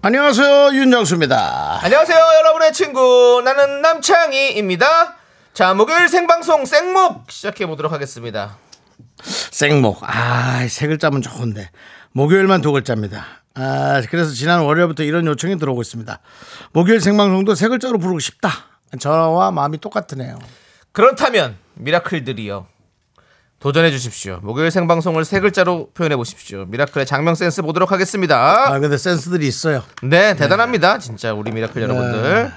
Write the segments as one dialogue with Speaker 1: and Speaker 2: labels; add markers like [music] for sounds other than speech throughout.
Speaker 1: 안녕하세요 윤정수입니다.
Speaker 2: 안녕하세요, 여러분의 친구. 나는 남창희입니다. 자, 목요일 생방송 생목 시작해 보도록 하겠습니다.
Speaker 1: 생목 아세 글자면 좋은데 목요일만 두 글자입니다. 아 그래서 지난 월요일부터 이런 요청이 들어오고 있습니다. 목요일 생방송도 세 글자로 부르고 싶다. 저와 마음이 똑같으네요.
Speaker 2: 그렇다면, 미라클들이요. 도전해 주십시오. 목요일 생방송을 세 글자로 표현해 보십시오. 미라클의 장명 센스 보도록 하겠습니다.
Speaker 1: 아 근데 센스들이 있어요.
Speaker 2: 네, 대단합니다. 진짜 우리 미라클 여러분들.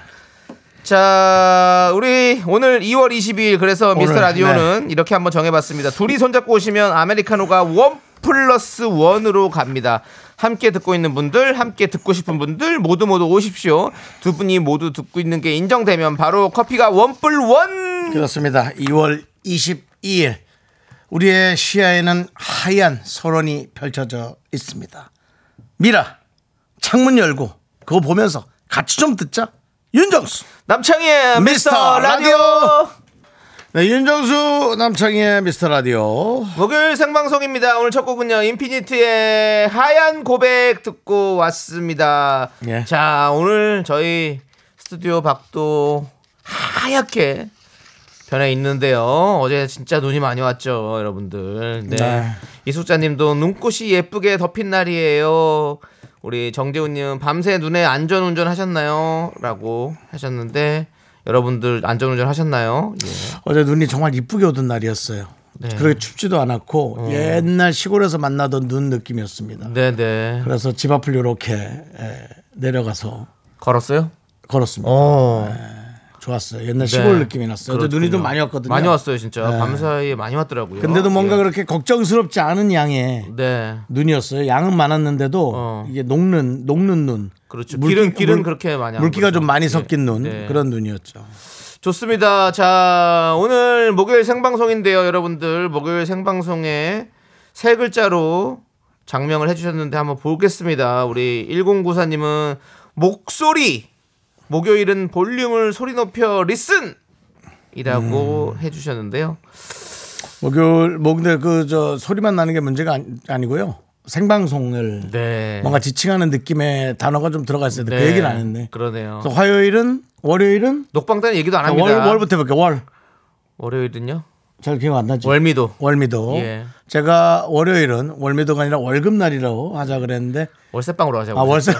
Speaker 2: 자, 우리 오늘 2월 22일 그래서 미스터
Speaker 1: 오늘,
Speaker 2: 라디오는 이렇게 한번 정해봤습니다. 둘이 손잡고 오시면 아메리카노가 원 플러스 원으로 갑니다. 함께 듣고 있는 분들, 함께 듣고 싶은 분들 모두 모두 오십시오. 두 분이 모두 듣고 있는 게 인정되면 바로 커피가 원뿔 원.
Speaker 1: 그렇습니다. 2월 22일 우리의 시야에는 하얀 설원이 펼쳐져 있습니다. 미라 창문 열고 그거 보면서 같이 좀 듣자. 윤정수. 미스터
Speaker 2: 남창희의 미스터 라디오.
Speaker 1: 네, 윤정수 남창희의 미스터 라디오.
Speaker 2: 목요일 생방송입니다. 오늘 첫 곡은요, 인피니트의 하얀 고백 듣고 왔습니다.
Speaker 1: 예.
Speaker 2: 자, 오늘 저희 스튜디오 밖도 하얗게 변해 있는데요. 어제 진짜 눈이 많이 왔죠, 여러분들. 네.
Speaker 1: 네.
Speaker 2: 이숙자님도 눈꽃이 예쁘게 덮인 날이에요. 우리 정재훈님 밤새 눈에 안전운전 하셨나요? 라고 하셨는데 여러분들 안전운전 하셨나요? 예.
Speaker 1: 어제 눈이 정말 이쁘게 오던 날이었어요.
Speaker 2: 네.
Speaker 1: 그렇게 춥지도 않았고 옛날 시골에서 만나던 눈 느낌이었습니다.
Speaker 2: 어. 네네.
Speaker 1: 그래서 집 앞을 이렇게 에, 내려가서
Speaker 2: 걸었어요?
Speaker 1: 걸었습니다.
Speaker 2: 어. 네.
Speaker 1: 좋았어요. 옛날 시골 느낌이 났어요. 어제 눈이 좀
Speaker 2: 그렇군요.
Speaker 1: 많이 왔거든요. 네.
Speaker 2: 많이 왔어요, 진짜. 밤사이에 많이 왔더라고요.
Speaker 1: 근데도 뭔가
Speaker 2: 예.
Speaker 1: 그렇게 걱정스럽지 않은 양의
Speaker 2: 네.
Speaker 1: 눈이었어요. 양은 많았는데도
Speaker 2: 어.
Speaker 1: 이게 녹는 녹는 눈.
Speaker 2: 그렇죠. 길은- 길은 그렇게 많이 안
Speaker 1: 물기가 좀
Speaker 2: 보여서.
Speaker 1: 많이
Speaker 2: 예.
Speaker 1: 섞인 눈
Speaker 2: 네.
Speaker 1: 그런 눈이었죠.
Speaker 2: 좋습니다. 자, 오늘 목요일 생방송인데요, 여러분들. 목요일 생방송에 세 글자로 장명을 해주셨는데 한번 보겠습니다. 우리 1094님은 목소리! 목요일은 볼륨을 소리 높여 리슨!
Speaker 1: 음.
Speaker 2: 이라고 해주셨는데요.
Speaker 1: 목요일 뭐 근데 그 저 소리만 나는 게 문제가 아니, 아니고요. 생방송을
Speaker 2: 네.
Speaker 1: 뭔가 지칭하는 느낌의 단어가 좀 들어가 있어야 돼.
Speaker 2: 네.
Speaker 1: 그 얘기는 안 했네.
Speaker 2: 그러네요.
Speaker 1: 그래서 화요일은 월요일은
Speaker 2: 녹방 때는 얘기도 안 합니다.
Speaker 1: 월, 월부터 볼게요. 월.
Speaker 2: 월요일은요?
Speaker 1: 잘 기억 안 나지?
Speaker 2: 월미도.
Speaker 1: 월미도.
Speaker 2: 예.
Speaker 1: 제가 월요일은 월미도가 아니라 월급날이라고 하자 그랬는데
Speaker 2: 월세방으로 예. 하자고.
Speaker 1: 아 월세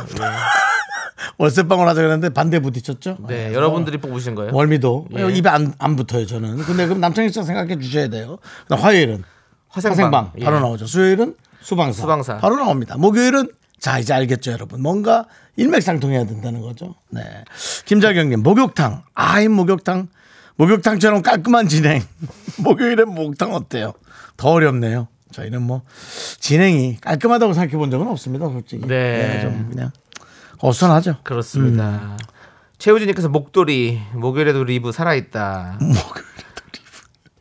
Speaker 1: [laughs] 월세방을 하자 그랬는데 반대 부딪혔죠?
Speaker 2: 네,
Speaker 1: 아,
Speaker 2: 여러분들이 뽑으신 거예요?
Speaker 1: 월미도
Speaker 2: 예.
Speaker 1: 입에 안, 안 붙어요 저는. 근데 그럼 남창희 씨가 생각해 주셔야 돼요. 그다음 화요일은
Speaker 2: 화생방.
Speaker 1: 화생방
Speaker 2: 예.
Speaker 1: 바로 나오죠. 수요일은 수방사.
Speaker 2: 수방사.
Speaker 1: 바로 나옵니다. 목요일은 자 이제 알겠죠 여러분. 뭔가 일맥상통해야 된다는 거죠. 네. 김자경님 목욕탕 아임 목욕탕 목욕탕처럼 깔끔한 진행. [laughs] 목요일엔 목욕탕 어때요? 더 어렵네요. 저희는 뭐 진행이 깔끔하다고 생각해 본 적은 없습니다 솔직히.
Speaker 2: 네.
Speaker 1: 좀 그냥 어수선하죠.
Speaker 2: 그렇습니다. 음. 최우진님께서 목도리 목요일에도
Speaker 1: [laughs]
Speaker 2: 리브 살아있다.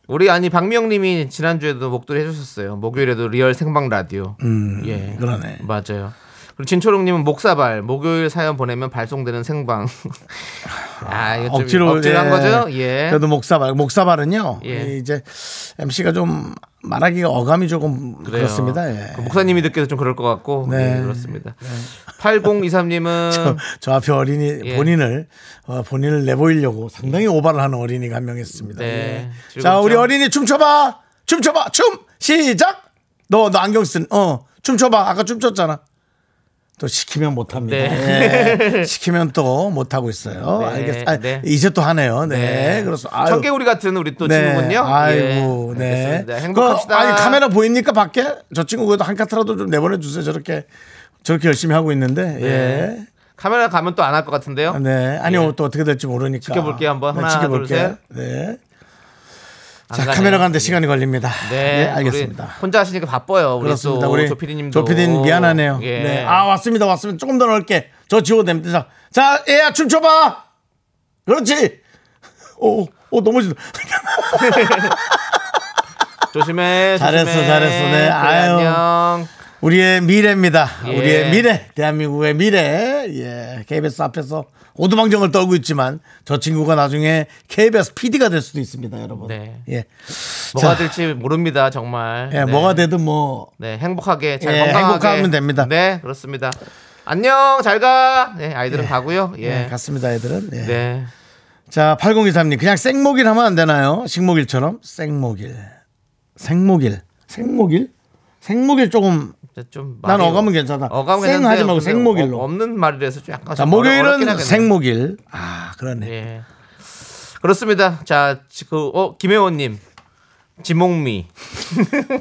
Speaker 2: 우리 아니 박미영님이 지난주에도 목도리 해주셨어요. 목요일에도 리얼 생방 라디오. 예,
Speaker 1: 음, 그러네.
Speaker 2: 맞아요. 그리고 진초롱님은 목사발 목요일 사연 보내면 발송되는
Speaker 1: [laughs]
Speaker 2: 생방. 아, 이거 좀
Speaker 1: 억지로
Speaker 2: 억지로 한
Speaker 1: 예.
Speaker 2: 거죠? 예.
Speaker 1: 그래도 목사발 목사발은요.
Speaker 2: 예.
Speaker 1: 이제 MC가 좀 말하기가 어감이 조금 그렇습니다 예. [laughs]
Speaker 2: 그 목사님이 듣기도 좀 그럴 것 같고
Speaker 1: 네.
Speaker 2: 예, 그렇습니다.
Speaker 1: [laughs]
Speaker 2: 8023님은
Speaker 1: 저 앞에 어린이
Speaker 2: 예.
Speaker 1: 본인을 어, 본인을 내보이려고 상당히 오바를 하는 어린이가 한 명 있습니다.
Speaker 2: 네,
Speaker 1: 예. 자
Speaker 2: 즐겁죠?
Speaker 1: 우리 어린이 춤춰봐 춤춰봐 춤 시작 너 너 안경 쓴어 춤춰봐 아까 춤췄잖아 또 시키면 못합니다.
Speaker 2: [laughs]
Speaker 1: 예. 시키면 또 못하고 있어요.
Speaker 2: 네,
Speaker 1: 알겠어. 아,
Speaker 2: 네.
Speaker 1: 이제 또 하네요. 네, 그렇소. 아유.
Speaker 2: 청개구리 같은 우리 또 친구군요.
Speaker 1: 네. 아이고,
Speaker 2: 예,
Speaker 1: 네.
Speaker 2: 알겠습니다. 행복합시다.
Speaker 1: 그, 아니 카메라 보입니까 밖에? 저 친구 그래도 한 카트라도 좀 내보내 주세요. 저렇게 저렇게 열심히 하고 있는데.
Speaker 2: 네.
Speaker 1: 예.
Speaker 2: 카메라 가면 또 안 할 것 같은데요.
Speaker 1: 음,
Speaker 2: 예.
Speaker 1: 네. 아니요 또 어떻게 될지 모르니까.
Speaker 2: 지켜볼게요, 한번.
Speaker 1: 네,
Speaker 2: 하나, 둘,
Speaker 1: 지켜볼게요. 네. 자,
Speaker 2: 가네요.
Speaker 1: 카메라 가는데 시간이 걸립니다.
Speaker 2: 네,
Speaker 1: 네, 알겠습니다.
Speaker 2: 우리 혼자 하시니까 바빠요. 우리
Speaker 1: 그렇습니다.
Speaker 2: 또
Speaker 1: 우리
Speaker 2: 조피디님도
Speaker 1: 조피디님 미안하네요.
Speaker 2: 예.
Speaker 1: 네. 아 왔습니다. 왔습니다. 조금 더 넓게. 저 지워도 됩니다. 자, 예, 얘야 춤춰봐. 그렇지. [laughs] 오, 오 넘어진다.
Speaker 2: 조심해.
Speaker 1: 잘했어,
Speaker 2: 조심해.
Speaker 1: 잘했어. 네,
Speaker 2: 그래,
Speaker 1: 아유.
Speaker 2: 안녕.
Speaker 1: 우리의 미래입니다.
Speaker 2: 예.
Speaker 1: 우리의 미래, 대한민국의 미래. 예, KBS 앞에서 오두방정을 떨고 있지만 저 친구가 나중에 KBS PD가 될 수도 있습니다, 여러분.
Speaker 2: 네.
Speaker 1: 예,
Speaker 2: 뭐가
Speaker 1: 자.
Speaker 2: 될지 모릅니다. 정말.
Speaker 1: 예,
Speaker 2: 네.
Speaker 1: 뭐가 되든 뭐
Speaker 2: 네, 행복하게 잘
Speaker 1: 예,
Speaker 2: 건강하게
Speaker 1: 행복하면 됩니다.
Speaker 2: 네, 그렇습니다. 안녕, 잘 가. 네, 아이들은 가고요.
Speaker 1: 예,
Speaker 2: 예.
Speaker 1: 같습니다, 애들은. 예.
Speaker 2: 네.
Speaker 1: 자, 8023님. 그냥 생목일 하면 안 되나요? 식목일처럼? 생목일. 생목일. 생목일? 생목일 조금.
Speaker 2: 이제 좀
Speaker 1: 난
Speaker 2: 말이
Speaker 1: 어감은 괜찮아.
Speaker 2: 어감은
Speaker 1: 생 하지
Speaker 2: 괜찮은데요.
Speaker 1: 말고
Speaker 2: 근데
Speaker 1: 생목일로.
Speaker 2: 어- 없는 말이라서 좀 약간
Speaker 1: 자,
Speaker 2: 좀 어려- 어렵긴
Speaker 1: 목요일은
Speaker 2: 하겠네요.
Speaker 1: 생목일. 아, 그러네.
Speaker 2: 예. 그렇습니다. 자, 지- 그, 어, 김혜원님. 지몽미.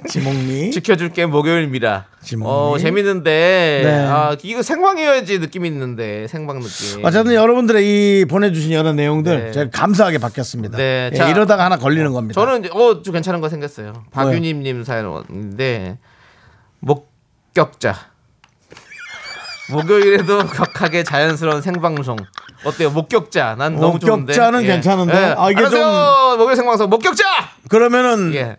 Speaker 1: 지목미.
Speaker 2: 지켜줄게 목요일미라.
Speaker 1: 지몽미.
Speaker 2: 어, 재밌는데.
Speaker 1: 네.
Speaker 2: 아, 이거 생방이어야지 느낌이 있는데. 생방 느낌.
Speaker 1: 어쨌든 여러분들의 이 보내주신 여러 내용들
Speaker 2: 예. 네.
Speaker 1: 제가 감사하게 받겠습니다.
Speaker 2: 네,
Speaker 1: 예,
Speaker 2: 자,
Speaker 1: 이러다가 하나 걸리는 겁니다.
Speaker 2: 저는 이제 어, 좀 괜찮은 거 생겼어요. 박윤임
Speaker 1: 네.
Speaker 2: 님 사연인데 목격자. 목요일에도 [laughs] 격하게 자연스러운 생방송 어때요? 목격자 난 너무 좋은데. 예.
Speaker 1: 목격자는 괜찮은데? 아, 이게 좀-
Speaker 2: 안녕하세요. 목요일 생방송 목격자.
Speaker 1: 그러면은
Speaker 2: 예.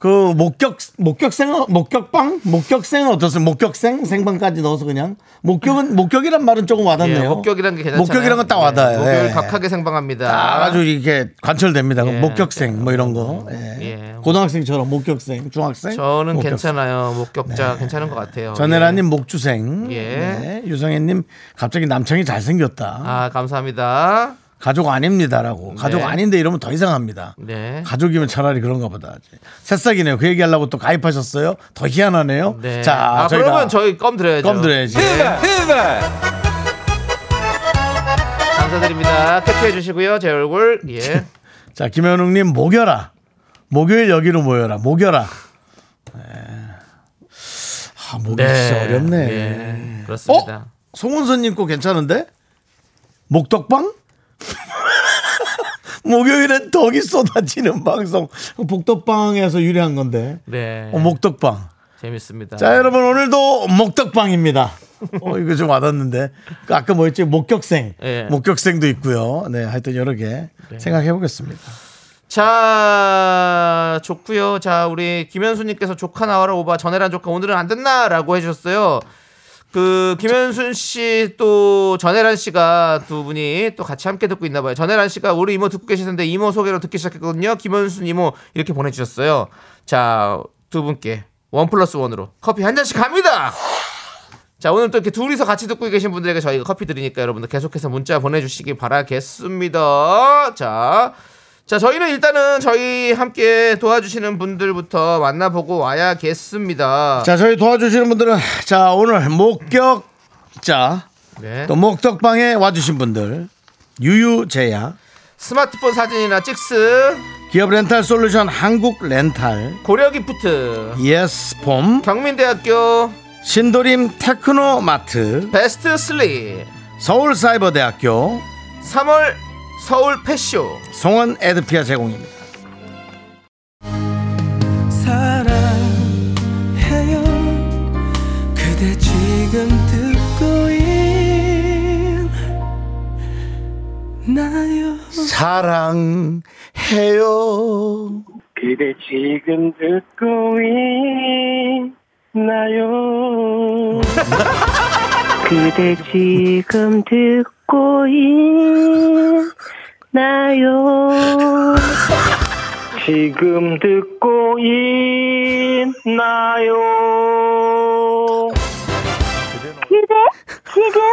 Speaker 1: 그 목격 목격생 목격방 목격생은 어떻습니까? 목격생 생방까지 넣어서 그냥 목격은 목격이란 말은 조금
Speaker 2: 예,
Speaker 1: 와닿네요.
Speaker 2: 목격이란 게 괜찮아요. 네,
Speaker 1: 목격이란 건딱 와닿아요.
Speaker 2: 목요일
Speaker 1: 예.
Speaker 2: 각하게 생방합니다.
Speaker 1: 딱 아주 이게 관철됩니다. 그럼
Speaker 2: 예.
Speaker 1: 목격생 뭐 이런 거. 예.
Speaker 2: 예.
Speaker 1: 고등학생처럼 목격생, 중학생.
Speaker 2: 저는
Speaker 1: 목격생. 네.
Speaker 2: 괜찮아요. 목격자 괜찮은 것 같아요. 예.
Speaker 1: 전혜라님 목주생.
Speaker 2: 예.
Speaker 1: 네. 유성혜님 갑자기 남창이 잘생겼다.
Speaker 2: 아 감사합니다.
Speaker 1: 가족 아닙니다라고. 가족
Speaker 2: 네.
Speaker 1: 아닌데 이러면 더 이상합니다.
Speaker 2: 네.
Speaker 1: 가족이면 차라리 그런가 보다. 새싹이네요. 그 얘기하려고 또 가입하셨어요. 더 희한하네요.
Speaker 2: 네.
Speaker 1: 자,
Speaker 2: 아,
Speaker 1: 저희가
Speaker 2: 그러면 저희 껌 드려야죠.
Speaker 1: 껌 드려야지.
Speaker 2: 감사드립니다. 캡처해 주시고요. 제 얼굴. 예.
Speaker 1: 자, 김현웅님 목여라. 목요일 여기로 모여라. 목여라. 네. 아, 목이 진짜 어렵네.
Speaker 2: 네,
Speaker 1: 어?
Speaker 2: 그렇습니다.
Speaker 1: 송은선님 거 괜찮은데? 목덕방? [laughs] 목요일엔 덕이 쏟아지는 방송. 복덕방에서 유래한 건데.
Speaker 2: 네.
Speaker 1: 어, 목덕방.
Speaker 2: 재밌습니다.
Speaker 1: 자, 여러분 오늘도 목덕방입니다. 어, 이거 좀 와닿는데. 그 아까 뭐였지? 목격생.
Speaker 2: 예. 네.
Speaker 1: 목격생도 있고요. 네, 하여튼 여러 개 생각해 보겠습니다.
Speaker 2: 자, 좋고요. 자, 우리 김현수님께서 조카 나와라 오바 전해란 조카 오늘은 안 됐나라고 해주셨어요. 그 김현순 씨 또 전혜란 씨가 두 분이 또 같이 함께 듣고 있나 봐요. 전혜란 씨가 우리 이모 듣고 계시는데 이모 소개로 듣기 시작했거든요. 김현순 이모 이렇게 보내주셨어요. 자, 두 분께 원 플러스 원으로 커피 한 잔씩 갑니다. 자 오늘 또 이렇게 둘이서 같이 듣고 계신 분들에게 저희가 커피 드리니까 여러분들 계속해서 문자 보내주시기 바라겠습니다. 자, 자 저희는 일단은 저희 함께 도와주시는 분들부터 만나보고 와야겠습니다.
Speaker 1: 자, 저희 도와주시는 분들은 자, 오늘 목격자
Speaker 2: 네.
Speaker 1: 또 목덕방에 와 주신 분들 유유제야
Speaker 2: 스마트폰 사진이나 찍스
Speaker 1: 기업 렌탈 솔루션 한국 렌탈
Speaker 2: 고려기프트
Speaker 1: 예스폼
Speaker 2: 경민대학교
Speaker 1: 신도림 테크노마트
Speaker 2: 베스트 슬립
Speaker 1: 서울사이버대학교
Speaker 2: 3월 서울 패쇼
Speaker 1: 송원 에드피아 제공입니다.
Speaker 3: 사랑해요 그대 지금 듣고 있나요
Speaker 1: 사랑해요.
Speaker 4: 그대 지금 듣고 있나요? [laughs] 그대 지금 듣고 있나요? 지금 듣고 있나요?
Speaker 5: 그대 지금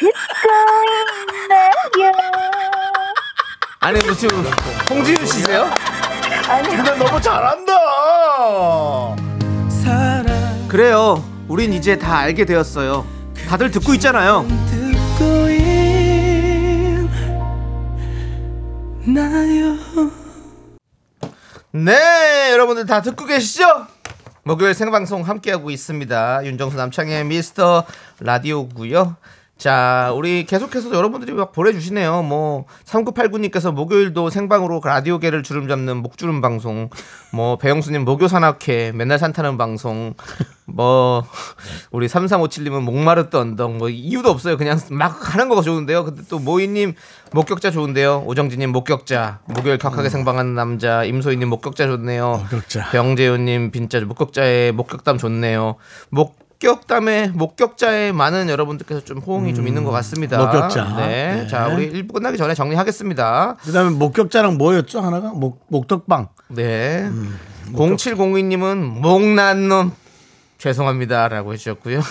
Speaker 5: 듣고 있나요?
Speaker 2: 아니 무슨 홍지윤 씨세요?
Speaker 1: 근데 너무 잘한다.
Speaker 3: 사랑
Speaker 2: 그래요 우린 이제 다 알게 되었어요 다들 듣고 있잖아요
Speaker 3: 듣고 있나요
Speaker 2: 네 여러분들 다 듣고 계시죠? 목요일 생방송 함께하고 있습니다 윤정수 남창의 미스터 라디오고요 자, 우리 계속해서 여러분들이 막 보내주시네요. 뭐, 3989님께서 목요일도 생방으로 라디오계를 주름 잡는 목주름 방송, 뭐, 배영수님 목요산악회, 맨날 산타는 방송, 뭐, 우리 3357님은 목마르던 언덕, 뭐, 이유도 없어요. 그냥 막 하는 거가 좋은데요. 근데 또 모이님 목격자 좋은데요. 오정진님 목격자, 목요일 각하게 생방하는 남자, 임소희님 목격자 좋네요.
Speaker 1: 음. 목격자.
Speaker 2: 병재훈님 빈자 목격자의 목격담 좋네요. 목격담에 목격자에 많은 여러분들께서 좀 호응이 좀 있는 것 같습니다.
Speaker 1: 음. 목격자.
Speaker 2: 네.
Speaker 1: 네.
Speaker 2: 자 우리 일부 끝나기 전에 정리하겠습니다.
Speaker 1: 그다음에 목격자랑 뭐였죠 하나가 목 목덕방.
Speaker 2: 네. 0702님은 목난 놈 죄송합니다라고 해주셨고요. [laughs]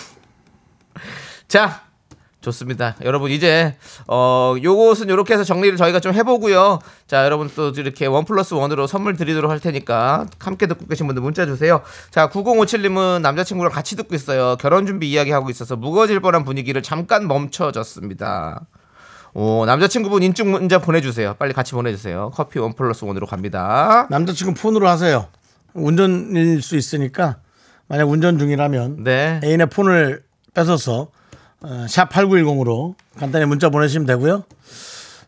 Speaker 2: 자 좋습니다. 여러분 이제 어 요것은 요렇게 해서 정리를 저희가 좀 해보고요. 자 여러분 또 이렇게 원 플러스 원으로 선물 드리도록 할 테니까 함께 듣고 계신 분들 문자 주세요. 자 9057님은 남자친구랑 같이 듣고 있어요. 결혼 준비 이야기 하고 있어서 무거워질 뻔한 분위기를 잠깐 멈춰졌습니다. 오 남자친구분 인증 문자 보내주세요. 빨리 같이 보내주세요. 커피 원 플러스 원으로 갑니다.
Speaker 1: 남자친구 폰으로 하세요. 운전일 수 있으니까 만약 운전 중이라면
Speaker 2: 네.
Speaker 1: 애인의 폰을 뺏어서 샵 8910으로 간단히 문자 보내시면 되고요.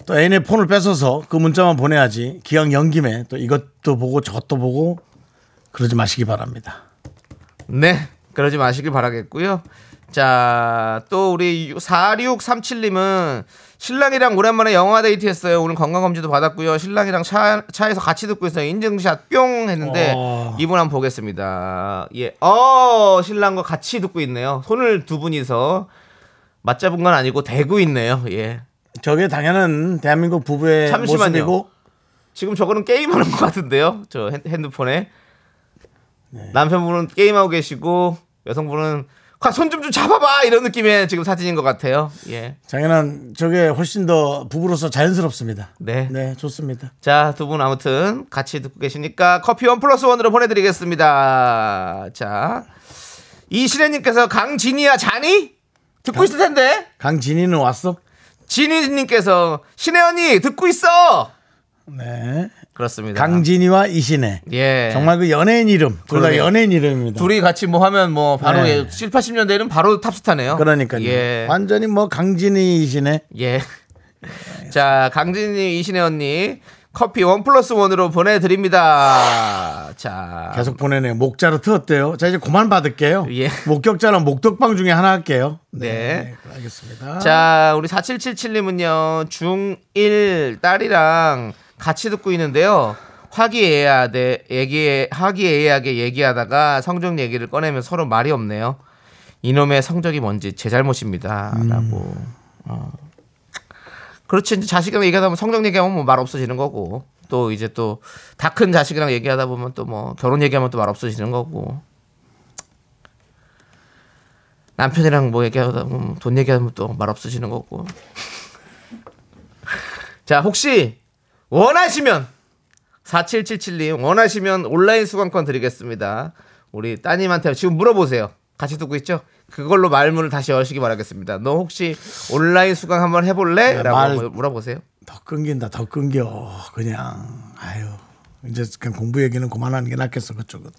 Speaker 1: 또 애인의 폰을 뺏어서 그 문자만 보내야지 기왕 연김에 또 이것도 보고 저것도 보고 그러지 마시기 바랍니다.
Speaker 2: 네. 그러지 마시길 바라겠고요. 자, 또 우리 4637님은 신랑이랑 오랜만에 영화 데이트 했어요. 오늘 건강검진도 받았고요. 신랑이랑 차, 차에서 같이 듣고 있어요. 인증샷 뿅 했는데
Speaker 1: 어.
Speaker 2: 이분 한번 보겠습니다. 예. 어, 신랑과 같이 듣고 있네요. 손을 두 분이서 맞잡은 건 아니고 대고 있네요. 예.
Speaker 1: 저게 당연한 대한민국 부부의
Speaker 2: 잠시만요.
Speaker 1: 모습이고
Speaker 2: 지금 저거는 게임하는 것 같은데요. 저 핸- 핸드폰에 남편분은 게임하고 계시고 여성분은 손 좀 좀 잡아봐 이런 느낌의 지금 사진인 것 같아요. 예,
Speaker 1: 당연한 저게 훨씬 더 부부로서 자연스럽습니다.
Speaker 2: 네.
Speaker 1: 네, 좋습니다.
Speaker 2: 자 두 분 아무튼 같이 듣고 계시니까 커피 원 플러스 원으로 보내드리겠습니다. 자 이시래님께서 강진이야 자니 듣고 있을 텐데
Speaker 1: 강진이는 왔어?
Speaker 2: 진이님께서 신혜 언니 듣고 있어.
Speaker 1: 네.
Speaker 2: 그렇습니다.
Speaker 1: 강진이와 이신혜.
Speaker 2: 예.
Speaker 1: 정말 그 연예인 이름. 둘 다
Speaker 2: 그러게요.
Speaker 1: 연예인 이름입니다.
Speaker 2: 둘이 같이 뭐 하면 뭐 바로
Speaker 1: 네.
Speaker 2: 예, 7, 80년대에는 바로 탑스타네요.
Speaker 1: 그러니까요.
Speaker 2: 예.
Speaker 1: 완전히 뭐 강진이 이신혜.
Speaker 2: 예. [laughs] 자, 강진이 이신혜 언니 커피 원 플러스 원으로 보내드립니다. 자,
Speaker 1: 아. 계속 보내네요. 목자르트 어때요? 자 이제 그만 받을게요.
Speaker 2: 예.
Speaker 1: 목격자랑 목덕방 중에 하나 할게요.
Speaker 2: 네.
Speaker 1: 알겠습니다.
Speaker 2: 자, 우리 4777님은요, 중1 딸이랑 같이 듣고 있는데요. 화기애애하되, 네, 얘기, 화기애애하게 얘기하다가 성적 얘기를 꺼내면 서로 말이 없네요. 이놈의 성적이 뭔지 제 잘못입니다.
Speaker 1: 음.
Speaker 2: 라고. 어. 그렇지, 이제 자식이랑 얘기하다 보면 성적 얘기하면 뭐 말 없어지는 거고. 또 이제 또 다 큰 자식이랑 얘기하다 보면 또 뭐 결혼 얘기하면 또 말 없어지는 거고. 남편이랑 뭐 얘기하다 보면 돈 얘기하면 또 말 없어지는 거고. [laughs] 자, 혹시 원하시면 4777님 원하시면 온라인 수강권 드리겠습니다. 우리 따님한테 지금 물어보세요. 같이 듣고 있죠? 그걸로 말문을 다시 여시기 바라겠습니다. 너 혹시 온라인 수강 한번 해볼래?
Speaker 1: 야,
Speaker 2: 라고
Speaker 1: 네, 말-
Speaker 2: 물- 물어보세요.
Speaker 1: 더 끊긴다. 더 끊겨. 그냥 아유 이제 그냥 공부 얘기는 그만하는 게 낫겠어 그쪽은.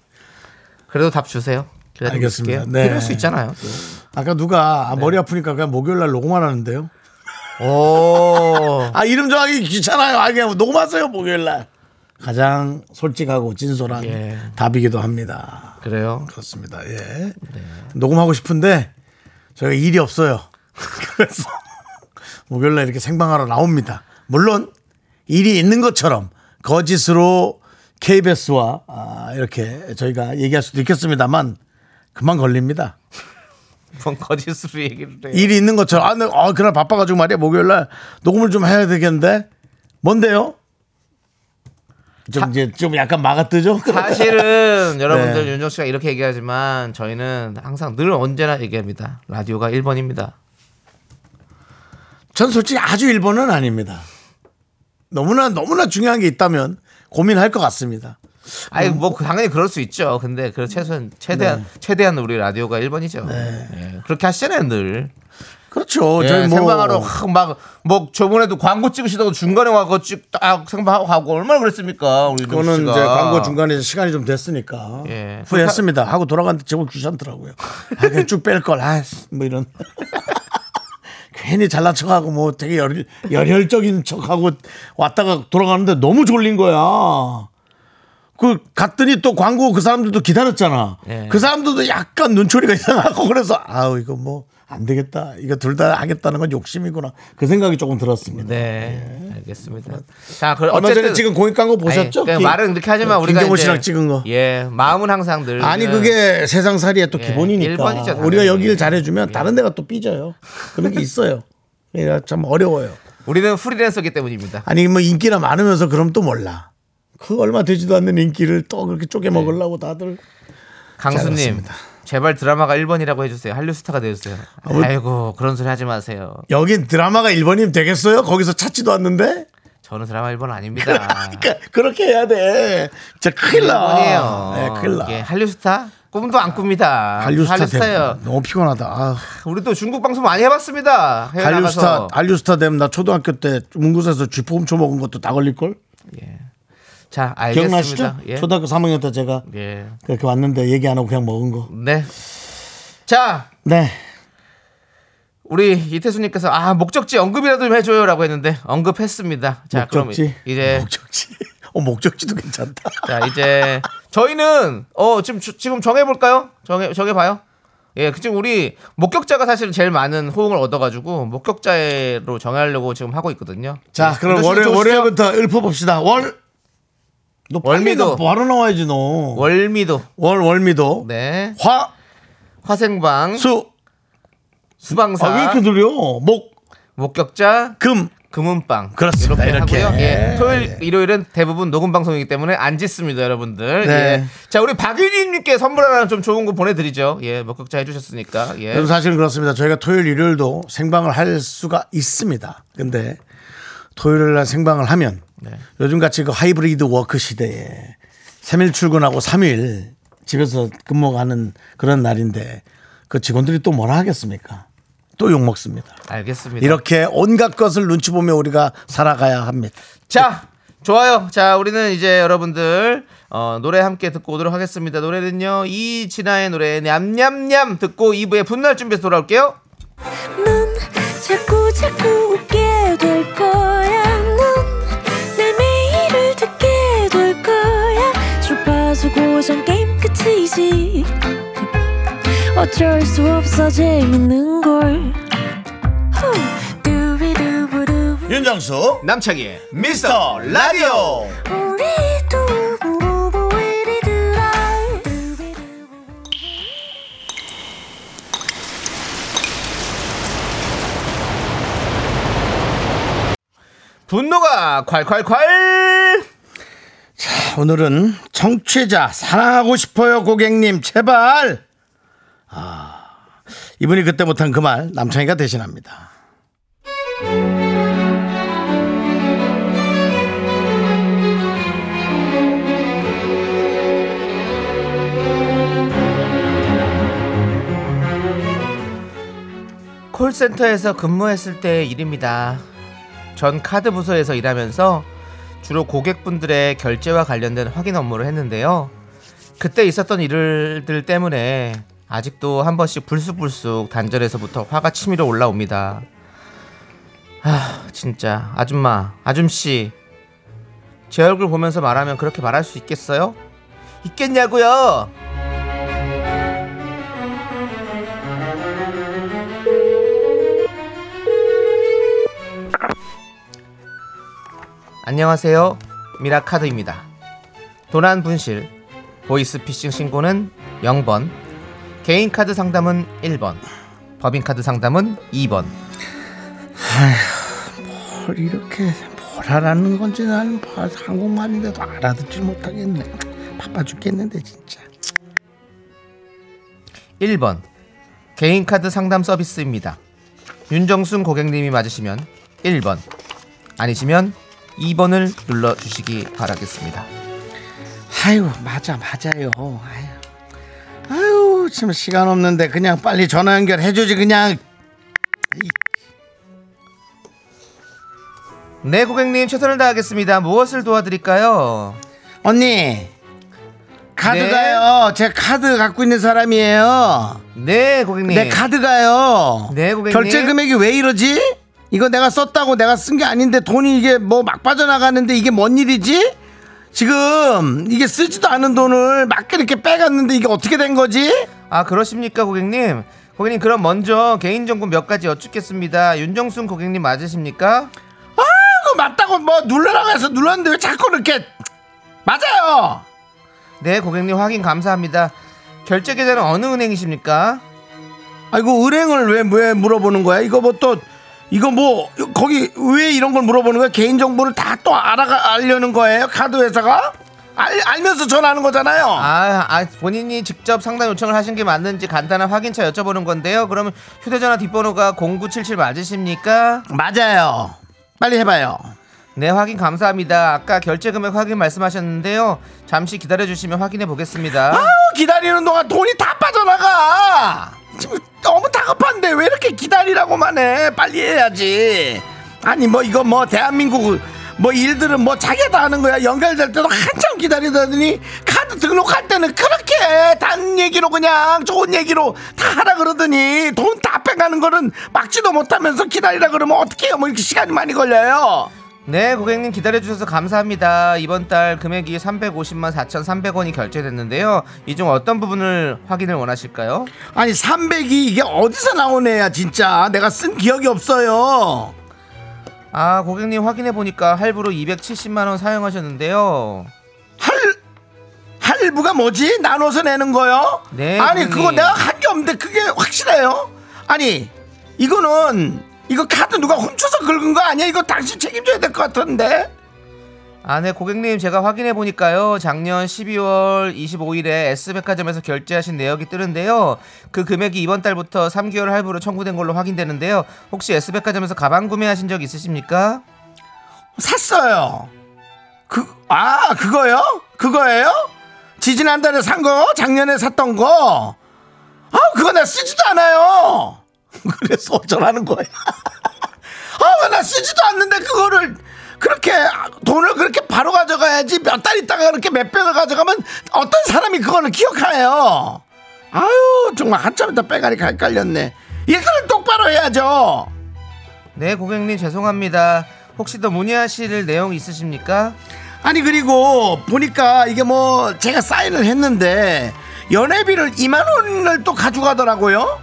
Speaker 2: 그래도 답 주세요. 기다려볼게요.
Speaker 1: 알겠습니다. 네.
Speaker 2: 필요할 수 있잖아요.
Speaker 1: 아까 누가 아,
Speaker 2: 네.
Speaker 1: 머리 아프니까 그냥 목요일 날 녹음만 하는데요.
Speaker 2: 오.
Speaker 1: 아 이름 정하기 귀찮아요. 아 그냥 녹음하세요 목요일 날. 가장 솔직하고 진솔한
Speaker 2: 예.
Speaker 1: 답이기도 합니다.
Speaker 2: 그래요.
Speaker 1: 그렇습니다. 예.
Speaker 2: 네.
Speaker 1: 녹음하고 싶은데 저희가 일이 없어요. [laughs] 그래서 목요일 날 이렇게 생방하러 나옵니다. 물론 일이 있는 것처럼 거짓으로 KBS와 아, 이렇게 저희가 얘기할 수도 있겠습니다만 그만 걸립니다.
Speaker 2: 뭔 거짓으로 얘기를 해요.
Speaker 1: 일이 있는 것처럼 아, 네, 아 그날 바빠가지고 말이야 목요일 날 녹음을 좀 해야 되겠는데 뭔데요? 좀 이제 좀 약간 막아 뜨죠?
Speaker 2: 사실은 여러분들
Speaker 1: 네.
Speaker 2: 윤정 씨가 이렇게 얘기하지만 저희는 항상 늘 언제나 얘기합니다. 라디오가 1번입니다.
Speaker 1: 전 솔직히 아주 1번은 아닙니다. 너무나 너무나 중요한 게 있다면 고민할 것 같습니다.
Speaker 2: 아니
Speaker 1: 음.
Speaker 2: 뭐그 당연히 그럴 수 있죠. 근데 그
Speaker 1: 네.
Speaker 2: 최소한 최대한 최대한 우리 라디오가 1번이죠. 네. 그렇게 하시잖아요, 늘.
Speaker 1: 그렇죠.
Speaker 2: 예,
Speaker 1: 저희 네. 뭐
Speaker 2: 생방하러 막뭐 저번에도 광고 찍으시다가 중간에 와서 그 찍딱 생방하고 가고 얼마나 그랬습니까? 우리 윤정
Speaker 1: 그거는
Speaker 2: 씨가.
Speaker 1: 이제 광고 중간에 시간이 좀 됐으니까
Speaker 2: 예.
Speaker 1: 후회했습니다. 하고 돌아갔는데 제목 귀찮더라고요. 아, 그냥 쭉뺄 걸. 아, 뭐 이런. [laughs] 괜히 잘난 척하고 뭐 되게 열, 열혈적인 척하고 왔다가 돌아가는데 너무 졸린 거야. 그 갔더니 또 광고 그 사람들도 기다렸잖아.
Speaker 2: 예.
Speaker 1: 그 사람들도 약간 눈초리가 이상하고 그래서 아우 이거 뭐 안 되겠다. 이거 둘 다 하겠다는 건 욕심이구나. 그 생각이 조금 들었습니다.
Speaker 2: 네, 알겠습니다. 자, 그
Speaker 1: 얼마 전에 찍은 공익 광고 보셨죠?
Speaker 2: 아니,
Speaker 1: 기-
Speaker 2: 그러니까 말은 그렇게 하지만 우리가
Speaker 1: 김경호
Speaker 2: 이제-
Speaker 1: 씨랑 찍은 거.
Speaker 2: 예, 마음은 항상 늘
Speaker 1: 아니
Speaker 2: 그냥-
Speaker 1: 그게 세상 살이의 또
Speaker 2: 예,
Speaker 1: 기본이니까
Speaker 2: 일본이죠, 당연히. 예.
Speaker 1: 우리가 여기를 잘해주면 다른 데가 또 삐져요. 그런 게 있어요. 그러니까 참 어려워요.
Speaker 2: 우리는 프리랜서기 때문입니다.
Speaker 1: 아니 뭐 인기나 많으면서 그럼 또 몰라. 그 얼마 되지도 않는 인기를 또 그렇게 쪼개
Speaker 2: 네.
Speaker 1: 먹으려고 다들
Speaker 2: 강수님,
Speaker 1: 잘했습니다.
Speaker 2: 제발 드라마가 1번이라고 해주세요. 한류 스타가 되주세요.
Speaker 1: 아, 뭐-
Speaker 2: 아이고 그런 소리 하지 마세요.
Speaker 1: 여긴 드라마가 1번이면 되겠어요? 거기서 찾지도 않는데?
Speaker 2: 저는 드라마 1번 아닙니다.
Speaker 1: [laughs] 그러니까 그렇게 해야 돼. 진짜 큰일 나.
Speaker 2: 일본이에요.
Speaker 1: 네, 큰일 나.
Speaker 2: 이게 한류 스타? 꿈도 안 꿉니다.
Speaker 1: 한류스타
Speaker 2: 한류
Speaker 1: 되면
Speaker 2: 스타예요.
Speaker 1: 너무 피곤하다. 아,
Speaker 2: 우리도 중국 방송 많이 해봤습니다. 해외
Speaker 1: 한류스타,
Speaker 2: 나가서.
Speaker 1: 한류스타 되면 나 초등학교 때 문구사에서 쥐포 훔쳐먹은 것도 다 걸릴걸?
Speaker 2: 자, 알겠습니다.
Speaker 1: 아, 기억나시죠?
Speaker 2: 예.
Speaker 1: 초등학교 3학년 때 제가
Speaker 2: 예.
Speaker 1: 그렇게 왔는데 얘기 안 하고 그냥 먹은 거.
Speaker 2: 네. 자,
Speaker 1: 네.
Speaker 2: 우리 이태수님께서 아 목적지 언급이라도 좀 해줘요라고 했는데 언급했습니다. 자,
Speaker 1: 목적지.
Speaker 2: 그럼 이제
Speaker 1: 네. 목적지. [laughs] 어, 목적지도 괜찮다.
Speaker 2: 자 이제 저희는 어 지금 주- 지금 정해볼까요? 정해 정해봐요. 예, 그 지금 우리 목격자가 사실 제일 많은 호응을 얻어가지고 목격자로 정하려고 지금 하고 있거든요.
Speaker 1: 자, 그럼 월요일,
Speaker 2: 좋으시죠?
Speaker 1: 월요일부터 읊어봅시다. 월. 너
Speaker 2: 월미도.
Speaker 1: 월미도 바로 나와야지 너. 월,
Speaker 2: 월미도,
Speaker 1: 월, 미도
Speaker 2: 네,
Speaker 1: 화,
Speaker 2: 화생방, 수,
Speaker 1: 수.
Speaker 2: 방사
Speaker 1: 아, 왜 이렇게 들려? 목,
Speaker 2: 목격자,
Speaker 1: 금.
Speaker 2: 금은방
Speaker 1: 그렇습니다. 이렇게.
Speaker 2: 하고요. 예.
Speaker 1: 예.
Speaker 2: 토요일 일요일은 대부분 녹음 방송이기 때문에 안 짓습니다, 여러분들.
Speaker 1: 네.
Speaker 2: 예. 자, 우리 박윤희님께 선물 하나 좀 좋은 거 보내드리죠. 예, 목격자 해주셨으니까. 예.
Speaker 1: 그래서 사실은 그렇습니다. 저희가 토요일, 일요일도 생방을 할 수가 있습니다. 근데 토요일 날 생방을 하면 요즘 같이 그 하이브리드 워크 시대에 3일 출근하고 3일 집에서 근무하는 그런 날인데 그 직원들이 또 뭐라 하겠습니까? 또 욕먹습니다.
Speaker 2: 알겠습니다.
Speaker 1: 이렇게 온갖 것을 눈치 보며 우리가 살아가야 합니다.
Speaker 2: 자, 좋아요. 자, 우리는 이제 여러분들 어, 노래 함께 듣고 오도록 하겠습니다. 노래는요 이진아의 노래 냠냠냠 듣고 2부에 분날 준비해서 돌아올게요.
Speaker 6: 넌 자꾸 자꾸 웃게 될 거야. 넌내 매일을 듣게 될 거야. 주파수 고정 게임 끝이지. 어쩔 수 없어 재밌는 걸. 후. 두비두부두부.
Speaker 1: 윤정수
Speaker 2: 어? 남창희 미스터 라디오.
Speaker 6: 우리 두부부부 우리 두라. 두비두부부.
Speaker 2: 분노가 콸콸콸.
Speaker 1: 오늘은 청취자 사랑하고 싶어요 고객님 제발 아 이분이 그때 못한 그 말 남창희가 대신합니다
Speaker 2: 콜센터에서 근무했을 때의 일입니다. 전 카드 부서에서 일하면서 주로 고객분들의 결제와 관련된 확인 업무를 했는데요. 그때 있었던 일들 때문에 아직도 한 번씩 불쑥불쑥 단절에서부터 화가 치밀어 올라옵니다. 아, 진짜 아줌마, 아줌씨. 제 얼굴 보면서 말하면 그렇게 말할 수 있겠어요? 있겠냐고요. 안녕하세요. 미라카드입니다. 도난 분실, 보이스 피싱 신고는 0번, 개인 카드 상담은 1번, 법인 카드 상담은 2번.
Speaker 1: 뭘 이렇게 뭘 하라는 건지 나는 봐- 한국말인데도 알아듣질 못하겠네 바빠 죽겠는데 진짜
Speaker 2: 1번 개인 카드 상담 서비스입니다. 윤정순 고객님이 맞으시면 1번 아니시면 2번을 눌러 주시기 바라겠습니다.
Speaker 1: 아유 맞아 맞아요 아유 아유 지금 시간 없는데 그냥 빨리 전화 연결해 주지 그냥
Speaker 2: 네, 고객님 최선을 다하겠습니다. 무엇을 도와드릴까요?
Speaker 1: 언니 카드가요. 제 카드 갖고 있는 사람이에요.
Speaker 2: 네, 고객님.
Speaker 1: 내 카드가요.
Speaker 2: 네, 고객님.
Speaker 1: 결제 금액이 왜 이러지? 이거 내가 썼다고 내가 쓴 게 아닌데 돈이 이게 뭐 막 빠져나가는데 이게 뭔 일이지? 지금 이게 쓰지도 않은 돈을 막 이렇게 빼갔는데 이게 어떻게 된 거지?
Speaker 2: 아, 그러십니까, 고객님? 고객님, 그럼 먼저 개인정보 몇 가지 여쭙겠습니다. 윤정순 고객님 맞으십니까?
Speaker 1: 아이고 맞다고 뭐 눌러라고 해서 눌렀는데 왜 자꾸 이렇게 맞아요.
Speaker 2: 네, 고객님 확인 감사합니다. 결제 계좌는 어느 은행이십니까?
Speaker 1: 아이고 은행을 왜, 왜 물어보는 거야? 이거 뭐 또 이거 뭐 거기 왜 이런 걸 물어보는 거야? 개인 정보를 다 또 알아가 알려는 거예요? 카드 회사가 알, 알면서 전화하는 거잖아요.
Speaker 2: 아, 아, 본인이 직접 상담 요청을 하신 게 맞는지 간단한 확인차 여쭤보는 건데요. 그러면 휴대전화 뒷번호가 0977 맞으십니까?
Speaker 1: 맞아요. 빨리 해봐요.
Speaker 2: 네, 확인 감사합니다. 아까 결제 금액 확인 말씀하셨는데요. 잠시 기다려 주시면 확인해 보겠습니다.
Speaker 1: 아우 기다리는 동안 돈이 다 빠져나가. 지금 너무 다급한데 왜 이렇게 기다리라고만 해? 빨리 해야지. 아니 뭐 이거 뭐 대한민국 뭐 일들은 뭐 자기가 다 하는 거야. 연결될 때도 한참 기다리더니 카드 등록할 때는 그렇게 단 얘기로 그냥 좋은 얘기로 다 하라 그러더니 돈 다 빼가는 거는 막지도 못하면서 기다리라 그러면 어떻게 해요? 뭐 이렇게 시간이 많이 걸려요.
Speaker 2: 네, 고객님 기다려 주셔서 감사합니다. 이번 달 금액이 350만 4,300원이 결제됐는데요. 이 중 어떤 부분을 확인을 원하실까요?
Speaker 1: 아니 300이 이게 어디서 나온 애야 진짜. 내가 쓴 기억이 없어요.
Speaker 2: 아, 고객님 확인해 보니까 할부로 270만 원 사용하셨는데요.
Speaker 1: 할 할부가 뭐지? 나눠서 내는 거요?
Speaker 2: 네,
Speaker 1: 아니
Speaker 2: 고객님.
Speaker 1: 그거 내가 한 게 없는데 그게 확실해요? 아니 이거는 이거 카드 누가 훔쳐서 긁은 거 아니야? 이거 당신 책임져야 될 것 같은데.
Speaker 2: 아, 네, 고객님 제가 확인해 보니까요. 작년 12월 25일에 S백화점에서 결제하신 내역이 뜨는데요. 그 금액이 이번 달부터 3개월 할부로 청구된 걸로 확인되는데요. 혹시 S백화점에서 가방 구매하신 적 있으십니까?
Speaker 1: 샀어요. 그 아 그거요? 그거예요? 지지난달에 산 거? 작년에 샀던 거? 아 그거 나 쓰지도 않아요. [laughs] 그래서 어쩌라는 거야? [laughs] 아나 쓰지도 않는데 그거를 그렇게 돈을 그렇게 바로 가져가야지 몇 달 있다가 그렇게 몇 배가 가져가면 어떤 사람이 그거를 기억해요? 아유 정말 한참 있다 빼가리 갈깔렸네. 일단은 똑바로 해야죠.
Speaker 2: 네, 고객님 죄송합니다. 혹시 더 문의하실 내용 있으십니까?
Speaker 1: 아니 그리고 보니까 이게 뭐 제가 사인을 했는데 연회비를 2만 원을 또 가져가더라고요.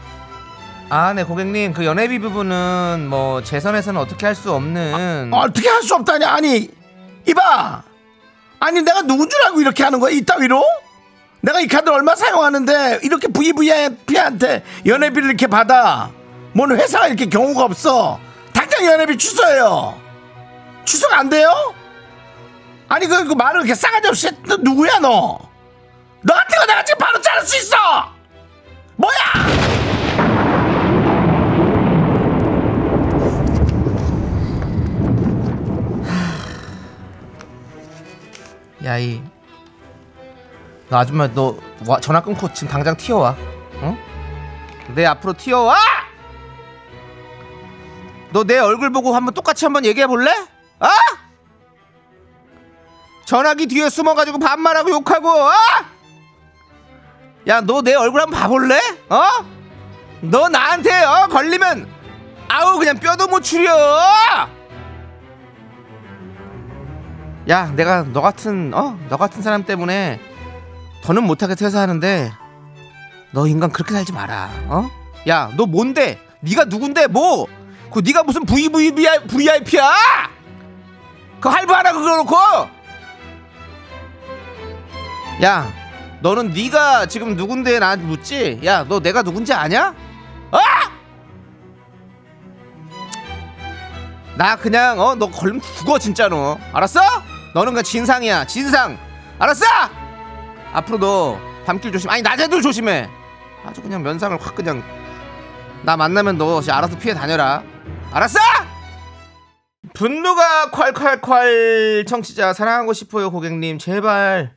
Speaker 2: 아, 네, 고객님 그 연회비 부분은 뭐 재선에서는 어떻게 할 수 없는
Speaker 1: 음. 어떻게 할 수 없다냐? 아니 이봐, 아니 내가 누군 줄 알고 이렇게 하는 거야 이따위로? 내가 이 카드 를 얼마 사용하는데 이렇게 VVIP한테 연회비를 이렇게 받아? 뭔 회사가 이렇게 경우가 없어? 당장 연회비 취소해요. 취소가 안 돼요? 아니 그, 그 말을 이렇게 싸가지 없이 했던 누구야 너? 너 같은 거 내가 지금 바로 자를 수 있어. 뭐야?
Speaker 2: 야이 너 아줌마 너 와, 전화 끊고 지금 당장 튀어와 응? 내 앞으로 튀어와 너 내 얼굴 보고 한번 똑같이 한번 얘기해 볼래? 아? 전화기 뒤에 숨어가지고 반말하고 욕하고 어? 야너 내 얼굴 한번 봐볼래? 어? 너 나한테 어? 걸리면 아우 그냥 뼈도 못 추려 야 내가 너 같은 어 너 같은 사람 때문에 더는 못하게 퇴사하는데 너 인간 그렇게 살지 마라 어야 너 뭔데 네가 누군데 뭐그 네가 무슨 VVVI, VIP야 그 할부하라 그거 놓고 야 너는 네가 지금 누군데 나한테 묻지 야 너 내가 누군지 아냐 나 그냥 어 너 걸리면 죽어 진짜 너 알았어? 너는 그냥 진상이야 진상 알았어? 앞으로 너 밤길 조심 아니 낮에도 조심해 아주 그냥 면상을 확 그냥 나 만나면 너 진짜 알아서 피해 다녀라 알았어? 분노가 콸콸콸 청취자 사랑하고 싶어요 고객님 제발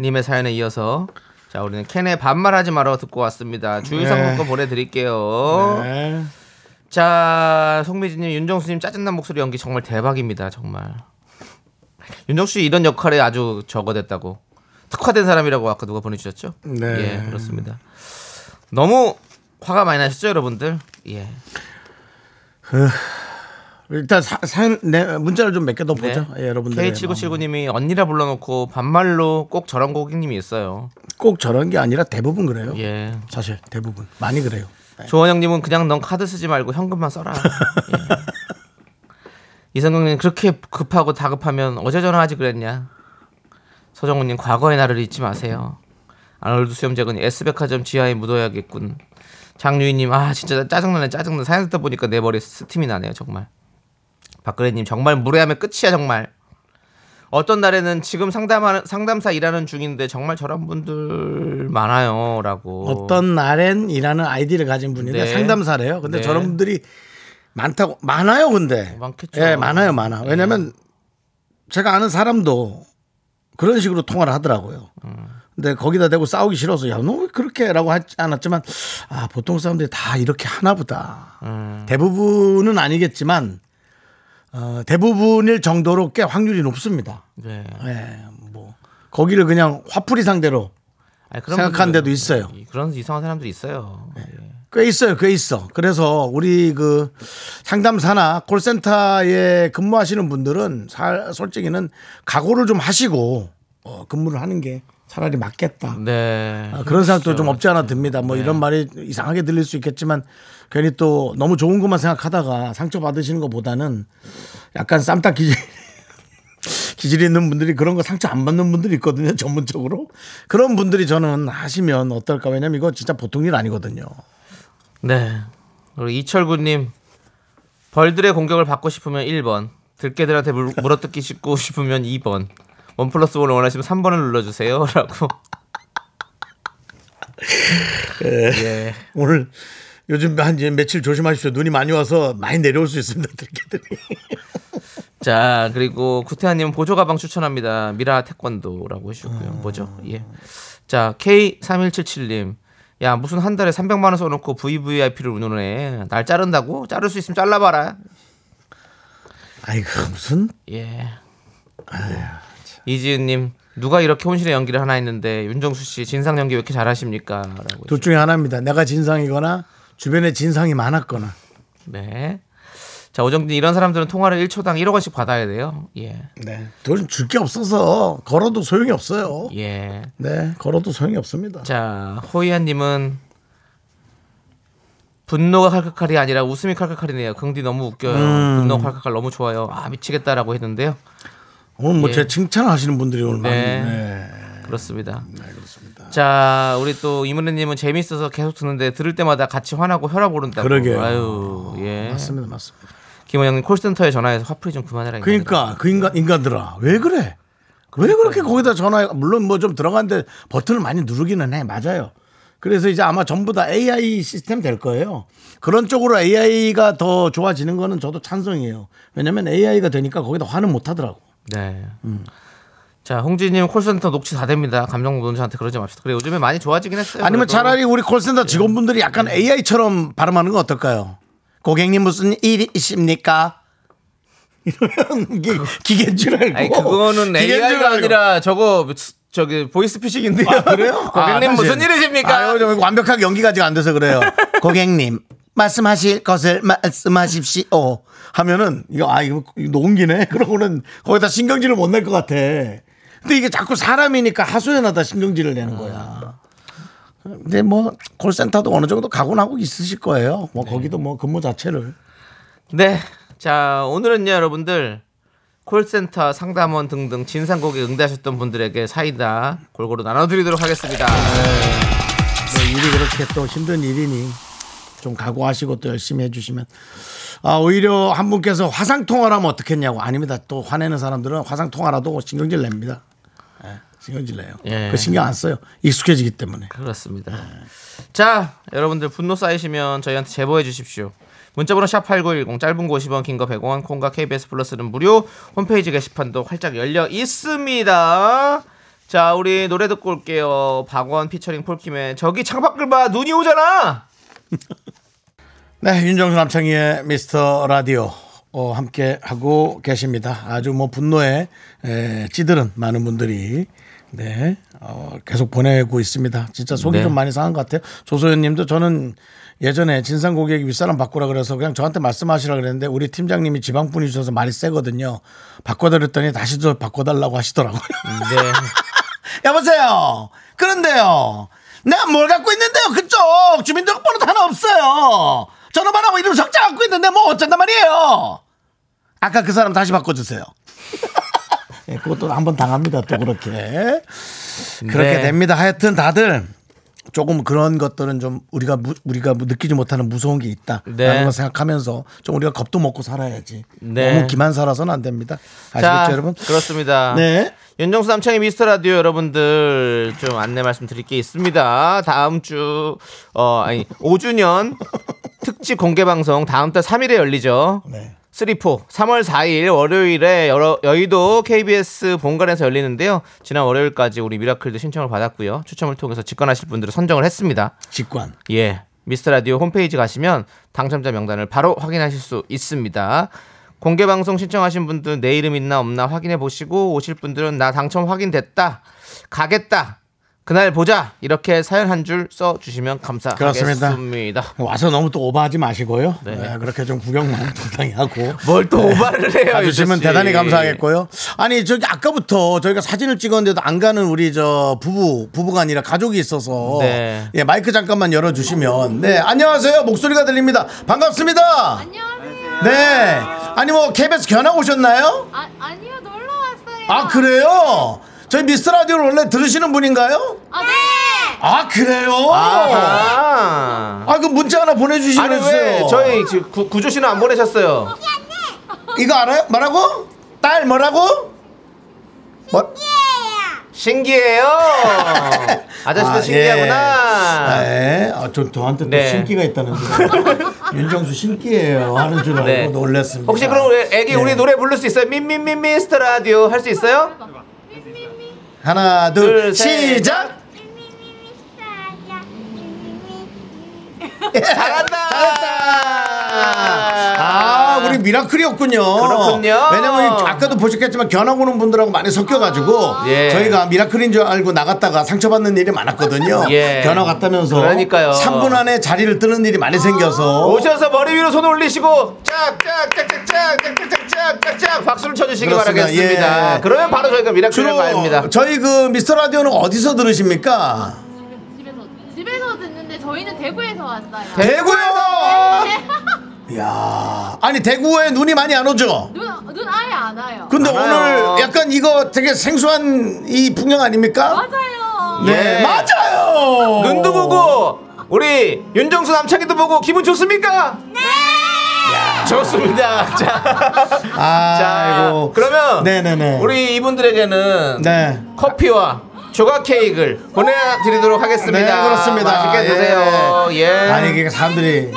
Speaker 2: 님의 사연에 이어서 자 우리는 캔의 반말하지 말아 듣고 왔습니다 주유상품권 보내드릴게요
Speaker 1: 네.
Speaker 2: 자, 송미진님, 윤정수님 짜증난 목소리 연기 정말 대박입니다. 정말. 윤정수 씨 이런 역할에 아주 적어됐다고. 특화된 사람이라고 아까 누가 보내주셨죠?
Speaker 1: 네.
Speaker 2: 예, 그렇습니다. 너무 화가 많이 나셨죠, 여러분들? 예.
Speaker 1: 일단 사, 사연, 네, 문자를 좀 몇 개 더 보죠.
Speaker 2: 네.
Speaker 1: 예, 여러분들.
Speaker 2: K7979님이 언니라 불러놓고 반말로 꼭 저런 고객님이 있어요.
Speaker 1: 꼭 저런 게 아니라 대부분 그래요.
Speaker 2: 예.
Speaker 1: 사실 대부분 많이 그래요. 네.
Speaker 2: 조원영님은 그냥 넌 카드 쓰지 말고
Speaker 1: [laughs]
Speaker 2: 현금만 써라. 예. 이성경님 그렇게 급하고 다급하면 어제 전화하지 그랬냐? 서정훈님 과거의 나를 잊지 마세요. 아놀드 수염작은 S백화점 지하에 묻어야겠군. 장유희님 아 진짜 짜증나네 짜증나 사연 듣다 보니까 내 머리 스팀이 나네요 정말. 박근혜님 정말 무례하면 끝이야 정말. 어떤 날에는 지금 상담하는 상담사 일하는 중인데 정말 저런 분들 많아요라고.
Speaker 1: 어떤 날엔 이라는 아이디를 가진 분인데
Speaker 2: 뭐. 네.
Speaker 1: 상담사래요. 근데
Speaker 2: 네.
Speaker 1: 저런 분들이 많다고 많아요. 근데
Speaker 2: 많겠죠. 예.
Speaker 1: 예, 많아요, 많아. 왜냐면 제가 아는 사람도 그런 식으로 통화를 하더라고요.
Speaker 2: 음.
Speaker 1: 근데 거기다 대고 싸우기 싫어서 야, 너 왜 그렇게라고 하지 않았지만 아, 보통 사람들이 다 이렇게 하나 보다.
Speaker 2: 음,
Speaker 1: 대부분은 아니겠지만 어, 대부분일 정도로 꽤 확률이 높습니다.
Speaker 2: 네.
Speaker 1: 예, 뭐 거기를 그냥 화풀이 상대로
Speaker 2: 아니,
Speaker 1: 생각한
Speaker 2: 분들,
Speaker 1: 데도 있어요. 네.
Speaker 2: 이- 그런 이상한 사람들이 있어요. 예.
Speaker 1: 꽤 있어요, 꽤 있어. 그래서 우리 그 상담사나 콜센터에 근무하시는 분들은 사- 솔직히는 각오를 좀 하시고 어, 근무를 하는 게 차라리 맞겠다.
Speaker 2: 네.
Speaker 1: 아, 그런 생각도 좀 없지 않아 듭니다. 뭐 이런 말이 이상하게 들릴 수 있겠지만 괜히 또 너무 좋은 것만 생각하다가 상처 받으시는 것보다는 약간 쌈딱 기질 [laughs] 기질이 있는 분들이 그런 거 상처 안 받는 분들이 있거든요. 전문적으로 그런 분들이 저는 하시면 어떨까? 왜냐면 이거 진짜 보통 일 아니거든요.
Speaker 2: 네. 그리고 이철구님 벌들의 공격을 받고 싶으면 1번, 들깨들한테 물, 물어뜯기 싶고 [laughs] 싶으면 2번, 원 플러스 원을 원하시면 3번을 눌러주세요라고. [laughs] 예.
Speaker 1: 오늘 요즘 한 이제 며칠 조심하십시오. 눈이 많이 와서 많이 내려올 수 있습니다. 들깨들이.
Speaker 2: 자 그리고 구태환님 보조 가방 추천합니다. 미라 태권도라고 해주셨고요.
Speaker 1: 아.
Speaker 2: 뭐죠? 예. 자 K3177님. 야 무슨 한 달에 300만 원 써놓고 VVIP를 운운해. 날 자른다고? 자를 수 있으면 잘라봐라.
Speaker 1: 아이고 무슨
Speaker 2: 예. 이지은님 누가 이렇게 혼신의 연기를 하나 했는데 윤정수 씨 진상 연기 왜 이렇게 잘하십니까? 라고.
Speaker 1: 둘 중에 하나입니다. 내가 진상이거나 주변에 진상이 많았거나.
Speaker 2: 네. 자 오정진 이런 사람들은 통화를 1초당 1억 원씩 받아야 돼요. 예.
Speaker 1: 네. 돈 줄 게 없어서 걸어도 소용이 없어요.
Speaker 2: 예.
Speaker 1: 네, 걸어도 소용이 없습니다.
Speaker 2: 자, 호이안님은 분노가 칼칼칼이 아니라 웃음이 칼칼칼이네요. 긍디 너무 웃겨요. 분노 칼칼칼 너무 좋아요. 아 미치겠다라고 했는데요.
Speaker 1: 오늘 뭐
Speaker 2: 예.
Speaker 1: 제 칭찬하시는 분들이 오늘 많이.
Speaker 2: 네.
Speaker 1: 네.
Speaker 2: 그렇습니다. 자, 우리 또 이문혜님은 재밌어서 계속 듣는데 들을 때마다 같이 화나고 혈압 오른다고.
Speaker 1: 그러게요.
Speaker 2: 아유, 예.
Speaker 1: 네. 맞습니다, 맞습니다.
Speaker 2: 김호영님 콜센터에 전화해서 화풀이 좀 그만해라.
Speaker 1: 그러니까 그 인간 인간들아 왜 그래? 왜 그렇게 거기다 전화해? 물론 뭐 좀 들어가는데 버튼을 많이 누르기는 해 맞아요. 그래서 이제 아마 전부 다 AI 시스템 될 거예요. 그런 쪽으로 AI가 더 좋아지는 거는 저도 찬성이에요. 왜냐면 AI가 되니까 거기다 화는 못 하더라고.
Speaker 2: 네.
Speaker 1: 음.
Speaker 2: 자, 홍진님 콜센터 녹취 다 됩니다. 감정 노동자한테 그러지 맙시다. 그래 요즘에 많이 좋아지긴 했어요.
Speaker 1: 아니면
Speaker 2: 그래도. 네.
Speaker 1: 차라리 우리 콜센터 직원분들이 약간 AI처럼 발음하는 건 어떨까요? 고객님 무슨 일이십니까? [laughs] 이러면 기, 기계인 줄 알고.
Speaker 2: 그- 아니 그거는
Speaker 1: 기계인 줄
Speaker 2: AI가
Speaker 1: 알고.
Speaker 2: 아니라 저거 스- 저기 보이스피싱인데요.
Speaker 1: 아, 그래요?
Speaker 2: [laughs] 고객님
Speaker 1: 아,
Speaker 2: 무슨
Speaker 1: 사실.
Speaker 2: 일이십니까?
Speaker 1: 아유, 저 완벽하게 연기가 아직 안 돼서
Speaker 2: [laughs]
Speaker 1: 그래요. 고객님 말씀하실 것을 말씀하십시오. 하면은 이거 아 이거 농기네. [laughs] 그러고는 거기다 신경질을 못 낼 것 같아. 근데 이게 자꾸 사람이니까 하소연하다 신경질을 내는 거야. 근데 뭐 콜센터도 어느 정도 가고나고 있으실 거예요. 뭐 거기도 뭐 근무 자체를
Speaker 2: 네. 자 오늘은요 여러분들 콜센터 상담원 등등 진상 고객 응대하셨던 분들에게 사이다 골고루 나눠드리도록 하겠습니다.
Speaker 1: 뭐 일이 그렇게 또 힘든 일이니 좀 각오하시고 또 열심히 해주시면 아 오히려 한 분께서 화상 통화를 하면 어떻겠냐고 아닙니다 또 화내는 사람들은 화상 통화라도 신경질 냅니다 예, 신경질 내요
Speaker 2: 예.
Speaker 1: 그 신경 안 써요 익숙해지기 때문에
Speaker 2: 그렇습니다. 자 여러분들 분노 쌓이시면 저희한테 제보해 주십시오. 문자번호 샵 8910 짧은 거 50원 긴 거 100원 콩과 KBS 플러스는 무료 홈페이지 게시판도 활짝 열려 있습니다. 자 우리 노래 듣고 올게요. 박원 피처링 폴킴의 저기 창밖을 봐 눈이 오잖아.
Speaker 1: 네 윤정수 남창희의 미스터 라디오 어, 함께 하고 계십니다 아주 뭐 분노에 에, 찌들은 많은 분들이 네. 어, 계속 보내고 있습니다. 진짜 속이
Speaker 2: 네.
Speaker 1: 좀 많이 상한 것 같아요. 조소연 님도 저는 예전에 진상 고객이 윗사람 바꾸라 그래서 그냥 저한테 말씀하시라 그랬는데 우리 팀장님이 지방 분이셔서 말이 세거든요. 바꿔드렸더니 다시 또 바꿔달라고 하시더라고요.
Speaker 2: 네.
Speaker 1: 여보세요. 그런데요. 내가 뭘 갖고 있는데요. 그쪽 주민등록번호도 하나 없어요. 전화번호하고 이름 적자 갖고 있는데 뭐 어쩐단 말이에요. 아까 그 사람 다시 바꿔주세요. [laughs] 예, 그것도 한번 당합니다. 또 그렇게. 그렇게
Speaker 2: 네.
Speaker 1: 됩니다. 하여튼 다들 조금 그런 것들은 좀 우리가 무- 우리가 뭐 느끼지 못하는 무서운 게 있다라는
Speaker 2: 네.
Speaker 1: 걸 생각하면서 좀 우리가 겁도 먹고 살아야지.
Speaker 2: 네.
Speaker 1: 너무 기만 살아서는 안 됩니다. 아시겠죠,
Speaker 2: 자, 아.
Speaker 1: 여러분?
Speaker 2: 그렇습니다.
Speaker 1: 네.
Speaker 2: 윤정수 남창의 미스터 라디오 여러분들 좀 안내 말씀드릴 게 있습니다. 다음 주, 어, 아니, 5주년 특집 공개 방송 다음 달 3일에 열리죠.
Speaker 1: 네.
Speaker 2: 쓰리포 3월 4일 월요일에 여러- 여의도 KBS 본관에서 열리는데요. 지난 월요일까지 우리 미라클도 신청을 받았고요. 추첨을 통해서 직관하실 분들을 선정을 했습니다.
Speaker 1: 직관.
Speaker 2: 예. 미스터 라디오 홈페이지 가시면 당첨자 명단을 바로 확인하실 수 있습니다. 공개 방송 신청하신 분들 내 이름 있나 없나 확인해 보시고 오실 분들은 나 당첨 확인됐다. 가겠다. 그날 보자. 이렇게 사연 한 줄 써 주시면 감사하겠습니다.
Speaker 1: 그렇습니다. 와서 너무 또 오버하지 마시고요.
Speaker 2: 네.
Speaker 1: 네, 그렇게 좀 구경만 [laughs] 적당히 하고.
Speaker 2: 뭘 또 오바를 해요. 예,
Speaker 1: 가주시면
Speaker 2: 이수씨.
Speaker 1: 대단히 감사하겠고요. 아니 저기 아까부터 저희가 사진을 찍었는데도 안 가는 우리 저 부부 부부가 아니라 가족이 있어서
Speaker 2: 네.
Speaker 1: 예 마이크 잠깐만 열어주시면 네 안녕하세요 목소리가 들립니다 반갑습니다. 안녕하세요. 네 아니 뭐 KBS 견학 오셨나요?
Speaker 7: 아, 아니요 놀러 왔어요.
Speaker 1: 아 그래요? 저희 미스터 라디오를 원래 들으시는 분인가요?
Speaker 7: 아, 네.
Speaker 1: 아 그래요? 아
Speaker 2: 아하.
Speaker 1: 그 문자 하나 보내주시면
Speaker 2: 아니 왜
Speaker 1: 해주세요.
Speaker 2: 저희 지금 구, 구조 씨는 안 보내셨어요?
Speaker 1: 이거 알아요? 뭐라고? 딸 뭐라고? 뭐? [laughs]
Speaker 2: 신기해요. 아저씨도
Speaker 1: 아,
Speaker 2: 신기하구나.
Speaker 1: 예. 네. 아, 저 저한테 또
Speaker 2: 네.
Speaker 1: 신기가
Speaker 2: [laughs]
Speaker 1: 있다는 줄. 윤정수 신기해요 하는 줄 알고
Speaker 2: 네.
Speaker 1: 놀랐습니다. 네.
Speaker 2: 혹시 그럼 우리 애기 우리 노래 부를 수 있어요? 민민민 미스터 라디오 할 수 있어요?
Speaker 1: 하나 둘,
Speaker 2: 둘, 셋.
Speaker 1: 시작.
Speaker 2: 잘한다.
Speaker 1: 아, 우리 미라클이었군요.
Speaker 2: 그렇군요.
Speaker 1: 왜냐면 아까도 보셨겠지만 견학 오는 분들하고 많이 섞여가지고
Speaker 2: 예.
Speaker 1: 저희가 미라클인 줄 알고 나갔다가 상처받는 일이 많았거든요.
Speaker 2: [laughs] 예.
Speaker 1: 견학 갔다면서
Speaker 2: 그러니까요.
Speaker 1: 3분 안에 자리를 뜨는 일이 많이 생겨서
Speaker 2: 오셔서 머리 위로 손 올리시고 짝짝짝짝짝짝짝짝짝짝 박수를 쳐주시기
Speaker 1: 그렇습니다.
Speaker 2: 바라겠습니다.
Speaker 1: 예.
Speaker 2: 그러면 바로 저희가 미라클을
Speaker 1: 주로
Speaker 2: 가입니다.
Speaker 1: 저희 그 미스터 라디오는 어디서 들으십니까?
Speaker 7: 집에- 집에서 집에서 듣는데 저희는 대구에서 왔어요.
Speaker 1: 대구요.
Speaker 7: 네.
Speaker 1: 야, 아니 대구에 눈이 많이 안 오죠.
Speaker 7: [laughs] 눈, 눈 아예 안 와요.
Speaker 1: 근데
Speaker 2: 많아요.
Speaker 1: 오늘 약간 이거 되게 생소한 이 풍경 아닙니까?
Speaker 7: 맞아요.
Speaker 1: 네,
Speaker 2: 예.
Speaker 1: 맞아요.
Speaker 2: 눈도 보고 우리 윤정수 남창이도 보고 기분 좋습니까? 네. 좋습니다. 자, 자
Speaker 1: 아이고.
Speaker 2: 그러면
Speaker 1: 네네네.
Speaker 2: 우리 이분들에게는
Speaker 1: 네.
Speaker 2: 커피와 조각 케이크를 보내드리도록 하겠습니다.
Speaker 1: 네, 그렇습니다.
Speaker 2: 맛있게 드세요. 예.
Speaker 1: 아니 이게 사람들이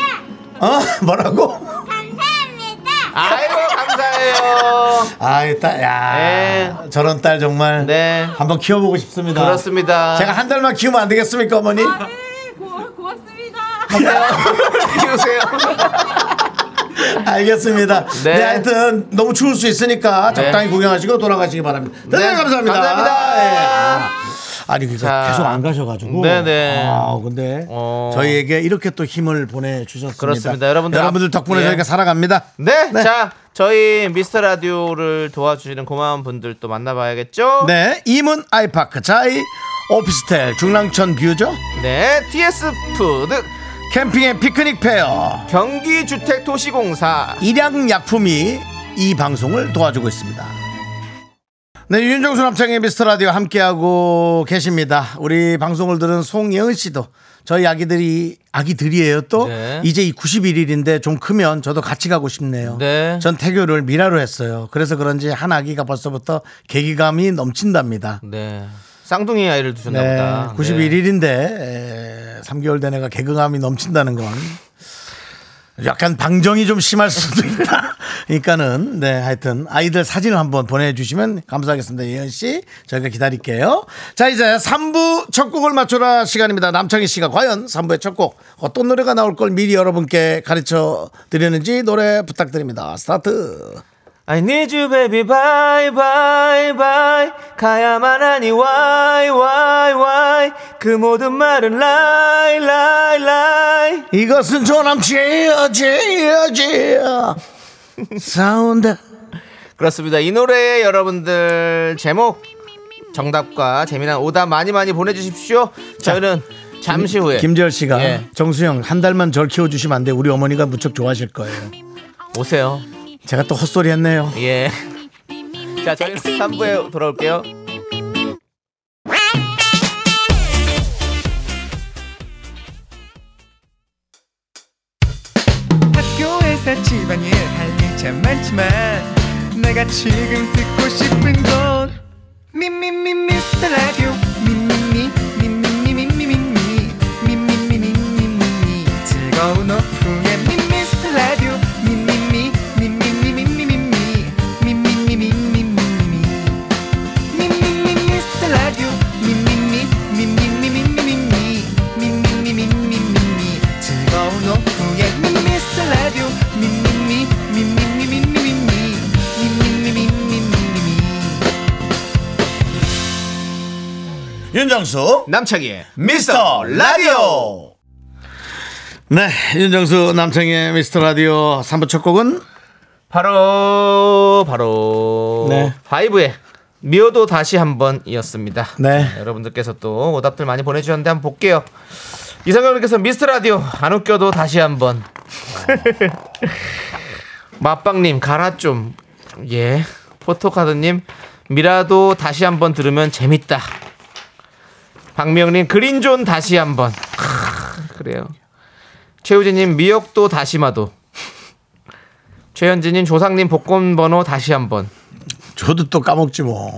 Speaker 1: 어 [laughs] 뭐라고?
Speaker 7: 예.
Speaker 2: 아이고
Speaker 1: [laughs]
Speaker 2: 감사해요.
Speaker 1: 아이 딸, 야
Speaker 2: 네.
Speaker 1: 저런 딸 정말
Speaker 2: 네.
Speaker 1: 한번 키워보고 싶습니다.
Speaker 2: 그렇습니다.
Speaker 1: 제가 한 달만 키우면 안 되겠습니까,
Speaker 2: [laughs]
Speaker 1: 어머니?
Speaker 7: 네, 고, 고맙습니다.
Speaker 2: 키우세요.
Speaker 1: 알겠습니다. 네.
Speaker 2: 네.
Speaker 1: 하여튼 너무 추울 수 있으니까
Speaker 2: 네.
Speaker 1: 적당히 구경하시고 돌아가시기 바랍니다. 대단히
Speaker 2: 네,
Speaker 1: 감사합니다.
Speaker 2: 감사합니다.
Speaker 1: 예. 아, 아니 그러니까
Speaker 2: 자.
Speaker 1: 계속 안 가셔가지고
Speaker 2: 네네.
Speaker 1: 아 근데
Speaker 2: 어.
Speaker 1: 저희에게 이렇게 또 힘을 보내주셨습니다.
Speaker 2: 그렇습니다. 여러분들
Speaker 1: 여러분들 덕분에
Speaker 2: 앞- 예.
Speaker 1: 저희가 살아갑니다.
Speaker 2: [laughs] 네,
Speaker 1: 네.
Speaker 2: 자 저희 미스터 라디오를 도와주시는 고마운 분들 또 만나봐야겠죠.
Speaker 1: 네 이문 아이파크 자이 오피스텔 중랑천 뷰죠
Speaker 2: 네, TS 푸드
Speaker 1: 캠핑 앤 피크닉 페어
Speaker 2: 경기주택도시공사
Speaker 1: 일양약품이 이 방송을 도와주고 있습니다. 네, 윤정수 남창의 미스터 라디오 함께하고 계십니다. 우리 방송을 들은 송예은 씨도 저희 아기들이 아기들이에요. 또
Speaker 2: 네.
Speaker 1: 이제 이 91일인데 좀 크면 저도 같이 가고 싶네요.
Speaker 2: 네.
Speaker 1: 전 태교를 미라로 했어요. 그래서 그런지 한 아기가 벌써부터 계기감이 넘친답니다.
Speaker 2: 네 쌍둥이 아이를 두셨나 보다. 네.
Speaker 1: 91일인데 3개월 된 애가 개그감이 넘친다는 건 약간 방정이 좀 심할 수도 있다. [laughs] 그러니까는 네 하여튼 아이들 사진을 한번 보내주시면 감사하겠습니다. 예은 씨 저희가 기다릴게요. 자 이제 3부 첫 곡을 맞춰라 시간입니다. 남창희 씨가 과연 3부의 첫 곡 어떤 노래가 나올 걸 미리 여러분께 가르쳐 드리는지 노래 부탁드립니다. 스타트.
Speaker 2: I need you baby bye bye bye 가야만 하니 why why why 그 모든 말은 lie lie lie
Speaker 1: 이것은 조남지어 지어 지어 사운드
Speaker 2: 그렇습니다. 이 노래 여러분들 제목 정답과 재미난 오답 많이 많이 보내주십시오. 저희는 잠시 후에
Speaker 1: 김재열 씨가
Speaker 2: 예.
Speaker 1: 정수영 한 달만 절 키워주시면 안 돼. 우리 어머니가 무척 좋아하실 거예요.
Speaker 2: 오세요.
Speaker 1: 제가 또 헛소리 했네요.
Speaker 2: 예. 자, 저희는 3부에 돌아올게요.
Speaker 3: 학교에서 집안일 할 일 참 많지만 내가 지금 듣고 싶은 건 미미미 미스터 라디오 미미미 미미미 미미미 미미미 미미미 즐거운 오후에 미미스터 라디오 미미미 미미미 미미미 미미미 미미미
Speaker 1: 윤정수
Speaker 2: 남창희의 미스터 라디오.
Speaker 1: 네 윤정수 남창의 미스터 라디오 3부 첫 곡은
Speaker 2: 바로 바로
Speaker 1: 네.
Speaker 2: 바이브의 미워도 다시 한번이었습니다.
Speaker 1: 네.
Speaker 2: 여러분들께서 또 오답들 많이 보내주셨는데 한번 볼게요. 이상형님께서 미스터 라디오 안 웃겨도 다시 한번. 어. 맛빵님 가라 좀. 예. 포토카드님 미라도 다시 한번 들으면 재밌다. 박미영님 그린존 다시 한번. 크, 그래요. 최우진님 미역도 다시마도. 최현진님 조상님 복권 번호 다시 한번
Speaker 1: 저도 또 까먹지 뭐.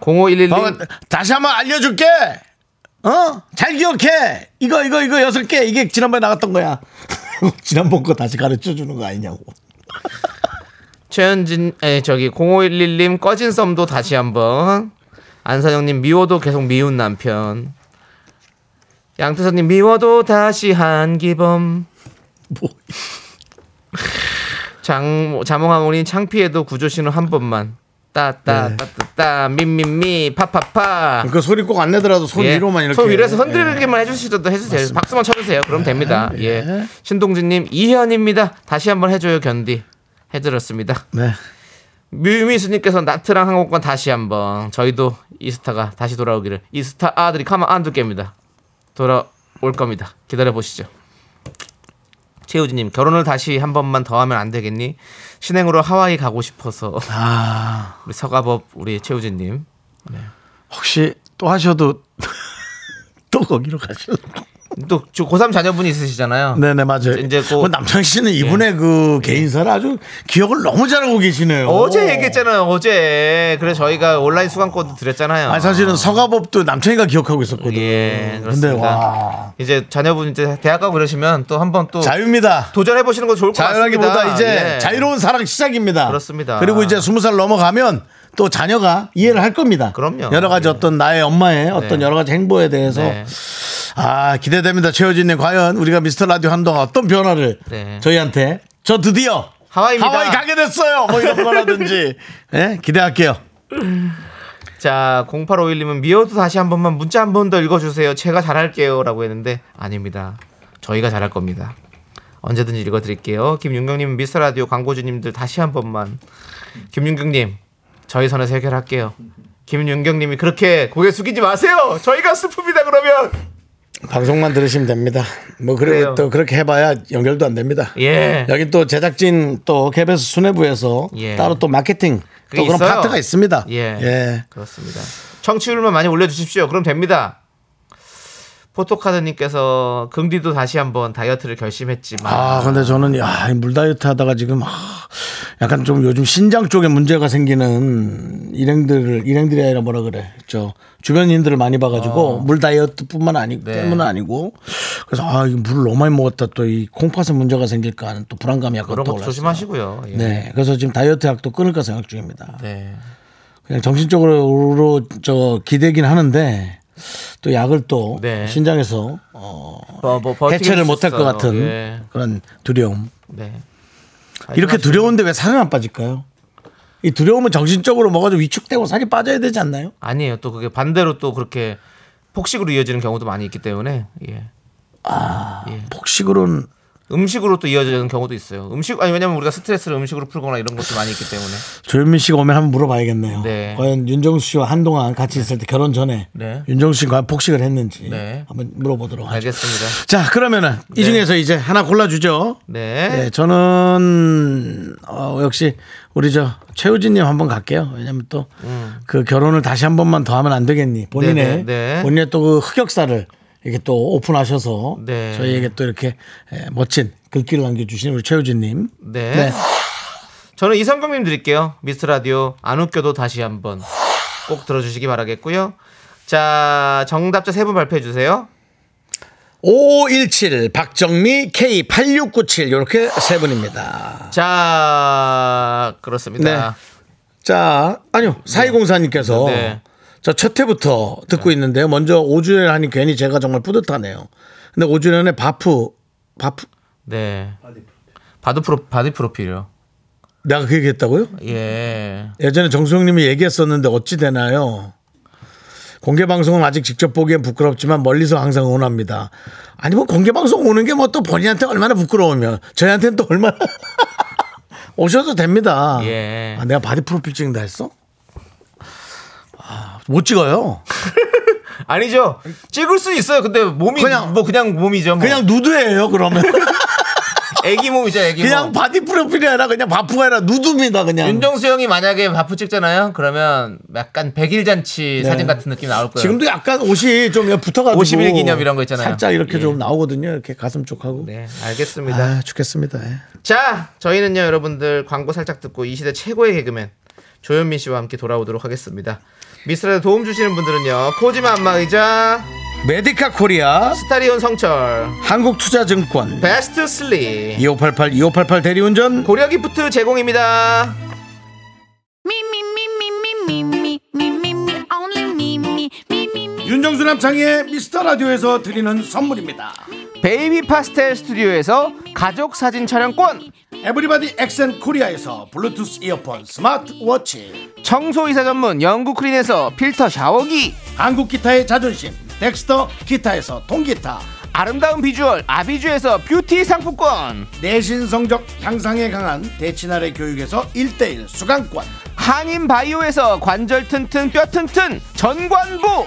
Speaker 2: 0511님
Speaker 1: 봐봐, 다시 한번 알려줄게. 어? 잘 기억해. 이거 이거 이거 여섯 개 이게 지난번에 나갔던 거야. [laughs] 지난번 거 다시 가르쳐 주는 거 아니냐고.
Speaker 2: 최현진 에 저기 0511님 꺼진 썸도 다시 한번 안사정님 미워도 계속 미운 남편 양태선님 미워도 다시 한기범
Speaker 1: 뭐
Speaker 2: 장 자몽하모니 창피해도 구조신호 한 번만
Speaker 1: 네.
Speaker 2: 따따따따따 민민미 파파파
Speaker 1: 그 소리 꼭 안 내더라도 손
Speaker 2: 예.
Speaker 1: 위로만 이렇게.
Speaker 2: 손 위로서
Speaker 1: 예. 네.
Speaker 2: 흔들기만 해주시도 해주세요. 박수만 쳐주세요. 그럼 됩니다. 예.
Speaker 1: 예.
Speaker 2: 신동진님 이현입니다. 다시 한번 해줘요 견디. 해드렸습니다.
Speaker 1: 네.
Speaker 2: 뮤미수님께서 나트랑 항공권 다시 한번 저희도 이스타가 다시 돌아오기를 이스타 아들이 가만 안 둘게입니다. 돌아올 겁니다. 기다려 보시죠. 최우진님 결혼을 다시 한 번만 더 하면 안 되겠니? 신행으로 하와이 가고 싶어서 [laughs]
Speaker 1: 아
Speaker 2: 우리 서가법 우리 최우진님
Speaker 1: 혹시 또
Speaker 2: [laughs]
Speaker 1: 하셔도 또 거기로 가셔도.
Speaker 2: 또 고3 자녀분이 있으시잖아요.
Speaker 1: 네네 맞아요.
Speaker 2: 이제 예.
Speaker 1: 이제
Speaker 2: 그-
Speaker 1: 남창 씨는 이분의 그 개인사를 아주 기억을 너무 잘하고 계시네요.
Speaker 2: 어제 얘기했잖아요. 어제. 그래서 저희가 온라인 수강권도 드렸잖아요.
Speaker 1: 아 사실은 서가법도 남창이가 기억하고 있었거든요.
Speaker 2: 예,
Speaker 1: 근데
Speaker 2: 그렇습니다.
Speaker 1: 와
Speaker 2: 이제 자녀분 이제 대학 가고 그러시면 또 한번 또
Speaker 1: 자유입니다.
Speaker 2: 도전해 보시는 거 좋을 것 같습니다.
Speaker 1: 자유라기보다 이제
Speaker 2: 예.
Speaker 1: 자유로운 사랑 시작입니다.
Speaker 2: 그렇습니다.
Speaker 1: 그리고 이제 스무 살 넘어가면 또 자녀가 이해를 할 겁니다.
Speaker 2: 그럼요.
Speaker 1: 여러 가지
Speaker 2: 예.
Speaker 1: 어떤 나의 엄마의 어떤
Speaker 2: 네.
Speaker 1: 여러 가지 행보에 대해서
Speaker 2: 네.
Speaker 1: 아 기대됩니다. 최효진님 과연 우리가 미스터 라디오 한동안 어떤 변화를
Speaker 2: 네.
Speaker 1: 저희한테 저 드디어
Speaker 2: 하와이입니다.
Speaker 1: 하와이 가게 됐어요. 뭐 이런
Speaker 2: [laughs]
Speaker 1: 거라든지 예? 기대할게요.
Speaker 2: 자, 0851님은 미워도 다시 한 번만 문자 한 번 더 읽어주세요. 제가 잘할게요라고 했는데 아닙니다. 저희가 잘할 겁니다. 언제든지 읽어드릴게요. 김윤경님 미스터 라디오 광고주님들 다시 한 번만 김윤경님 저희 선에서 해결할게요. 김윤경님이 그렇게 고개 숙이지 마세요. 저희가 슬픕니다 그러면
Speaker 1: 방송만 들으시면 됩니다. 뭐 그리고
Speaker 2: 그래요.
Speaker 1: 또 그렇게 해봐야 연결도 안 됩니다.
Speaker 2: 예.
Speaker 1: 여기 또 제작진 또 KBS 수뇌부에서
Speaker 2: 예.
Speaker 1: 따로 또 마케팅 또
Speaker 2: 그게
Speaker 1: 그런
Speaker 2: 있어요.
Speaker 1: 파트가 있습니다.
Speaker 2: 예. 그렇습니다. 청취율만 많이 올려주십시오. 그럼 됩니다. 포토카드님께서 긍디도 다시 한번 다이어트를 결심했지만
Speaker 1: 아 근데 저는 야이물 다이어트 하다가 지금 아, 약간 좀 요즘 신장 쪽에 문제가 생기는 일행들을 일행들이 아니라 뭐라 그래 저 주변인들을 많이 봐가지고 물 다이어트뿐만 아니
Speaker 2: 아. 네.
Speaker 1: 때문은 아니고 그래서 아 이거 물을 너무 많이 먹었다 또 이 콩팥에 문제가 생길까 하는 또 불안감이 약간
Speaker 2: 그런 것도
Speaker 1: 떠올랐어요.
Speaker 2: 조심하시고요. 예.
Speaker 1: 네, 그래서 지금 다이어트 약도 끊을까 생각 중입니다.
Speaker 2: 네.
Speaker 1: 그냥 정신적으로 저 기대긴 하는데 또 약을 또
Speaker 2: 네.
Speaker 1: 신장에서 어,
Speaker 2: 뭐 버- 버- 버티기
Speaker 1: 해체를 못할 것
Speaker 2: 있어요.
Speaker 1: 같은
Speaker 2: 예.
Speaker 1: 그런 두려움.
Speaker 2: 네.
Speaker 1: 이렇게 두려운데 왜 살은 안 빠질까요? 이 두려움은 정신적으로 뭐가 좀 위축되고 살이 빠져야 되지 않나요?
Speaker 2: 아니에요. 또 그게 반대로 또 그렇게 폭식으로 이어지는 경우도 많이 있기 때문에 예. 아,
Speaker 1: 폭식으로는
Speaker 2: 음식으로 또 이어지는 경우도 있어요. 음식 아니 왜냐면 우리가 스트레스를 음식으로 풀거나 이런 것도 많이 있기 때문에
Speaker 1: 조현민 씨가 오면 한번 물어봐야겠네요.
Speaker 2: 네.
Speaker 1: 과연 윤정수 씨와 한동안 같이 있을 때 결혼 전에
Speaker 2: 네.
Speaker 1: 윤정수 씨가 과연 폭식을 했는지
Speaker 2: 네.
Speaker 1: 한번 물어보도록 하죠.
Speaker 2: 알겠습니다.
Speaker 1: 자, 그러면은 이 중에서 이제 하나 골라주죠.
Speaker 2: 네.
Speaker 1: 네, 저는 어, 역시 우리 저 최우진님 한번 갈게요. 왜냐면 또 그 결혼을 다시 한 번만 더 하면 안 되겠니? 본인의
Speaker 2: 네, 네, 네.
Speaker 1: 본인의 또 그 흑역사를 이렇게 또 오픈하셔서
Speaker 2: 네.
Speaker 1: 저희에게 또 이렇게 에, 멋진 글귀를 남겨주신 우리 최우진님.
Speaker 2: 네. 저는 이성경님 드릴게요. 미스터 라디오 안 웃겨도 다시 한번 꼭 들어주시기 바라겠고요. 자 정답자 세 분 발표해 주세요.
Speaker 1: 5517 박정미 K8697 이렇게 세 분입니다.
Speaker 2: 자
Speaker 1: 네.
Speaker 2: 그렇습니다.
Speaker 1: 자, 아니요. 사이공사님께서
Speaker 2: 네.
Speaker 1: 저 첫 회부터 듣고 있는데요. 먼저 5주년 하니 괜히 제가 정말 뿌듯하네요. 근데 5주년에 바프 바프
Speaker 2: 네. 바디 프로 바디 프로필이요.
Speaker 1: 내가 그 얘기했다고요?
Speaker 2: 예.
Speaker 1: 예전에 정수영님이 얘기했었는데 어찌 되나요? 공개 방송은 아직 직접 보기엔 부끄럽지만 멀리서 항상 응원합니다. 아니 뭐 공개 방송 오는 게 뭐 또 본인한테 얼마나 부끄러우면 저희한테는 또 얼마나 [laughs] 오셔도 됩니다.
Speaker 2: 예.
Speaker 1: 아, 내가 바디 프로필 찍는다 했어? 아, 못 찍어요.
Speaker 2: [laughs] 아니죠. 찍을 수 있어요. 근데 몸이
Speaker 1: 그냥-
Speaker 2: 뭐 그냥 몸이죠. 뭐.
Speaker 1: 그냥 누드예요 그러면.
Speaker 2: [laughs] 애기 몸이죠. 애기
Speaker 1: 그냥
Speaker 2: 몸.
Speaker 1: 바디 프로필이 아니라 그냥 바프가 아니라 누드입니다 그냥.
Speaker 2: 뭐. 윤정수 형이 만약에 바프 찍잖아요. 그러면 약간 백일 잔치 사진 같은 느낌 나올 거예요.
Speaker 1: 네. 지금도 약간 옷이 좀 붙어가지고
Speaker 2: 51 기념 이런 거 있잖아요.
Speaker 1: 살짝 이렇게
Speaker 2: 예.
Speaker 1: 좀 나오거든요. 이렇게 가슴 쪽하고.
Speaker 2: 네, 알겠습니다.
Speaker 1: 아, 죽겠습니다. 예.
Speaker 2: 자, 저희는요, 여러분들 광고 살짝 듣고 이 시대 최고의 개그맨 조현민 씨와 함께 돌아오도록 하겠습니다. 미스라에 도움 주시는 분들은요, 코지마 안마의자,
Speaker 1: 메디카 코리아,
Speaker 2: 스타리온 성철,
Speaker 1: 한국투자증권,
Speaker 2: 베스트 슬립,
Speaker 1: 2588, 2588 대리운전,
Speaker 2: 고려 기프트 제공입니다.
Speaker 1: 윤정수 남창의 미스터 라디오에서 드리는 선물입니다.
Speaker 2: 베이비 파스텔 스튜디오에서 가족 사진 촬영권,
Speaker 1: 에브리바디 엑센 코리아에서 블루투스 이어폰, 스마트워치,
Speaker 2: 청소이사 전문 영국 크린에서 필터 샤워기,
Speaker 1: 한국 기타의 자존심, 덱스터 기타에서 통기타,
Speaker 2: 아름다운 비주얼 아비주에서 뷰티 상품권,
Speaker 1: 내신 성적 향상에 강한 대치나래 교육에서 일대일 수강권,
Speaker 2: 한인 바이오에서 관절 튼튼 뼈 튼튼 전관부,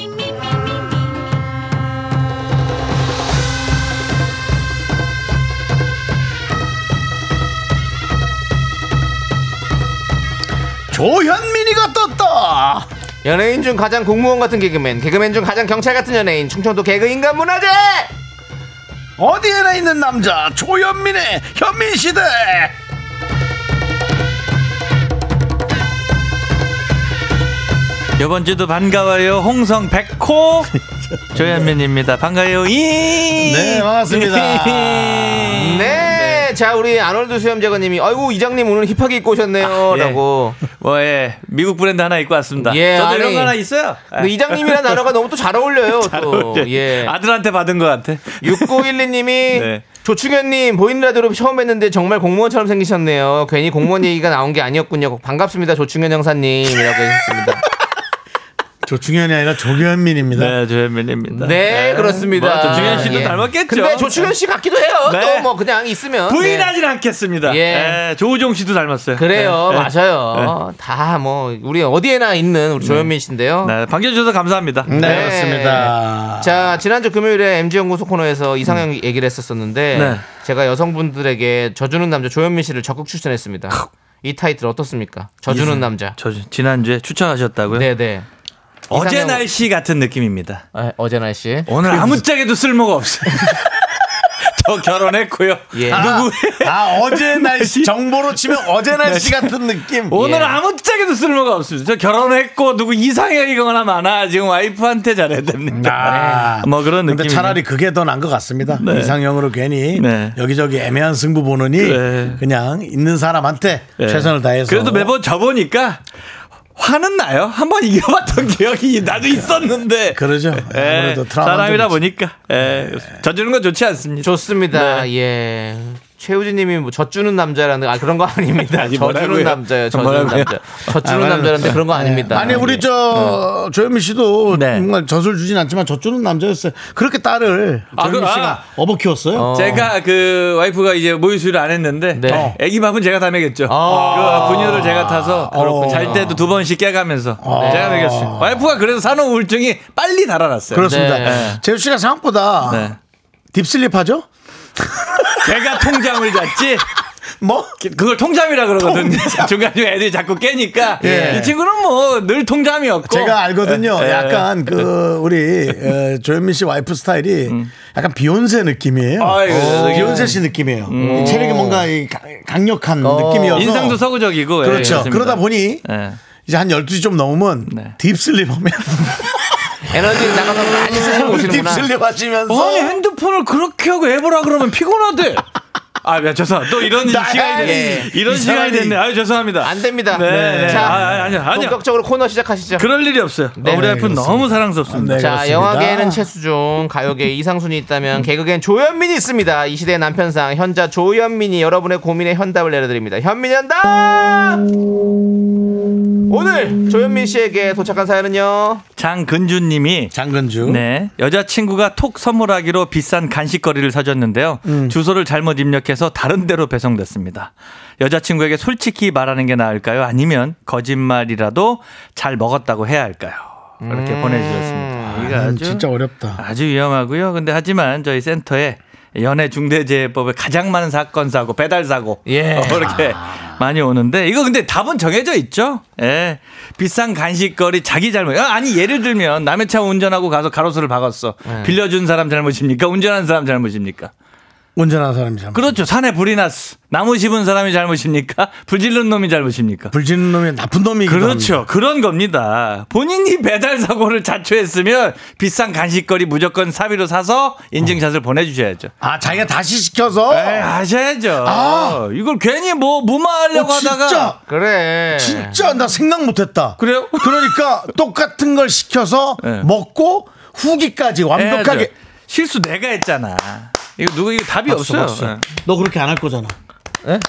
Speaker 1: 조현민이가 떴다.
Speaker 2: 연예인 중 가장 공무원 같은 개그맨 개그맨 중 가장 경찰 같은 연예인 충청도 개그인간 문화재
Speaker 1: 어디에나 있는 남자 조현민의 현민 시대.
Speaker 8: 이번 주도 반가워요.
Speaker 1: [laughs]
Speaker 8: 홍성 백호 조현민입니다. 반가워요. 이.
Speaker 1: 네, 반갑습니다.
Speaker 8: [laughs] 이.
Speaker 2: 네. 네자 우리 아놀드 수염제거님이 아이고 이장님 오늘 힙하게 입고 오셨네요
Speaker 8: 아, 예.
Speaker 2: 라고
Speaker 8: 뭐, 예. 미국 브랜드 하나 입고 왔습니다.
Speaker 2: 예,
Speaker 8: 저도 이런
Speaker 2: 아니.
Speaker 8: 거 하나 있어요.
Speaker 2: 근데
Speaker 1: 뭐
Speaker 8: [laughs]
Speaker 2: 이장님이라는 단어가 너무 또 잘 어울려요 또예
Speaker 8: 아들한테 받은 것 같아.
Speaker 2: 6912님이
Speaker 8: [laughs] 네.
Speaker 2: 조충현님 보이는 라디오로 처음 뵀는데 정말 공무원처럼 생기셨네요. 괜히 공무원 얘기가 나온 게 아니었군요. 반갑습니다, 조충현 형사님이라고 해주셨습니다.
Speaker 1: 조충현이 아니라 조현민입니다.
Speaker 8: 네, 조현민입니다.
Speaker 2: 네, 그렇습니다.
Speaker 8: 뭐, 조충현 씨도
Speaker 2: 예.
Speaker 8: 닮았겠죠.
Speaker 2: 근데 조충현 씨 같기도 해요.
Speaker 8: 네.
Speaker 2: 또 뭐 그냥 있으면 네.
Speaker 8: 부인하진 않겠습니다.
Speaker 2: 예.
Speaker 8: 예. 조우종 씨도 닮았어요.
Speaker 2: 그래요,
Speaker 8: 예.
Speaker 2: 맞아요. 다 뭐 우리 어디에나 있는 우리 조현민 씨인데요.
Speaker 8: 네, 반겨주셔서 감사합니다.
Speaker 1: 네,
Speaker 2: 네.
Speaker 1: 그렇습니다.
Speaker 2: 자 지난주 금요일에 MG 연구소 코너에서 이상형 얘기를 했었었는데
Speaker 8: 음. 네.
Speaker 2: 제가 여성분들에게 저주는 남자 조현민 씨를 적극 추천했습니다. 이 타이틀 어떻습니까? 저주는 남자.
Speaker 8: 저 지난주에 추천하셨다고요?
Speaker 2: 네네.
Speaker 8: 어제
Speaker 2: 이상형-
Speaker 8: 날씨 같은 느낌입니다.
Speaker 2: 아, 어제 날씨.
Speaker 1: [laughs]
Speaker 8: [laughs] 오늘 아무짝에도 쓸모가 없어요. 저 결혼했고요.
Speaker 2: 예.
Speaker 8: 누구예요?
Speaker 1: 아 어제 날씨 정보로 치면 어제
Speaker 8: 네.
Speaker 1: 날씨 같은 느낌.
Speaker 8: 오늘
Speaker 2: 예.
Speaker 8: 아무짝에도 쓸모가 없습니다. 저 결혼했고 누구 이상형이 거나 많아 지금 와이프한테 잘해야 됩니다.
Speaker 1: 아,
Speaker 8: 뭐 그런
Speaker 1: 근데
Speaker 8: 느낌.
Speaker 1: 차라리 그게 더 나은 것 같습니다. 이상형으로 괜히
Speaker 8: 네.
Speaker 1: 여기저기 애매한 승부 보느니
Speaker 8: 네.
Speaker 1: 그냥 있는 사람한테
Speaker 8: 예.
Speaker 1: 최선을 다해서
Speaker 8: 그래도 매번 져보니까 화는 나요. 한번 이겨봤던 기억이 나도 있었는데.
Speaker 1: 그러죠.
Speaker 8: 예,
Speaker 1: 아무래도 트라우마
Speaker 8: 사람이다
Speaker 1: 좀 있지. 네.
Speaker 8: 보니까 예, 져주는 건 좋지 않습니다.
Speaker 2: 좋습니다.
Speaker 8: 네.
Speaker 2: 예. 최우진님이 뭐 젖주는 남자라는 아 그런 거 아닙니다.
Speaker 8: 아니,
Speaker 2: 젖주는
Speaker 8: 뭐라고요?
Speaker 2: 남자예요. 젖주는
Speaker 8: 뭐라고요? 아,
Speaker 2: 남자. 젖주는 남자라는데 그런 거
Speaker 1: 네.
Speaker 2: 아닙니다.
Speaker 1: 아니 우리
Speaker 2: 예.
Speaker 1: 저 조현미 씨도
Speaker 8: 네.
Speaker 1: 정말 젖을 주진 않지만 젖주는 남자였어요. 그렇게 딸을
Speaker 8: 아,
Speaker 1: 조현미
Speaker 8: 그-
Speaker 1: 씨가
Speaker 8: 아.
Speaker 1: 업어 키웠어요.
Speaker 8: 제가 그 와이프가 이제 모유수유를 안 했는데
Speaker 2: 네.
Speaker 8: 어. 애기 밥은 제가 다 먹였죠.
Speaker 2: 아.
Speaker 8: 그 분유를 제가 타서
Speaker 1: 그렇군요.
Speaker 8: 잘 때도 두 번씩 깨가면서
Speaker 1: 아.
Speaker 8: 제가 먹였어요. 와이프가 그래서 산후 우울증이 빨리 달아났어요.
Speaker 1: 그렇습니다.
Speaker 2: 네.
Speaker 1: 재우 씨가 생각보다
Speaker 8: 네.
Speaker 1: 딥슬립하죠?
Speaker 8: 제가 통잠을 잤지.
Speaker 1: 뭐?
Speaker 8: 그걸 통잠이라 그러거든요. [laughs] 중간중간 애들이 자꾸 깨니까
Speaker 1: 예.
Speaker 8: 이 친구는 뭐 늘 통잠이었고
Speaker 1: 제가 알거든요.
Speaker 8: 예.
Speaker 1: 약간 그 우리 어, 조현민 씨 와이프 스타일이 약간 비욘세 느낌이에요.
Speaker 8: 아이고,
Speaker 1: 오.
Speaker 8: 되게-
Speaker 1: 비욘세 씨 느낌이에요. 이 체력이 뭔가 이 가- 강력한 느낌이어서
Speaker 8: 인상도 서구적이고
Speaker 1: 그렇죠.
Speaker 8: 예,
Speaker 1: 그러다 보니
Speaker 8: 예.
Speaker 1: 이제 한 12시 좀 넘으면
Speaker 8: 네.
Speaker 1: 딥슬립 하면
Speaker 2: 에너지 나가서 많이 쓰시고 오시는구나.
Speaker 1: 어, 딥슬립
Speaker 8: 아니
Speaker 1: 하시면서
Speaker 8: 어, 네, 핸드폰을 그렇게 하고 해보라 그러면 피곤하대. 아, 야, 죄송합니다. 또 이런
Speaker 1: 나이,
Speaker 8: 시간이 됐네. 이런
Speaker 1: 이
Speaker 8: 시간이
Speaker 1: 사람이.
Speaker 8: 됐네. 아유, 죄송합니다.
Speaker 2: 안 됩니다.
Speaker 8: 네, 네.
Speaker 2: 자,
Speaker 8: 아, 아, 아니요, 아니요.
Speaker 2: 본격적으로 코너 시작하시죠.
Speaker 8: 그럴 일이 없어요.
Speaker 2: 네,
Speaker 8: 우리 와이프는
Speaker 1: 그렇습니다.
Speaker 8: 너무 사랑스럽습니다.
Speaker 1: 네,
Speaker 2: 자,
Speaker 1: 그렇습니다.
Speaker 2: 영화계에는 최수종, 가요계에 이상순이 있다면 개그계엔 조현민이 있습니다. 이 시대의 남편상 현자 조현민이 여러분의 고민에 현답을 내려드립니다. 현민이 현답! 오늘 조현민 씨에게 도착한 사연은요.
Speaker 8: 장근주님이
Speaker 1: 장근주.
Speaker 8: 네 여자친구가 톡 선물하기로 비싼 간식거리를 사줬는데요. 주소를 잘못 입력해서 다른 데로 배송됐습니다. 여자친구에게 솔직히 말하는 게 나을까요? 아니면 거짓말이라도 잘 먹었다고 해야 할까요? 이렇게 보내주셨습니다. 이거
Speaker 1: 음,
Speaker 8: 아주
Speaker 1: 진짜 어렵다.
Speaker 8: 아주 위험하고요. 근데 하지만 저희 센터에 연애 중대재해법에 가장 많은 사건 사고 배달 사고
Speaker 2: 예.
Speaker 8: 어, 이렇게 많이 오는데 이거 근데 답은 정해져 있죠. 예. 비싼 간식거리 자기 잘못. 아, 아니 예를 들면 남의 차 운전하고 가서 가로수를 박았어. 빌려준 사람 잘못입니까? 운전한 사람 잘못입니까?
Speaker 1: 운전하는 사람이 참.
Speaker 8: 그렇죠. 산에 불이 났어. 나무 심은 사람이 잘못입니까? [laughs] 불질른 놈이 잘못입니까?
Speaker 1: 불지는 놈이 나쁜 놈이기도
Speaker 8: 그렇죠.
Speaker 1: 합니다.
Speaker 8: 그런 겁니다. 본인이 배달 사고를 자초했으면 비싼 간식거리 무조건 사비로 사서 인증샷을 보내주셔야죠.
Speaker 1: 아 자기가 다시 시켜서 어,
Speaker 8: 에이, 하셔야죠.
Speaker 1: 아.
Speaker 8: 이걸 괜히 뭐 네. 무마하려고
Speaker 1: 어, 진짜
Speaker 8: 하다가 네.
Speaker 2: 그래.
Speaker 1: 진짜 나 생각 못했다.
Speaker 8: 그래요?
Speaker 1: 그러니까 똑같은 걸 시켜서
Speaker 8: 네.
Speaker 1: 먹고 후기까지
Speaker 8: 해야죠.
Speaker 1: [laughs] 완벽하게.
Speaker 8: 실수 내가 했잖아. 이거 누구 이거 답이 없어요. 예.
Speaker 1: 너 그렇게 안 할 거잖아.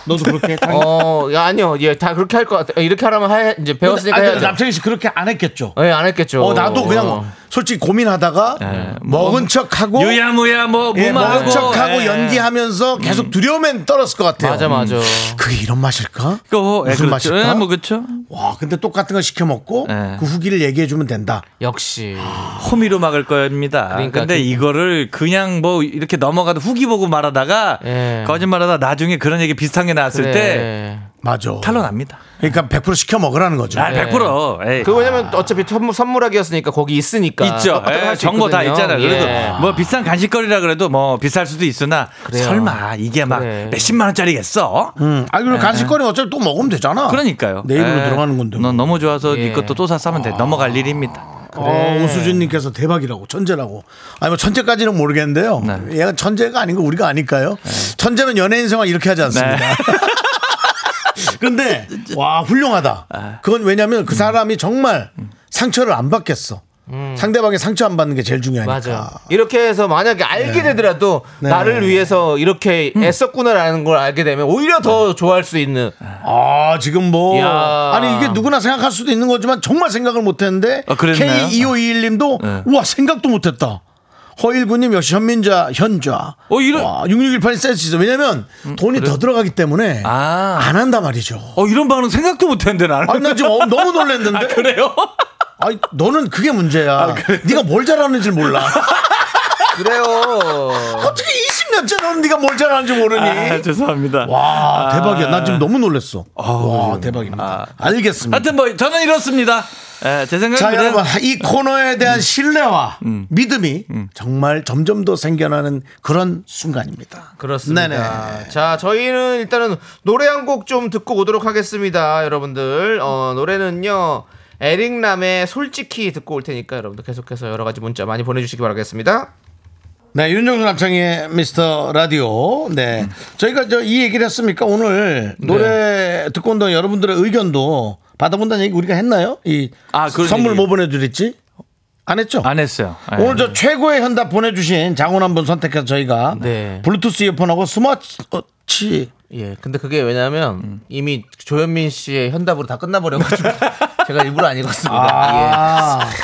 Speaker 1: 너도 그렇게 해.
Speaker 2: 어, 야, 아니요. 예, 다 그렇게 할 것 같아. 이렇게 하라면 하, 이제 배웠으니까
Speaker 1: 아니,
Speaker 2: 해야죠.
Speaker 1: 남창희 씨 그렇게 안 했겠죠.
Speaker 2: 예, 안 했겠죠.
Speaker 1: 어 나도 그냥 솔직히 고민하다가 먹은 척하고
Speaker 8: 네. 유야무야 뭐
Speaker 1: 예,
Speaker 8: 무마하고 음.
Speaker 1: 먹은 척하고
Speaker 8: 예.
Speaker 1: 연기하면서 계속 두려움엔 떨었을 것 같아요. 음.
Speaker 2: 맞아, 맞아.
Speaker 1: 그게 이런 맛일까?
Speaker 8: 그거, 예,
Speaker 1: 무슨
Speaker 8: 그렇죠.
Speaker 1: 맛일까?
Speaker 8: 예, 뭐 그렇죠.
Speaker 1: 와 근데 똑같은 걸 시켜 먹고
Speaker 8: 예.
Speaker 1: 그 후기를 얘기해 주면 된다.
Speaker 2: 역시.
Speaker 1: 아,
Speaker 8: 호미로 막을 겁니다.
Speaker 2: 그러니까
Speaker 8: 근데
Speaker 2: 그-
Speaker 8: 이거를 그냥 뭐 이렇게 넘어가도 후기 보고 말하다가
Speaker 2: 예.
Speaker 8: 거짓말하다 나중에 그런 얘기 비슷한 게 나왔을 때
Speaker 2: 그래.
Speaker 1: 맞아.
Speaker 8: 어. 탈로 납니다.
Speaker 1: 그러니까 100% 시켜 먹으라는 거죠.
Speaker 8: 아, 100%. 에이.
Speaker 2: 그거 왜냐면 어차피 선물, 선물하기였으니까 거기 있으니까.
Speaker 8: 있죠.
Speaker 2: 똑같은
Speaker 8: 예,
Speaker 2: 거할수
Speaker 8: 정보 다
Speaker 2: 있거든요.
Speaker 8: 있잖아요. 그래도
Speaker 2: 예.
Speaker 8: 뭐 비싼 간식거리라 그래도 뭐 비쌀 수도 있으나 설마 이게 막
Speaker 2: 그래.
Speaker 8: 몇십만 원짜리겠어?
Speaker 1: 음, 아 그리고 간식거리 어차피 또 먹으면 되잖아.
Speaker 8: 네. 그러니까요.
Speaker 1: 내 입으로
Speaker 8: 에이,
Speaker 1: 들어가는 건데. 뭐.
Speaker 8: 넌 너무 좋아서
Speaker 2: 예.
Speaker 8: 네 것도 또 사서 하면 돼. 넘어갈 일입니다. 네.
Speaker 1: 어, 오수진님께서 대박이라고 천재라고. 아니 뭐 천재까지는 모르겠는데요.
Speaker 8: 네.
Speaker 1: 얘가 천재가 아닌 거 우리가 아닐까요? 천재면 연예인 생활 이렇게 하지 않습니다.
Speaker 8: 네.
Speaker 1: [laughs] 근데 와
Speaker 8: 네.
Speaker 1: 훌륭하다. 그건 왜냐하면 그 사람이 정말
Speaker 8: 음.
Speaker 1: 상처를 안 받겠어. 상대방의 상처 안 받는 게 제일 중요하니까.
Speaker 2: 음. 맞아. 이렇게 해서 만약에 알게 되더라도
Speaker 1: 그러니까. 네.
Speaker 2: 나를 위해서 이렇게
Speaker 8: 음.
Speaker 2: 애썼구나라는 걸 알게 되면 오히려
Speaker 8: 네.
Speaker 2: 더 좋아할 수 있는.
Speaker 1: 아 지금 뭐
Speaker 2: 야.
Speaker 1: 아니 이게 누구나 생각할 수도 있는 거지만 정말 생각을 못했는데
Speaker 8: 아, 그랬나요? 네.
Speaker 1: K2521님도 우와 생각도 못했다. 허일구님 역시 현민자 현자.
Speaker 8: 어, 이런- 음,
Speaker 1: 6618 센스 있어. 왜냐면 돈이 더 들어가기 때문에
Speaker 8: 아.
Speaker 1: 안 한단 말이죠.
Speaker 8: 어 이런 반응 생각도 못 했는데 나는.
Speaker 1: 아니 나 지금 어- 너무 놀랬는데. [laughs]
Speaker 8: 아, 그래요? 아,
Speaker 1: 아니, 너는 그게 문제야. 네가 뭘 잘하는지 몰라.
Speaker 8: 어.
Speaker 2: 그래요.
Speaker 1: 어떻게 20년째 너는 네가 뭘 잘하는지 모르니?
Speaker 8: [laughs] 아, 죄송합니다.
Speaker 1: 와
Speaker 8: 아.
Speaker 1: 대박이야. 나 지금 너무 놀랬어. 와 대박입니다. 알겠습니다.
Speaker 8: 하여튼 뭐 저는 이렇습니다. 예, 제 생각은
Speaker 1: 자,
Speaker 8: 그래요.
Speaker 1: 여러분, 이 코너에 대한 신뢰와 믿음이 정말 점점 더 생겨나는 그런 순간입니다.
Speaker 2: 그렇습니다.
Speaker 1: 네네.
Speaker 2: 자, 저희는 일단은 노래 한 곡 좀 듣고 오도록 하겠습니다, 여러분들. 어, 노래는요. 에릭남의 솔직히 듣고 올 테니까 여러분들 계속해서 여러 가지 문자 많이 보내주시기 바라겠습니다.
Speaker 1: 네, 윤정수 남창의 미스터 라디오. 네. 저희가 저 이 얘기를 했습니까? 오늘 노래 듣고 온 동안 여러분들의 의견도 받아본다는 얘기 우리가 했나요? 이
Speaker 8: 아, 그런
Speaker 1: 선물
Speaker 8: 얘기.
Speaker 1: 뭐 보내드렸지? 안 했죠?
Speaker 8: 안 했어요. 예.
Speaker 1: 오늘 저 최고의 현답 보내주신 장원 한 분 선택해서 저희가
Speaker 2: 네.
Speaker 1: 블루투스 이어폰하고 스마치
Speaker 2: 예, 근데 그게 왜냐하면 이미 조현민 씨의 현답으로 다 끝나버려가지고 제가 일부러 안 읽었습니다.
Speaker 1: 아. [laughs]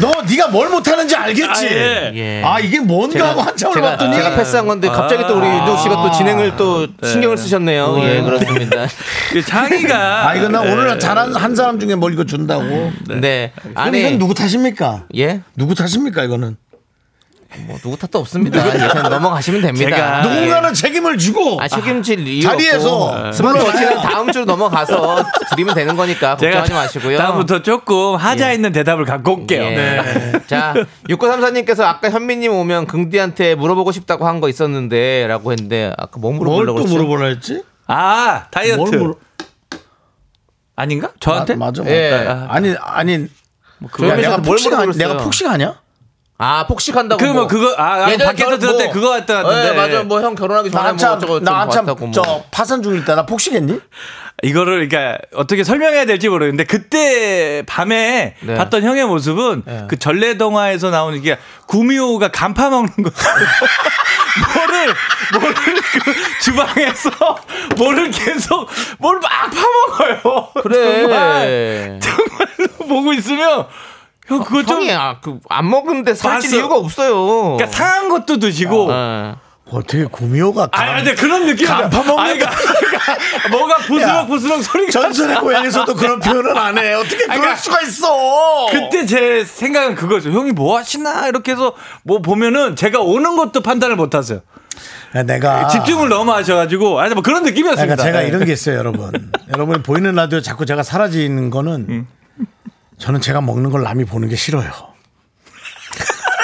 Speaker 1: 너 네가 뭘 못하는지 알겠지? 아,
Speaker 8: 예.
Speaker 2: 예.
Speaker 1: 이게 뭔가 하고 한참을
Speaker 2: 제가,
Speaker 1: 봤더니
Speaker 2: 제가 패스한 건데 갑자기 또 우리 윤종 씨가 또 진행을 또 신경을 쓰셨네요. 예, [laughs] 그렇습니다.
Speaker 8: 그
Speaker 1: [laughs]
Speaker 8: 장이가
Speaker 1: 아 이거 나 오늘 잘한 한 사람 중에 뭘 이거 준다고.
Speaker 2: 네.
Speaker 1: 그럼 이건
Speaker 2: 안에
Speaker 1: 누구 탓입니까?
Speaker 2: 예,
Speaker 1: 누구 탓입니까 이거는?
Speaker 2: 뭐 누구 탓도 없습니다. 예, 그냥 넘어가시면 됩니다. 예.
Speaker 8: 제가- 아,
Speaker 1: 누군가는 책임을 지고
Speaker 2: 아 책임질 이유 네.
Speaker 1: 자리에서 네.
Speaker 2: 스물로
Speaker 1: 물러나야.
Speaker 2: 어떻게든 다음 주로 넘어가서 드리면 되는 거니까
Speaker 8: 제가
Speaker 2: 걱정하지 마시고요.
Speaker 8: 다음부터 조금 하자
Speaker 2: 예.
Speaker 8: 있는 대답을 갖고 올게요. 네.
Speaker 2: 예. 자, 6934님께서 아까 현미님 오면 긍디한테 물어보고 싶다고 한 거 있었는데 라고 했는데 아까 뭐
Speaker 1: 뭘
Speaker 2: 물어보려고
Speaker 1: 또
Speaker 2: 그랬죠?
Speaker 1: 물어보라 했지?
Speaker 8: 아 다이어트
Speaker 1: 뭘 물어?
Speaker 8: 아닌가?
Speaker 1: 아,
Speaker 8: 저한테?
Speaker 1: 맞아. 맞아.
Speaker 2: 예.
Speaker 1: 아니 아니.
Speaker 2: 그거
Speaker 1: 야, 내가
Speaker 2: 하면서 뭘
Speaker 1: 폭식 아니,
Speaker 2: 물어보겠어요?
Speaker 1: 내가 폭식 아니야?
Speaker 2: 아, 폭식한다고.
Speaker 8: 그러면 그거- 아, 아,
Speaker 2: 예전에
Speaker 8: 밖에서
Speaker 2: 결혼-
Speaker 8: 들었을 때 그거 같다
Speaker 2: 예,
Speaker 8: 하던데.
Speaker 2: 맞아. 뭐 형 결혼하기
Speaker 1: 나
Speaker 2: 전에 뭐
Speaker 1: 한참
Speaker 2: 어쩌고
Speaker 1: 나 한참
Speaker 2: 봤다고
Speaker 1: 저
Speaker 2: 뭐.
Speaker 1: 파산 중일 때 나 폭식했니?
Speaker 8: 이거를 그러니까 어떻게 설명해야 될지 모르겠는데 그때 밤에
Speaker 2: 네.
Speaker 8: 봤던 형의 모습은
Speaker 1: 네.
Speaker 8: 그 전래동화에서 나오는 이게 구미호가 간파 먹는 거 [laughs] 뭐를 뭐를 그 주방에서 [laughs] 뭐를 계속 뭘 막 파먹어요
Speaker 2: 그래.
Speaker 8: 정말 정말로 보고 있으면 형 그거 좀
Speaker 2: 형이 아, 그안 먹는데 살찔
Speaker 8: 봤어.
Speaker 2: 이유가 없어요.
Speaker 8: 그러니까 상한 것도 드시고
Speaker 2: 예.
Speaker 1: 어떻게 구미호가
Speaker 8: 아, 근데 그런 느낌.
Speaker 1: 어. 간파 먹는
Speaker 8: 거. [laughs] 뭐가 부스럭 부스럭 소리가.
Speaker 1: 전설의 고향에서도 그런 표현을 안 해. 어떻게 그럴
Speaker 8: 그러니까
Speaker 1: 수가 있어?
Speaker 8: 그때 제 생각은 그거죠. 형이 뭐 하시나 이렇게 해서 뭐 보면은 제가 오는 것도 판단을 못 하세요.
Speaker 1: 야, 아, 내가
Speaker 8: 집중을 너무 하셔가지고 아니 뭐 그런 느낌이었습니다.
Speaker 1: 그러니까
Speaker 8: 네.
Speaker 1: 제가 이런 게 있어요, 여러분. 여러분이 보이는 라디오 자꾸 제가 사라지는 거는
Speaker 8: 음.
Speaker 1: 저는 제가 먹는 걸 남이 보는 게 싫어요. [laughs]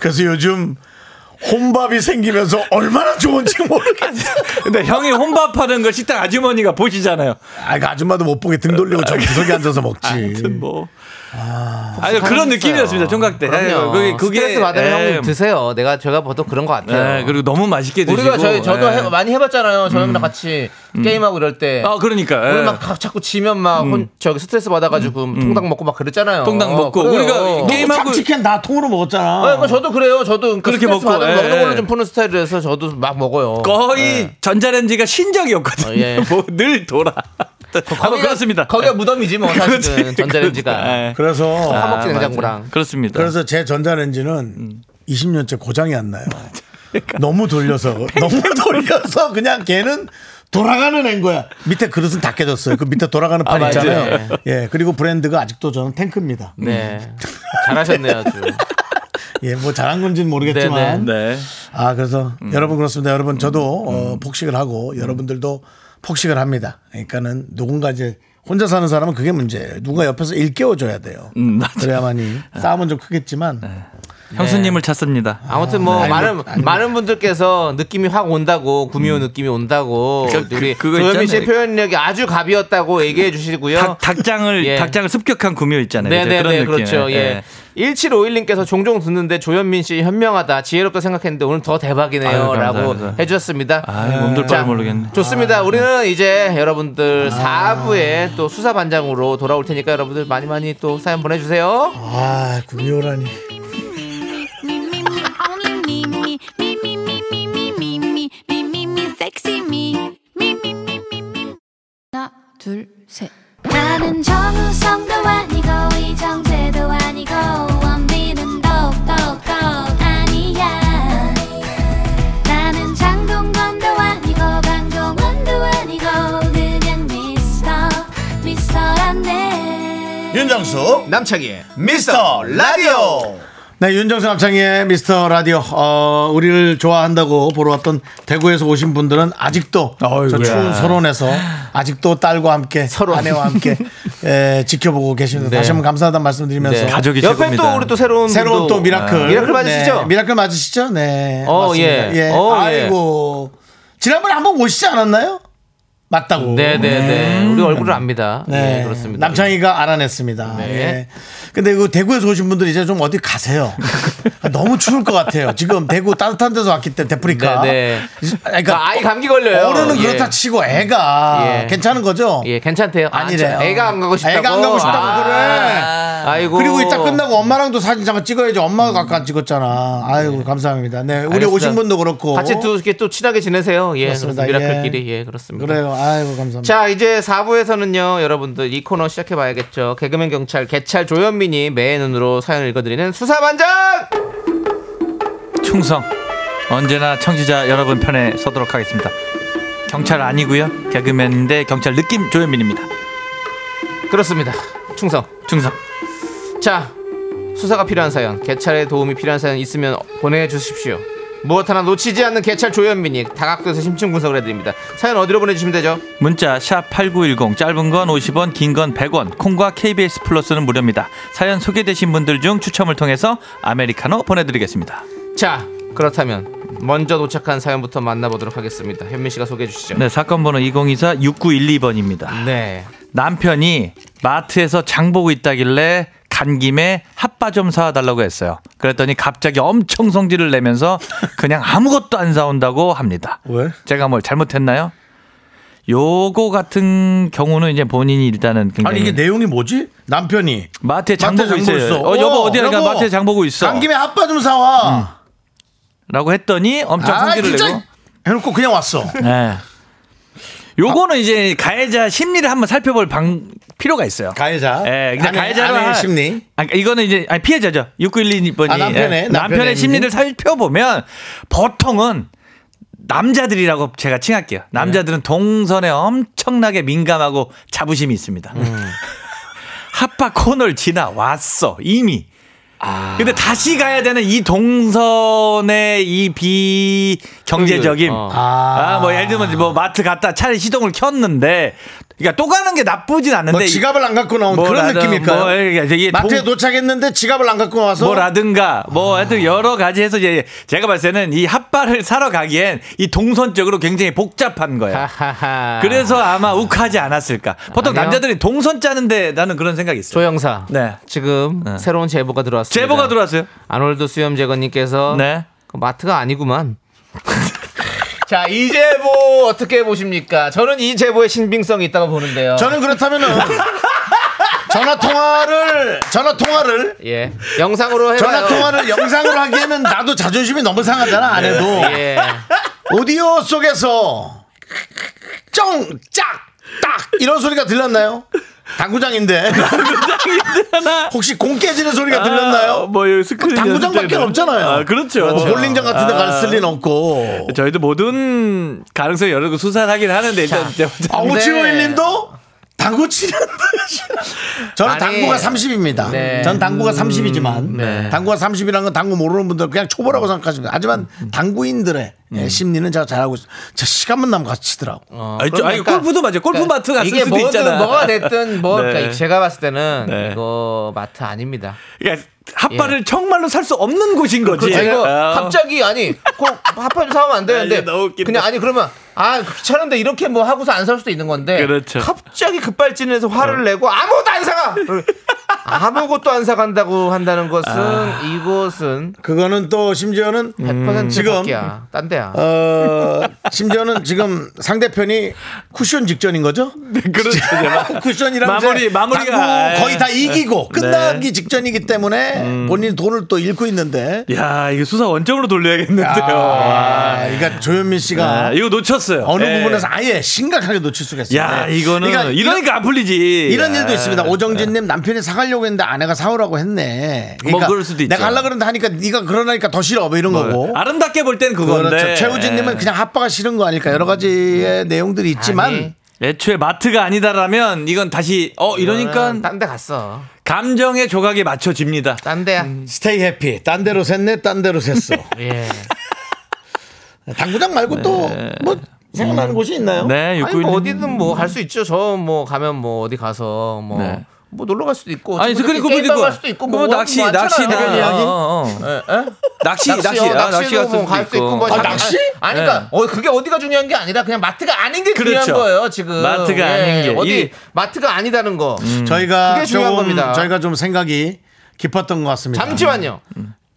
Speaker 1: 그래서 요즘 혼밥이 생기면서 얼마나 좋은지 모르겠어요.
Speaker 8: [laughs] 근데 형이 혼밥하는 걸 식당 아주머니가 보시잖아요.
Speaker 1: 아, 그 아줌마도 못 보게 등 돌리고 저 구석에 앉아서 먹지.
Speaker 8: 아무튼 뭐. 아, 니 그런 느낌이었습니다. 총각 때.
Speaker 2: 그럼요.
Speaker 8: 아유,
Speaker 2: 스트레스 받으면
Speaker 8: 예.
Speaker 2: 형 드세요. 내가 제가 보통 그런 것 같아요.
Speaker 8: 예, 그리고 너무 맛있게 드시고.
Speaker 2: 우리가 저희 저도
Speaker 8: 예.
Speaker 2: 해- 많이 해봤잖아요. 저 형이랑 같이 게임하고 이럴 때.
Speaker 8: 아 그러니까.
Speaker 2: 우리
Speaker 8: 예. 음.
Speaker 2: 막 가- 자꾸 지면 막 혼, 저기 스트레스 받아가지고 통닭 먹고 막 그랬잖아요.
Speaker 8: 통닭 먹고.
Speaker 2: 어, 그래요.
Speaker 8: 우리가 게- 게임하고-
Speaker 1: 치킨 나 통으로 먹었잖아.
Speaker 2: 아, 그러니까 저도 그래요. 저도 그렇게
Speaker 8: 그렇게
Speaker 2: 먹고
Speaker 8: 먹고,
Speaker 2: 받으면
Speaker 8: 예.
Speaker 2: 먹는 걸로 좀 푸는 스타일이라서 저도 막 먹어요. 예.
Speaker 8: 거의 전자레인지가 신적이었거든요.
Speaker 2: 어, 예.
Speaker 8: [laughs] 뭐 늘 돌아. 아마 그렇습니다. 예.
Speaker 2: 거기가 무덤이지 뭐 사실은
Speaker 8: 그렇지, 그렇지.
Speaker 2: 전자레인지가 뭐
Speaker 8: 예.
Speaker 1: 그래서
Speaker 2: 화목지
Speaker 8: 아,
Speaker 2: 냉장고랑.
Speaker 8: 맞아요. 그렇습니다.
Speaker 1: 그래서 제 전자레인지는
Speaker 8: 음.
Speaker 1: 20년째 고장이 안 나요.
Speaker 8: 그러니까
Speaker 1: 너무
Speaker 8: [laughs]
Speaker 1: 돌려서 너무 돌려서 그냥 걔는 돌아가는 앤 거야. 밑에 그릇은 다 깨졌어요. 그 밑에 돌아가는 판
Speaker 2: 아,
Speaker 1: 있잖아요.
Speaker 8: 네.
Speaker 2: 맞아요.
Speaker 1: 예. 그리고 브랜드가 아직도 저는 탱크입니다.
Speaker 2: 네. 잘하셨네요, 아주.
Speaker 1: 예, 뭐 잘한 건지는 모르겠지만
Speaker 8: 네. 음.
Speaker 1: 아 그래서 여러분 그렇습니다. 여러분 저도 어, 폭식을 하고 여러분들도 폭식을 합니다. 그러니까는 누군가 이제 혼자 사는 사람은 그게 문제예요. 누가 옆에서 일깨워줘야 돼요.
Speaker 8: 음, 맞아요. 네.
Speaker 1: 그래야만이 싸움은 좀 크겠지만
Speaker 2: 네.
Speaker 8: 형수님을 찾습니다.
Speaker 2: 아무튼 뭐
Speaker 1: 네.
Speaker 2: 많은
Speaker 1: 아니,
Speaker 2: 많은 분들께서 느낌이 확 온다고 구미호 느낌이 온다고
Speaker 8: 음. 그- 그-
Speaker 2: 우리
Speaker 8: 그거
Speaker 2: 조현민 씨의
Speaker 8: 있잖아요.
Speaker 2: 표현력이 아주 가비였다고 얘기해 주시고요.
Speaker 8: 닭, 닭장을
Speaker 2: 아, 예.
Speaker 8: 닭장을 습격한 구미호 있잖아요. 이제 그런
Speaker 2: 네네네
Speaker 8: 느낌.
Speaker 2: 그렇죠. 예.
Speaker 8: 예.
Speaker 2: 1751님께서 종종 듣는데 조현민 씨 현명하다 지혜롭다 생각했는데 오늘 더 대박이네요
Speaker 8: 아유,
Speaker 2: 라고
Speaker 8: 감사합니다.
Speaker 2: 해주셨습니다.
Speaker 8: 아유, 몸둘
Speaker 2: 자,
Speaker 8: 바를 모르겠네. 아.
Speaker 2: 좋습니다. 우리는 이제 여러분들 4부에 또 수사반장으로 돌아올 테니까 여러분들 많이 많이 또 사연 보내주세요.
Speaker 1: 아 구미호라니.
Speaker 6: 하나 둘 셋. 나는 정우성도 아니고 이정재도 아니고 원빈은 더욱더 아니야 나는 장동건도 아니고 강동원도 아니고 그냥 미스터 미스터란데
Speaker 1: 윤정수
Speaker 2: 남창희의
Speaker 1: 미스터 라디오 네, 윤정수 합창의 미스터 라디오. 어, 우리를 좋아한다고 보러 왔던 대구에서 오신 분들은 아직도 저
Speaker 8: 어이구야.
Speaker 1: 추운 서론에서 아직도 딸과 함께 아내와
Speaker 2: [laughs]
Speaker 1: 함께 에, 지켜보고
Speaker 2: 네.
Speaker 1: 계십니다. 다시 한번 감사하다는 말씀드리면서
Speaker 8: 네. 가족이
Speaker 2: 옆에
Speaker 8: 최고입니다.
Speaker 2: 또 우리 또 새로운
Speaker 1: 새로운
Speaker 2: 분도-
Speaker 1: 또 미라클
Speaker 2: 네. 아, 미라클 맞으시죠?
Speaker 1: 네, 미라클 맞으시죠? 네.
Speaker 2: 어,
Speaker 1: 맞습니다.
Speaker 2: 예.
Speaker 1: 예.
Speaker 2: 어, 예.
Speaker 1: 아이고. 지난번에 한번 오시지 않았나요? 맞다고.
Speaker 2: 네네네.
Speaker 8: 음.
Speaker 2: 우리 얼굴을 압니다.
Speaker 1: 네.
Speaker 2: 네, 그렇습니다.
Speaker 1: 남창희가 알아냈습니다.
Speaker 2: 네.
Speaker 1: 예. 근데 그 대구에서 오신 분들 이제 좀 어디
Speaker 2: [laughs]
Speaker 1: 가세요. 너무 추울 것 같아요. 지금 대구 따뜻한 데서 왔기 때문에 데프리카.
Speaker 2: 네, 네.
Speaker 1: 이제-
Speaker 2: 아, 아이 감기 걸려요.
Speaker 1: 그러니까 어른은
Speaker 2: 예.
Speaker 1: 그렇다 치고 애가
Speaker 2: 예.
Speaker 1: 괜찮은 거죠?
Speaker 2: 예, 괜찮대요. 아,
Speaker 1: 아니래요.
Speaker 2: 저 애가 안 가고 싶다고. 아,
Speaker 1: 애가 안 가고 싶다고 그래.
Speaker 2: 아이고.
Speaker 1: 그리고 이따 끝나고 엄마랑도 사진 잠깐 찍어야지. 엄마가 아까 안 찍었잖아. 아이고 감사합니다. 네, 우리
Speaker 2: 예. 알겠습니다.
Speaker 1: 오신 분도 그렇고.
Speaker 2: 같이 또 이렇게 또 친하게 지내세요. 예,
Speaker 1: 그렇습니다.
Speaker 2: 그렇습니다. 미라클끼리
Speaker 1: 예.
Speaker 2: 예, 그렇습니다.
Speaker 1: 그래요. 아이고 감사합니다.
Speaker 2: 자, 이제 4부에서는요, 여러분들 이 코너 시작해봐야겠죠. 개그맨 경찰 개찰 조현민이 매의 눈으로 사연을 읽어드리는 수사반장.
Speaker 8: 네. 충성 언제나 청취자 여러분 편에 서도록 하겠습니다. 경찰 아니고요 개그맨인데 경찰 느낌 조현민입니다.
Speaker 2: 그렇습니다. 충성.
Speaker 8: 충성.
Speaker 2: 자, 수사가 필요한 사연, 개찰의 도움이 필요한 사연 있으면 보내주십시오. 무엇 하나 놓치지 않는 개찰 조현민이 다각도에서 심층 분석을 해드립니다. 사연 어디로 보내주시면 되죠?
Speaker 8: 문자 샵8910 짧은 건 50원 긴 건 100원 콩과 KBS 플러스는 무료입니다. 사연 소개되신 분들 중 추첨을 통해서 아메리카노 보내드리겠습니다.
Speaker 2: 자, 그렇다면 먼저 도착한 사연부터 만나보도록 하겠습니다. 현민 씨가 소개해 주시죠.
Speaker 8: 네 사건 번호 2024 6912번입니다.
Speaker 2: 네.
Speaker 8: 남편이 마트에서 장 보고 있다길래 간 김에 핫바 좀 사달라고 했어요. 그랬더니 갑자기 엄청 성질을 내면서 그냥 아무것도 안 사온다고 합니다.
Speaker 1: 왜?
Speaker 8: 제가 뭘 잘못했나요? 요거 같은 경우는 이제 본인이 일단은 굉장히
Speaker 2: 음.
Speaker 1: 아니 이게 내용이 뭐지? 남편이
Speaker 8: 마트에 장
Speaker 1: 마트에
Speaker 8: 보고
Speaker 1: 장 보고
Speaker 8: 있어요.
Speaker 1: 있어.
Speaker 8: 어, 여보
Speaker 1: 어,
Speaker 8: 어디야?
Speaker 1: 여보.
Speaker 8: 마트에 장 보고 있어.
Speaker 1: 간 김에 아빠 좀 사와.
Speaker 8: 라고 했더니 엄청
Speaker 1: 아
Speaker 8: 성질을
Speaker 1: 진짜
Speaker 8: 내고.
Speaker 1: 해놓고 그냥
Speaker 2: [laughs]
Speaker 1: 왔어.
Speaker 8: 네. 요거는 이제 가해자 심리를 한번 살펴볼 방 필요가 있어요.
Speaker 1: 가해자.
Speaker 8: 예, 그냥
Speaker 1: 아내-
Speaker 8: 가해자로
Speaker 1: 네. 아내의
Speaker 8: 한-
Speaker 1: 심리.
Speaker 8: 아, 이거는 이제 아니, 피해자죠. 6912번이 예.
Speaker 1: 아, 남편의, 남편의
Speaker 8: 남편의 심리를 살펴보면 보통은 남자들이라고 제가
Speaker 1: 네.
Speaker 8: 칭할게요. 남자들은 동선에 엄청나게 민감하고 자부심이 있습니다.
Speaker 1: 음.
Speaker 8: [laughs] 핫바 코너를 지나 왔어 이미.
Speaker 1: 아.
Speaker 8: 근데 다시 가야 되는 이 동선의 이 비경제적인
Speaker 2: 어.
Speaker 8: 아, 뭐 예를 들면 뭐 마트 갔다 차에 시동을 켰는데 그러니까 또 가는 게 나쁘진 않은데
Speaker 1: 뭐 지갑을 안 갖고 나온
Speaker 8: 뭐
Speaker 1: 그런
Speaker 8: 나는
Speaker 1: 느낌일까요?
Speaker 8: 뭐 이게 이게
Speaker 1: 마트에
Speaker 8: 동-
Speaker 1: 도착했는데 지갑을 안 갖고 와서
Speaker 8: 뭐라든가 뭐 하여튼 여러 가지 해서 이제 제가 봤을 때는 이 핫바를 사러 가기엔 이 동선적으로 굉장히 복잡한 거예요.
Speaker 2: 네. 하하하.
Speaker 8: 그래서 아마 욱하지 않았을까. 보통
Speaker 2: 아. 아니요.
Speaker 8: 남자들이 동선 짜는데 나는 그런 생각이 있어요.
Speaker 2: 조영사.
Speaker 8: 네.
Speaker 2: 지금
Speaker 8: 네.
Speaker 2: 새로운 제보가 들어왔습니다.
Speaker 8: 제보가 들어왔어요.
Speaker 2: 아놀드 수염 제거님께서
Speaker 8: 네.
Speaker 2: 그 마트가 아니구만. [laughs] 자, 이 제보 어떻게 보십니까? 저는 이 제보의 신빙성이 있다고 보는데요.
Speaker 1: 저는 그렇다면은 전화 통화를 전화 통화를
Speaker 2: 예. 영상으로 해봐요.
Speaker 1: 전화 통화를 영상으로 하기에는 나도 자존심이 너무 상하잖아 안 해도
Speaker 2: 예.
Speaker 1: 오디오 속에서 쩡짝딱 이런 소리가 들렸나요? 당구장인데 혹시 공 깨지는 소리가
Speaker 8: 아,
Speaker 1: 들렸나요?
Speaker 8: 뭐 여기 스크린
Speaker 1: 당구장밖에
Speaker 8: 연습장이나.
Speaker 1: 없잖아요.
Speaker 8: 아, 그렇죠. 아.
Speaker 1: 뭐 볼링장 같은 데 갈 쓸 리는 없고.
Speaker 8: 저희도 모든 가능성이 여러 개 수사를 하긴 하는데 일단 제보자.
Speaker 1: 아,
Speaker 2: 근데-
Speaker 1: 5751님도 당구 치는 저는
Speaker 2: 아니,
Speaker 1: 당구가 30입니다.
Speaker 2: 네.
Speaker 1: 저는 당구가
Speaker 8: 음,
Speaker 1: 30이지만
Speaker 8: 네.
Speaker 1: 당구가 30이라는 건 당구 모르는 분들 그냥 초보라고 생각하시면 하지만
Speaker 8: 음.
Speaker 1: 당구인들의 예, 심리는 제가 잘 알고 있어요. 저 시간만 나면 같이 치더라고.
Speaker 2: 어,
Speaker 8: 아니, 저- 아니,
Speaker 2: 그러니까-
Speaker 8: 골프도 맞아요. 골프 마트 갔을
Speaker 2: 이게
Speaker 8: 수도
Speaker 2: 뭐든
Speaker 8: 있잖아.
Speaker 2: 뭐가 됐든 뭐
Speaker 8: [laughs] 네.
Speaker 2: 그러니까 제가 봤을 때는
Speaker 8: 네.
Speaker 2: 이거 마트 아닙니다.
Speaker 8: 그러니까 핫바를 정말로 살 수 없는 곳인 거지.
Speaker 2: 그렇죠. 이거
Speaker 8: 아.
Speaker 2: 갑자기 아니 꼭 핫바 좀 사오면 안
Speaker 8: 아,
Speaker 2: 되는데
Speaker 8: 이게 너무 웃긴다.
Speaker 2: 그냥 아니 그러면 아 귀찮은데 이렇게 뭐 하고서 안 살 수도 있는 건데
Speaker 8: 그렇죠. 어.
Speaker 2: 갑자기 급발진해서 화를 내고 아무것도 안 사가 아무것도 안 사간다고 한다는 것은
Speaker 8: 아.
Speaker 2: 이곳은
Speaker 1: 그거는 또 심지어는
Speaker 8: 음.
Speaker 2: 100%
Speaker 1: 지금,
Speaker 2: 밖이야 딴 데야
Speaker 1: 어, 심지어는 지금 상대편이 쿠션 직전인 거죠?
Speaker 8: 그렇죠.
Speaker 1: [laughs] 쿠션이랑
Speaker 8: 마무리,
Speaker 1: 이제
Speaker 8: 마무리가.
Speaker 1: 당구 거의 다 이기고
Speaker 8: 네. 음.
Speaker 1: 끝나기 직전이기 때문에 본인 돈을 또 잃고
Speaker 8: 예.
Speaker 1: 있는데
Speaker 8: 야, 이거 수사 원점으로 돌려야겠는데요.
Speaker 1: 아,
Speaker 8: 와.
Speaker 1: 그러니까 조현민 씨가
Speaker 8: 아, 이거 놓쳤어요.
Speaker 1: 어느
Speaker 8: 예.
Speaker 1: 부분에서 아예 심각하게 놓칠 수가 있어요.
Speaker 8: 야,
Speaker 1: 네.
Speaker 8: 이거는
Speaker 1: 그러니까
Speaker 8: 이러니까 안 풀리지. 아.
Speaker 1: 이런
Speaker 8: 야.
Speaker 1: 일도 있습니다. 오정진님 남편이 사가려고 했는데 아내가 사오라고 했네. 그러니까
Speaker 8: 뭐 그럴 수도 있죠.
Speaker 1: 내가 하려 그러는데 하니까 네가 그러니까 더 싫어. 뭐 이런 거고.
Speaker 8: 아름답게 볼 땐 그건데.
Speaker 1: 그렇죠. 최우진님은 그냥 아빠가 싫은 거 아닐까 여러 가지의 내용들이 있지만
Speaker 2: 아니,
Speaker 8: 네. 애초에 마트가 아니다라면 이건 다시 어 이러니까
Speaker 2: 딴 데 갔어.
Speaker 8: 감정의 조각에 맞춰집니다.
Speaker 2: 딴 데야.
Speaker 8: 음.
Speaker 1: 스테이 해피. 딴 데로 샜네, 딴 데로
Speaker 8: [laughs]
Speaker 1: 샜어.
Speaker 2: 예.
Speaker 1: 당구장 말고 또 뭐 생각나는 곳이 있나요?
Speaker 8: 네,
Speaker 2: 아니 뭐
Speaker 8: 6916.
Speaker 2: 어디든 뭐 갈 수 있죠. 저 뭐 가면 뭐 어디 가서 뭐.
Speaker 8: 음. 네.
Speaker 2: 뭐 놀러 갈 수도 있고
Speaker 8: 아니
Speaker 2: 친구들끼리
Speaker 8: 그리고
Speaker 2: 게임
Speaker 8: 그리고
Speaker 2: 갈 수도 있고 뭐,
Speaker 8: 뭐 낚시
Speaker 2: 많잖아요.
Speaker 8: 낚시
Speaker 2: 당연히.
Speaker 8: 어, 어, 어. 낚시
Speaker 2: 낚시
Speaker 8: 낚시
Speaker 2: 낚시도
Speaker 8: 아, 낚시 갔을
Speaker 2: 뭐
Speaker 8: 수도
Speaker 2: 갈수 있고
Speaker 8: 있고.
Speaker 2: 뭐
Speaker 1: 아,
Speaker 2: 장-
Speaker 1: 낚시?
Speaker 2: 아니 그러니까
Speaker 8: 예.
Speaker 2: 어, 그게 어디가 중요한 게 아니라 그냥 마트가 아닌 게 중요한
Speaker 8: 그렇죠.
Speaker 2: 거예요 지금 예,
Speaker 8: 마트가 아닌 게.
Speaker 2: 어디
Speaker 8: 이- 음.
Speaker 2: 마트가 아니다는 거
Speaker 1: 저희가
Speaker 2: 그게 중요한
Speaker 1: 좀
Speaker 2: 겁니다.
Speaker 1: 저희가 좀 생각이 깊었던 것 같습니다.
Speaker 2: 잠시만요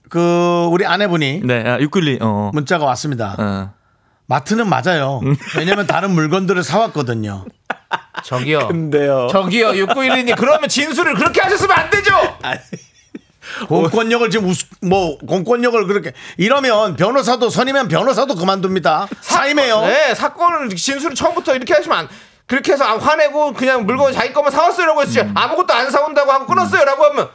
Speaker 1: 그 우리 아내분이
Speaker 8: 네, 아, 692. 어.
Speaker 1: 문자가 왔습니다.
Speaker 8: 어.
Speaker 1: 마트는 맞아요. 왜냐면 다른 물건들을 사왔거든요.
Speaker 2: 저기요
Speaker 8: 아, 근데요.
Speaker 2: 저기요 6912님 그러면 진술을 그렇게 하셨으면 안 되죠
Speaker 1: 공권력을 지금 우스, 뭐 공권력을 그렇게 이러면 변호사도 선임면 변호사도 그만둡니다. 사임해요.
Speaker 2: 네 사건을 진술을 처음부터 이렇게 하시면 안 그렇게 해서 아, 화내고 그냥 물건 자기 것만 사왔어요라고 했지 아무것도 안 사온다고 하고 끊었어요라고 하면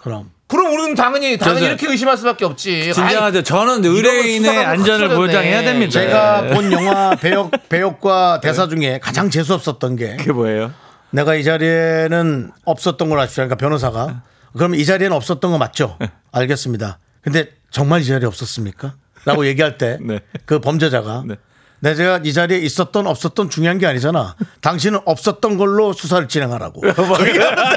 Speaker 1: 그럼
Speaker 2: 그럼 우리는 당연히
Speaker 8: 저-
Speaker 2: 당연히 이렇게 의심할 수밖에 없지 아이,
Speaker 8: 진정하죠. 저는
Speaker 2: 수사가
Speaker 8: 의뢰인의
Speaker 2: 뭐
Speaker 8: 안전을
Speaker 2: 커졌네.
Speaker 8: 보장해야 됩니다. 네.
Speaker 1: 제가 본 영화 배역 배역과 대사 중에 가장 재수 없었던 게
Speaker 8: 그게 뭐예요?
Speaker 1: 내가 이 자리에는 없었던 걸 아시죠? 그러니까 변호사가 그럼 이 자리에는 없었던 거 맞죠?
Speaker 8: 네.
Speaker 1: 알겠습니다. 근데 정말 이 자리에 없었습니까? 라고 얘기할 때 그
Speaker 8: [laughs] 네.
Speaker 1: 범죄자가
Speaker 8: 네.
Speaker 1: 내 제가 이 자리에 있었던 없었던 중요한 게 아니잖아. 당신은 없었던 걸로 수사를
Speaker 8: [laughs]
Speaker 1: 진행하라고.
Speaker 8: 뭐
Speaker 1: [laughs]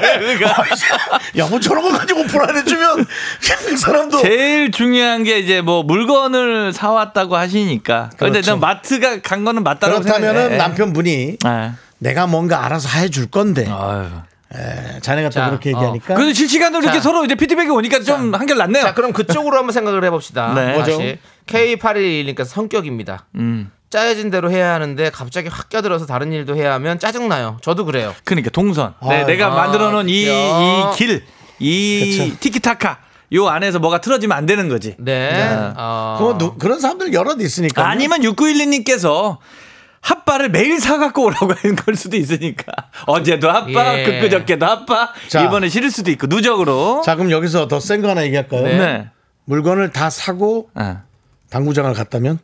Speaker 1: 야뭐 저런 거 가지고 불안해지면 [laughs] 이 사람도
Speaker 8: 제일 중요한 게 이제 뭐 물건을 사왔다고 하시니까. 근데
Speaker 1: 그렇죠.
Speaker 8: 전 마트가 간 거는 맞다라고
Speaker 1: 그렇다면은
Speaker 8: 생각해요.
Speaker 1: 남편분이
Speaker 8: 아.
Speaker 1: 내가 뭔가 알아서 해줄 건데
Speaker 8: 아유.
Speaker 1: 에, 자네가 또
Speaker 2: 자,
Speaker 1: 그렇게
Speaker 2: 어.
Speaker 1: 얘기하니까
Speaker 8: 그래도 실시간으로 이렇게
Speaker 2: 자.
Speaker 8: 서로 이제 피드백이 오니까 좀 한결 낫네요.
Speaker 2: 자 그럼 그쪽으로 한번 생각을 해봅시다
Speaker 8: 네.
Speaker 2: 다시 K811니까 성격입니다
Speaker 8: 음.
Speaker 2: 짜여진 대로 해야 하는데 갑자기 확 껴들어서 다른 일도 해야 하면 짜증나요 저도 그래요
Speaker 8: 그러니까 동선. 네,
Speaker 1: 아유.
Speaker 8: 내가
Speaker 2: 아,
Speaker 8: 만들어 놓은 이,
Speaker 2: 그죠.
Speaker 8: 이 길, 이
Speaker 1: 그쵸.
Speaker 8: 티키타카, 요 안에서 뭐가 틀어지면 안 되는 거지.
Speaker 2: 네 어.
Speaker 1: 그거 누- 그런 사람들 여럿 있으니까
Speaker 8: 아니면 6912님께서 핫바를 매일 사갖고 오라고 [laughs] 하는 걸 수도 있으니까. 어제도 핫바,
Speaker 2: 예.
Speaker 8: 그끄저께도 핫바,
Speaker 1: 자.
Speaker 8: 이번에 싫을 수도 있고, 누적으로.
Speaker 1: 자 그럼 여기서 더 센 거 하나 얘기할까요?
Speaker 8: 네.
Speaker 1: 물건을 다 사고
Speaker 8: 아.
Speaker 1: 당구장을 갔다면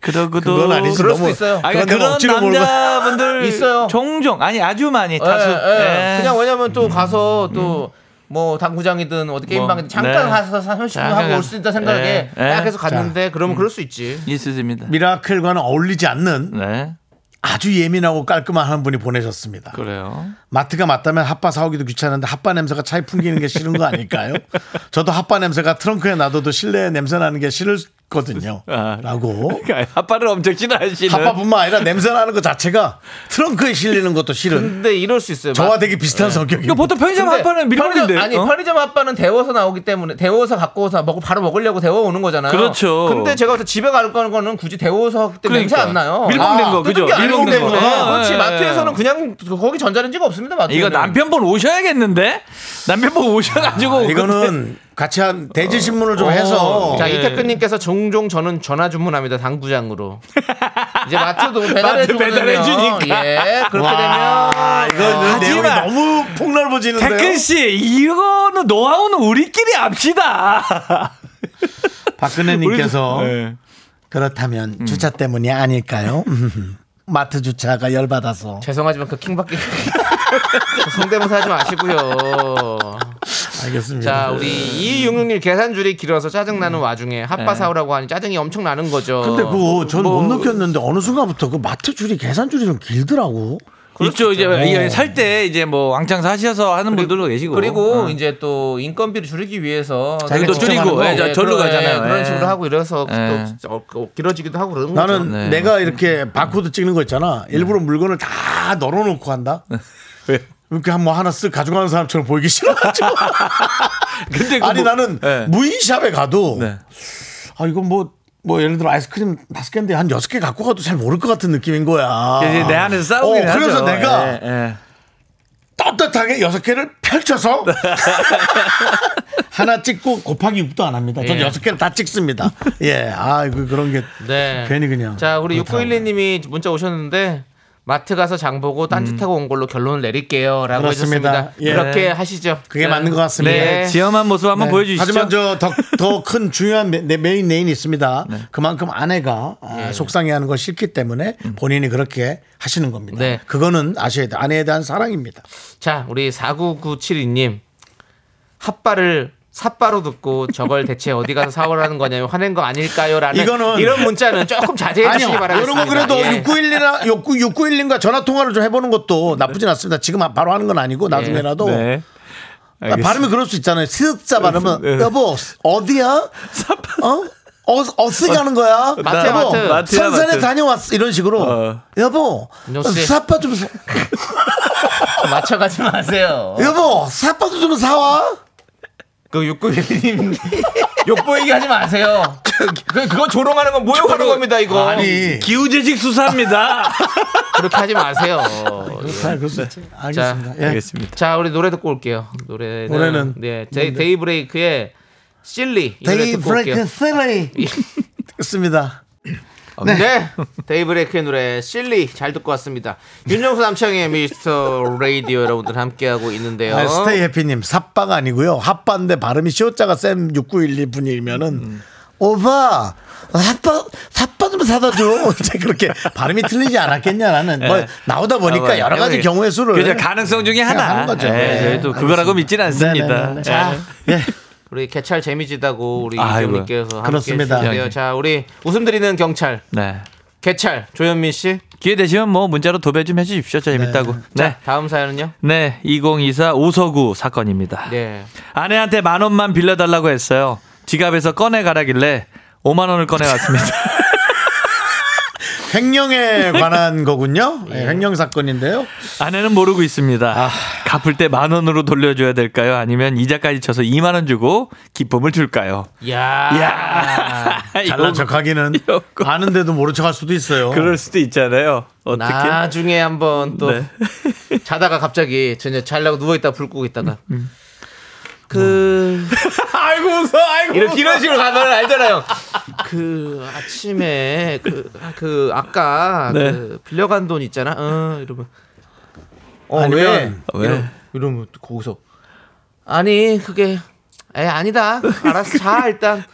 Speaker 8: 그러고도
Speaker 1: 그건 아니지.
Speaker 2: 그럴 수도
Speaker 1: 너무-
Speaker 2: 있어요.
Speaker 8: 아니, 그러니까
Speaker 1: 그건
Speaker 8: 그런
Speaker 1: 억지로 몰고-
Speaker 8: 남자분들
Speaker 2: 있어요.
Speaker 8: 종종 아니 아주 많이
Speaker 2: 예,
Speaker 8: 다수
Speaker 2: 예.
Speaker 8: 예. 음.
Speaker 2: 그냥 왜냐면 또 가서 또 뭐 당구장이든 어디 게임방이든
Speaker 8: 뭐,
Speaker 2: 잠깐
Speaker 8: 네.
Speaker 2: 가서 30분 하고
Speaker 8: 잠깐
Speaker 2: 올 수 있다 생각에
Speaker 8: 예, 예.
Speaker 2: 딱 해서 갔는데
Speaker 8: 음.
Speaker 2: 그러면 그럴 수 있지.
Speaker 8: 있으십니다.
Speaker 1: 미라클과는 어울리지 않는
Speaker 8: 네
Speaker 1: 아주 예민하고 깔끔한 한 분이 보내셨습니다.
Speaker 8: 그래요.
Speaker 1: 마트가 맞다면 핫바 사오기도 귀찮은데 핫바 냄새가 차에 풍기는 게 싫은 거 아닐까요? 저도 핫바 냄새가 트렁크에 놔둬도 실내에 냄새 나는 게 싫거든요.
Speaker 8: 아.
Speaker 1: 라고
Speaker 8: [laughs] 아빠를 엄청 싫어하시는.
Speaker 1: 핫바뿐만 어? 아니라 냄새 나는 것 자체가 트렁크에 실리는 것도 싫은
Speaker 2: 근데 이럴 수 있어요.
Speaker 1: 저와 되게 비슷한 성격이에요.
Speaker 8: 그러니까 보통 편의점
Speaker 2: 근데
Speaker 8: 아빠는 밀가루인데.
Speaker 2: 편의점- 아니
Speaker 8: 어?
Speaker 2: 편의점 아빠는 데워서 나오기 때문에 데워서 갖고 와서 먹고 바로 먹으려고 데워 오는 거잖아요.
Speaker 8: 그렇죠.
Speaker 2: 근데 제가 그래서 집에 가는 거는 굳이 데워서 하기 때문에
Speaker 8: 그러니까.
Speaker 2: 냄새 안 나요.
Speaker 8: 밀봉된
Speaker 2: 아,
Speaker 8: 거,
Speaker 2: 뜯은
Speaker 8: 그죠?
Speaker 2: 게 아니기
Speaker 8: 밀봉된
Speaker 2: 때문에.
Speaker 8: 거. 아,
Speaker 2: 그렇지
Speaker 8: 예, 예.
Speaker 2: 마트에서는 그냥 거기 전자레인지가 없습니다. 마트에는.
Speaker 8: 이거 남편분 오셔야겠는데 남편분 오셔가지고
Speaker 1: 아, 이거는 같이 한 대지 신문을 좀 어, 해서
Speaker 2: 어. 자
Speaker 8: 예.
Speaker 2: 이태근님께서 종종 저는 전화 주문합니다 당구장으로 이제 마트도 배달해
Speaker 8: 마트 배달해
Speaker 2: 주거든요.
Speaker 8: 주니까.
Speaker 2: 예 그렇게
Speaker 1: 와,
Speaker 2: 되면
Speaker 1: 이거 내용이
Speaker 8: 하지만
Speaker 1: 너무 폭넓어지는데요.
Speaker 8: 태근 씨 이거는 노하우는 우리끼리 합시다.
Speaker 1: 박근혜님께서
Speaker 8: 네.
Speaker 1: 그렇다면 주차 때문이 아닐까요? 음. 마트 주차가 열받아서
Speaker 2: 죄송하지만 그 킹받기 [laughs] 성대모사 하지 마시고요
Speaker 1: 알겠습니다.
Speaker 2: 자 우리 이육육님 계산줄이 길어서 짜증나는 와중에 핫바 사오라고 하니 짜증이 엄청 나는 거죠
Speaker 1: 근데 그거 전 못 느꼈는데 어느 순간부터 그 마트 줄이 계산 줄이 좀 길더라고. 그렇죠.
Speaker 8: 이쪽 이제 살 때 이제 뭐 왕창 사셔서 하는 분들도 계시고 어.
Speaker 2: 그리고 이제 또 인건비를 줄이기 위해서
Speaker 1: 자기도
Speaker 2: 어. 걱정하는
Speaker 8: 줄이고,
Speaker 2: 거.
Speaker 8: 예, 저 절로
Speaker 2: 그런-
Speaker 8: 가잖아요.
Speaker 2: 그런
Speaker 8: 예.
Speaker 2: 식으로 하고 이래서
Speaker 8: 예.
Speaker 2: 또 어, 길어지기도 하고 그런 거죠
Speaker 1: 나는
Speaker 8: 네,
Speaker 1: 내가 이렇게 바코드 찍는 거 있잖아. 일부러 물건을 다 널어놓고 한다.
Speaker 8: 왜?
Speaker 1: 이렇게 한 뭐 하나 쓱 가져가는 사람처럼 보이기 싫어가지고. [laughs]
Speaker 8: 근데 그
Speaker 1: 아니
Speaker 8: 뭐-
Speaker 1: 나는
Speaker 8: 네.
Speaker 1: 무인샵에 가도
Speaker 8: 네.
Speaker 1: 아 이거 뭐. 뭐 예를 들어 아이스크림 다섯 개인데 한 여섯 개 갖고 가도 잘 모를 것 같은 느낌인 거야.
Speaker 8: 이제 내 안에서 싸우긴
Speaker 1: 어,
Speaker 8: 하죠.
Speaker 1: 그래서 내가
Speaker 8: 예, 예.
Speaker 1: 떳떳하게 여섯 개를
Speaker 8: [laughs]
Speaker 1: 펼쳐서 하나 찍고 곱하기 6도 안 합니다. 전
Speaker 2: 예.
Speaker 1: 여섯 개를 다 찍습니다. 예, 아 이거 그런 게
Speaker 2: 네.
Speaker 1: 괜히 그냥.
Speaker 2: 자, 우리
Speaker 1: 그렇더라고요.
Speaker 2: 6912님이 문자 오셨는데 마트 가서 장 보고 딴짓 하고 온 걸로 결론을 내릴게요라고
Speaker 1: 음. 그렇습니다.
Speaker 2: 해줬습니다.
Speaker 1: 예.
Speaker 2: 그렇게 하시죠.
Speaker 1: 그게
Speaker 2: 네.
Speaker 1: 맞는 것 같습니다.
Speaker 2: 네.
Speaker 8: 지엄한 모습 한번
Speaker 1: 네.
Speaker 8: 보여주시죠.
Speaker 1: 하지만 저더큰 중요한 메, 내 메인 레인이 있습니다.
Speaker 2: 네.
Speaker 1: 그만큼 아내가 아,
Speaker 2: 예.
Speaker 1: 속상해하는 걸 싫기 때문에 본인이 그렇게 하시는 겁니다.
Speaker 2: 음. 네.
Speaker 1: 그거는 아셔야 돼. 아내에 대한 사랑입니다.
Speaker 2: 자, 우리 49972님. 핫바를 삿바로 듣고 저걸 대체 어디
Speaker 1: [laughs]
Speaker 2: 가서 사오라는 거냐면 화낸 거 아닐까요? 라는
Speaker 1: 이거는-
Speaker 2: 이런 문자는 조금 자제해
Speaker 1: 아니요.
Speaker 2: 주시기
Speaker 1: 이런
Speaker 2: 예, 바라겠습니다.
Speaker 1: 거 그래도
Speaker 2: 예.
Speaker 1: 6911이나 6911과 전화 통화를 좀 해보는 것도
Speaker 2: 네.
Speaker 1: 나쁘진 않습니다. 지금 바로 하는 건
Speaker 2: 예.
Speaker 1: 아니고 나중에라도
Speaker 8: 네.
Speaker 1: 아, 발음이 그럴 수 있잖아요. 스자 발음은
Speaker 2: 네.
Speaker 1: 여보 어디야? 어? 어, 어디 가는 거야?
Speaker 2: 마트야,
Speaker 1: 여보,
Speaker 2: 마트.
Speaker 8: 마트야,
Speaker 1: 산산에
Speaker 8: 마트.
Speaker 1: 다녀왔어. 이런 식으로.
Speaker 8: 어.
Speaker 1: 여보,
Speaker 2: 윤정 씨.
Speaker 1: 사빠 좀, 사-
Speaker 2: 맞춰가지 마세요.
Speaker 1: 어? 여보, 사빠 좀 사와.
Speaker 2: 그 6912님 욕 보이게 하지 마세요. 그, 그거 조롱하는 건 모욕하는 겁니다, 이거.
Speaker 1: 아니.
Speaker 8: 기우재직 수사입니다.
Speaker 2: 그렇게 하지 마세요.
Speaker 1: [laughs] 잘, 아, 그럴 수 있지. 알겠습니다. 예.
Speaker 8: 알겠습니다.
Speaker 2: 자, 우리 노래 듣고 올게요. 노래는,
Speaker 1: 노래는?
Speaker 2: 네, 데이, 데이브레이크의 실리 이 노래
Speaker 1: 데이
Speaker 2: 듣고 올게요.
Speaker 1: 브레이크 세레이. 듣습니다. 어,
Speaker 2: 네. 데이브레이크의 노래 실리 잘 듣고 왔습니다. 윤정수 남창의 미스터 라디오 여러분들 함께하고 있는데요.
Speaker 1: 아, 스테이 해피님, 사빠가 아니고요. 핫바인데 발음이 시옷자가 쌤 6912 분이면은, 오빠, 핫바, 핫바 좀 사다 줘. [laughs] 이제 그렇게 발음이 틀리지 않았겠냐라는. 뭐, 나오다 보니까
Speaker 8: 아,
Speaker 1: 여러 가지
Speaker 8: 여기-
Speaker 1: 경우의 수를.
Speaker 8: 그죠 가능성 중에 하나.
Speaker 1: 생각하는 거죠.
Speaker 8: 예,
Speaker 1: 네,
Speaker 8: 저희도 그거라고 믿진 않습니다.
Speaker 1: 네네네. 예.
Speaker 8: 자,
Speaker 2: 우리 개찰 재미지다고 우리
Speaker 8: 아이고.
Speaker 2: 이재훈님께서 함께
Speaker 1: 그렇습니다. 네.
Speaker 2: 해주셨는데요. 자, 우리 웃음 드리는 경찰
Speaker 8: 네.
Speaker 2: 개찰 조현민 씨
Speaker 8: 기회 되시면 뭐 문자로 도배 좀 해주십시오. 재밌다고. 네.
Speaker 2: 다음 사연은요.
Speaker 8: 네. 2024 오서구 사건입니다.
Speaker 2: 네.
Speaker 8: 아내한테 만 원만 빌려달라고 했어요. 지갑에서 꺼내 가라길래 5만 원을 꺼내
Speaker 1: [laughs]
Speaker 8: 왔습니다. [laughs]
Speaker 1: 횡령에 관한 거군요. 예, 횡령 사건인데요.
Speaker 8: 아내는 모르고 있습니다. 갚을 때 만 원으로 돌려줘야 될까요? 아니면 이자까지 쳐서 2만 원 주고 기쁨을 줄까요?
Speaker 2: 야.
Speaker 1: 잘난 척하기는
Speaker 8: 요거.
Speaker 1: 아는데도 모른 척할 수도 있어요.
Speaker 8: 아, 그럴 수도 있잖아요. 어떻게?
Speaker 2: 나중에 한번 또
Speaker 8: 네.
Speaker 2: 자다가 갑자기 전혀 자려고 누워 있다 불 끄고 있다가
Speaker 1: 음,
Speaker 2: 그
Speaker 8: 아이고 웃어. 아이고.
Speaker 2: 이런 이런 식으로 가면 알잖아요. 그 아침에 그, 아, 그 아까
Speaker 8: 네.
Speaker 2: 그 빌려간 돈 있잖아. 어 이러면 어 [laughs] 왜?
Speaker 1: 아니면
Speaker 8: 왜?
Speaker 2: 이러- 이러면 또 거기서 아니 그게 에 아니다. 알았어 자
Speaker 8: [laughs]
Speaker 2: 일단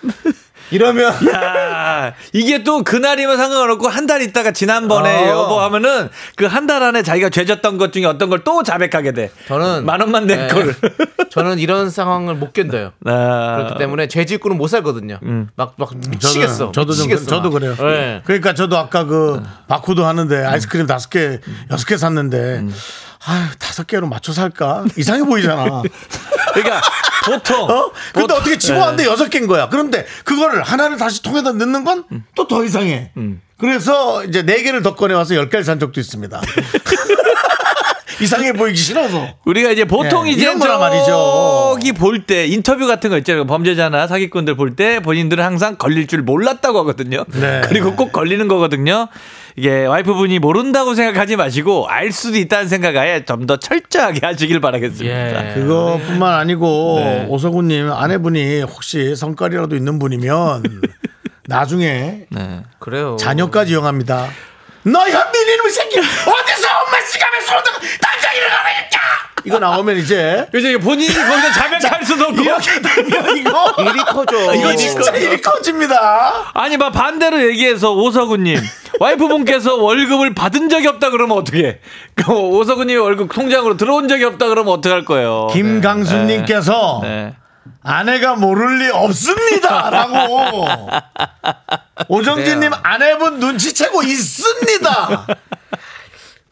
Speaker 2: 이러면
Speaker 8: 야, 이게 또 그날이면 상관없고 한 달 있다가 지난번에
Speaker 2: 어.
Speaker 8: 여보 하면은 그 한 달 안에 자기가 죄졌던 것 중에 어떤 걸 또 자백하게 돼.
Speaker 2: 저는
Speaker 8: 만 원만
Speaker 2: 네. [laughs]
Speaker 8: 낸 거를.
Speaker 2: 저는 이런 상황을 못 견뎌요.
Speaker 8: 아, 음.
Speaker 2: 그렇기 때문에 죄 짓고는 못 살거든요. 막 막 미치겠어.
Speaker 1: 저도 좀
Speaker 2: 미치겠어, 네.
Speaker 1: 저도
Speaker 2: 막.
Speaker 1: 그래요.
Speaker 2: 예.
Speaker 1: 그러니까 저도 아까 그 바코드
Speaker 2: 음.
Speaker 1: 하는데 아이스크림 다섯 개 여섯 개 샀는데 아유 다섯 개로 맞춰 살까 이상해
Speaker 2: [laughs]
Speaker 1: 보이잖아.
Speaker 2: 어.
Speaker 8: 그러니까 보통.
Speaker 1: 어? 근데
Speaker 2: 뭐
Speaker 8: 보통-
Speaker 1: 어떻게 집어왔는데
Speaker 2: 네.
Speaker 1: 여섯 개인 거야. 그런데 그거를 하나를 다시 통에다 넣는 건
Speaker 2: 음.
Speaker 1: 또 더 이상해. 그래서 이제 네 개를 더 꺼내 와서 열 개를 산 적도
Speaker 2: [laughs]
Speaker 1: 있습니다. [laughs] 이상해 보이기 싫어서.
Speaker 8: 우리가 이제 보통
Speaker 1: 예,
Speaker 8: 이제
Speaker 1: 이런 거란 말이죠.
Speaker 8: 저기 볼 때 인터뷰 같은 거 있잖아요. 범죄자나 사기꾼들 볼 때 본인들은 항상 걸릴 줄 몰랐다고 하거든요.
Speaker 1: 네.
Speaker 8: [laughs] 그리고 꼭 걸리는 거거든요. 이게 와이프분이 모른다고 생각하지 마시고 알 수도 있다는 생각 아예 좀 더 철저하게 하시길 바라겠습니다.
Speaker 2: 예.
Speaker 1: 그거뿐만 아니고
Speaker 2: 네.
Speaker 1: 오서구님 아내분이 혹시 성깔이라도 있는 분이면 나중에
Speaker 2: 뭐.
Speaker 8: 네.
Speaker 2: 그래요.
Speaker 1: 자녀까지 영합니다. 너 현빈 이놈 새끼 어디서 엄마 지갑에 손을 당장 일어나라니까 이거 나오면 이제
Speaker 8: 요새 본인이 거기서 자백할 수도 없고
Speaker 1: 이렇게 되면 이거
Speaker 2: [laughs] 일이 커져.
Speaker 1: 이거 진짜 일이
Speaker 2: 어,
Speaker 1: 커집니다.
Speaker 8: [laughs] 아니 막 반대로 얘기해서 오서구님 와이프분께서 월급을 받은 적이 없다 그러면 어떻게 오서구님 월급 통장으로 들어온 적이 없다 그러면 어떡할
Speaker 2: 네.
Speaker 8: 거예요
Speaker 1: 김강수님께서
Speaker 8: 네.
Speaker 1: 아내가 모를 리
Speaker 2: [laughs]
Speaker 1: 없습니다라고 오정진님
Speaker 2: 그래요.
Speaker 1: 아내분 눈치채고 있습니다.
Speaker 2: 그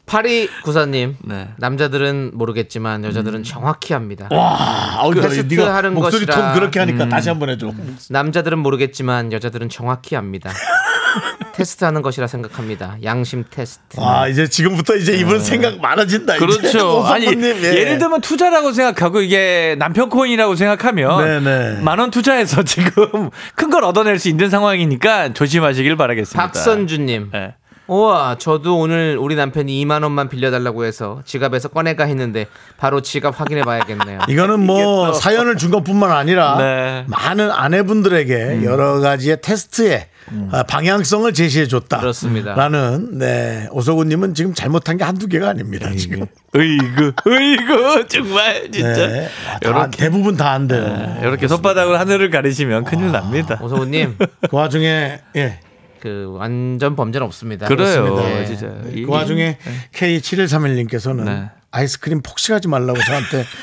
Speaker 2: 파리 구사님
Speaker 8: 네.
Speaker 2: 남자들은 모르겠지만
Speaker 8: 음.
Speaker 2: 여자들은 정확히 합니다.
Speaker 1: 와, 어, 나,
Speaker 2: 테스트
Speaker 1: 네가
Speaker 2: 하는
Speaker 1: 목소리
Speaker 2: 것이라. 음.
Speaker 1: 톤 그렇게 하니까 다시 한번 해줘.
Speaker 2: 남자들은 모르겠지만 여자들은 정확히 합니다. [laughs] 테스트하는 것이라 생각합니다. 양심 테스트.
Speaker 1: 와, 아, 이제 지금부터 이제 이분 생각 많아진다. 이제.
Speaker 8: 네. 그렇죠.
Speaker 1: [laughs]
Speaker 8: 아니
Speaker 1: 오성훈님, 예.
Speaker 8: 예를 들면 투자라고 생각하고 이게 남편 코인이라고 생각하면
Speaker 1: 네네.
Speaker 8: 만 원 투자해서 [laughs] 지금 큰 걸 얻어낼 수 있는 상황이니까 조심하시길 바라겠습니다.
Speaker 2: 박선주님
Speaker 8: 예.
Speaker 2: 우와 저도 오늘 우리 남편이 2만 원만 빌려달라고 해서 지갑에서 꺼내가 했는데 바로 지갑 확인해
Speaker 8: [laughs]
Speaker 2: 봐야겠네요.
Speaker 1: 이거는 뭐 사연을 준 것뿐만 아니라
Speaker 8: 네. 음.
Speaker 1: 많은 아내분들에게 여러 가지의 테스트에 아, 방향성을 제시해 줬다.
Speaker 2: 그렇습니다.
Speaker 1: 라는 네 오소구님은 지금 잘못한 게 한두 개가 아닙니다. 지금
Speaker 8: 으이구, 으이구, 정말 음. [laughs] 진짜. 네,
Speaker 1: 네. 다,
Speaker 8: 이렇게
Speaker 1: 대부분 다 아, 안 돼요.
Speaker 8: 이렇게 손바닥으로 하늘을 가리시면 큰일 납니다.
Speaker 2: 오성우님
Speaker 1: 그 와중에 예.
Speaker 2: 그 완전 범죄는 없습니다.
Speaker 8: 그래요,
Speaker 2: 그렇습니다. 예.
Speaker 8: 네, 진짜. 이-
Speaker 1: 그 와중에 K7131님께서는
Speaker 8: 네.
Speaker 1: 아이스크림 폭식하지 말라고 저한테 [laughs]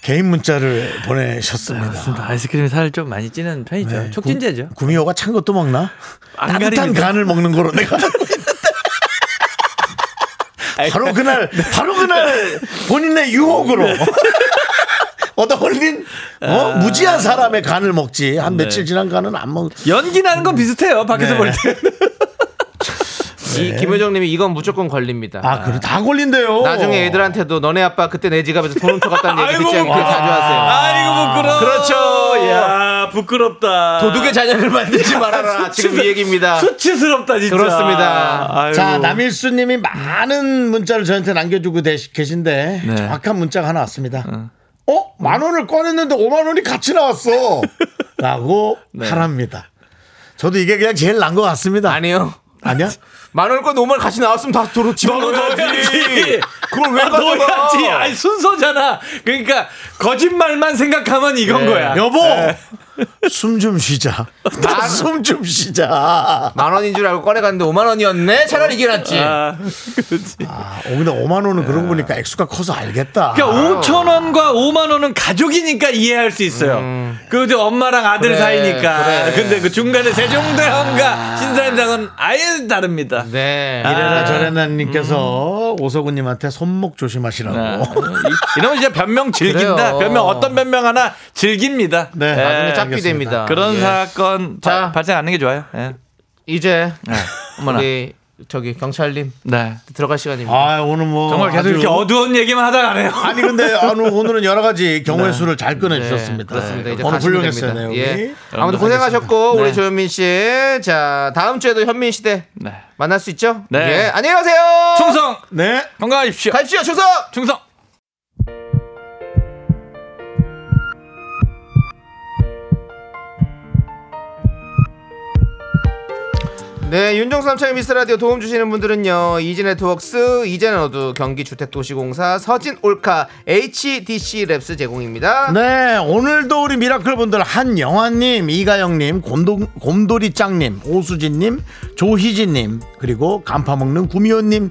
Speaker 1: 개인 문자를 보내셨습니다.
Speaker 8: 맞습니다. 아이스크림이 살을 좀 많이 찌는 편이죠.
Speaker 1: 네.
Speaker 8: 촉진제죠.
Speaker 1: 구- 구미호가 찬 것도 먹나?
Speaker 8: 안
Speaker 1: 따뜻한
Speaker 8: 가립니다.
Speaker 1: 간을 먹는 거로 [laughs] 내가 알고 있는데. 바로 그날 바로 그날 본인의 유혹으로 [laughs] 얻어 걸린 어? 무지한 사람의 간을 먹지 한 며칠 지난 간은 안 먹.
Speaker 8: 연기 나는 건 비슷해요. 밖에서
Speaker 1: 네.
Speaker 8: 볼 때. 네.
Speaker 2: 이 김효정님이 이건 무조건 걸립니다.
Speaker 1: 아 그래 다 걸린대요.
Speaker 8: 어.
Speaker 2: 나중에 애들한테도 너네 아빠 그때 내 지갑에서 돈 훔쳐갔다는 얘기 듣지 않게
Speaker 8: 부끄러워.
Speaker 2: 자주 하세요.
Speaker 8: 아이고 부끄러워.
Speaker 2: 그렇죠.
Speaker 8: 야 부끄럽다.
Speaker 2: 도둑의 자녀를 만들지
Speaker 8: [laughs]
Speaker 2: 말아라. 지금 이 얘기입니다.
Speaker 8: 수치스럽다 진짜.
Speaker 2: 그렇습니다.
Speaker 8: 아이고.
Speaker 1: 자 남일수님이 많은 문자를 저한테 남겨주고 계시- 계신데
Speaker 8: 네.
Speaker 1: 정확한 문자가 하나 왔습니다. 어? 만 원을 꺼냈는데 5만 원이 같이
Speaker 8: [laughs]
Speaker 1: 나왔어. 라고
Speaker 8: 네.
Speaker 1: 하랍니다. 저도 이게 그냥 제일 난 것 같습니다.
Speaker 2: 아니요.
Speaker 1: 아니야?
Speaker 2: 만원권 오만 같이 나왔으면 다 도로 집어넣어야지.
Speaker 8: 넣어야지.
Speaker 2: 그걸 왜
Speaker 8: 아,
Speaker 2: 가져가?
Speaker 8: 넣어야지. 아니, 순서잖아. 그러니까 거짓말만 생각하면
Speaker 1: 네.
Speaker 8: 이건 거야.
Speaker 1: 여보
Speaker 8: 네.
Speaker 1: 숨 좀 쉬자.
Speaker 8: [laughs]
Speaker 1: 숨 좀 쉬자.
Speaker 2: 만 원인 줄 알고 꺼내갔는데 오만 원이었네. 차라리 이게 낫지.
Speaker 8: 아, 그렇지.
Speaker 1: 아, 어, 근데 5만 원은 그러고 보니까 액수가 커서 알겠다.
Speaker 8: 네. 그러니까 5천 원과 5만 원은 가족이니까 이해할 수 있어요.
Speaker 2: 음.
Speaker 8: 그 이제 엄마랑 아들
Speaker 2: 그래,
Speaker 8: 사이니까.
Speaker 2: 그래.
Speaker 8: 근데 그 중간에 세종대왕과 신사임당은 아예 다릅니다.
Speaker 2: 네.
Speaker 1: 아, 이래라 저래라 님께서
Speaker 8: 음.
Speaker 1: 오서구님한테 손목
Speaker 8: 아,
Speaker 1: 조심하시라고.
Speaker 8: 이- 이러면 이제 변명 즐긴다.
Speaker 2: 그래요.
Speaker 8: 변명 어떤 변명 하나 즐깁니다.
Speaker 1: 네.
Speaker 8: 예,
Speaker 2: 나중에 짝비
Speaker 1: 알겠습니다.
Speaker 2: 됩니다.
Speaker 8: 그런
Speaker 2: 예.
Speaker 8: 사건 바-
Speaker 2: 자.
Speaker 8: 발생 안는게 좋아요. 예.
Speaker 2: 이제
Speaker 8: 예. 어머나.
Speaker 2: 우리 저기 경찰님
Speaker 8: 네.
Speaker 2: 들어갈 시간입니다.
Speaker 1: 아 오늘 뭐
Speaker 8: 정말 계속
Speaker 1: 아주-
Speaker 8: 이렇게 어두운 얘기만 하다가 네요
Speaker 1: 아니 근데 아무- 오늘은 여러 가지 경우의 수를 잘 꺼내
Speaker 2: 네,
Speaker 1: 주셨습니다.
Speaker 2: 그렇습니다. 이제
Speaker 1: 오늘
Speaker 2: 가시면
Speaker 1: 훌륭했어요,
Speaker 2: 됩니다.
Speaker 1: 내용이.
Speaker 2: 예. 아무튼 고생하셨고 우리 조현민 씨. 자, 다음 주에도 현민 시대
Speaker 8: 네.
Speaker 2: 만날 수 있죠?
Speaker 8: 네.
Speaker 2: 예. 안녕히 가세요.
Speaker 8: 충성
Speaker 1: 네.
Speaker 8: 건강하십시오.
Speaker 2: 가십시오. 충성.
Speaker 8: 충성.
Speaker 2: 네, 윤종수 남창의 미스터 라디오 도움 주시는 분들은요. 이지 네트웍스, 이제는 어두 경기 주택 도시공사, 서진 올카, HDC 랩스 제공입니다.
Speaker 1: 네 오늘도 우리 미라클 분들 한영환님, 이가영님, 곰동, 곰돌이짱님, 오수진님, 조희진님 그리고 간파먹는 구미호님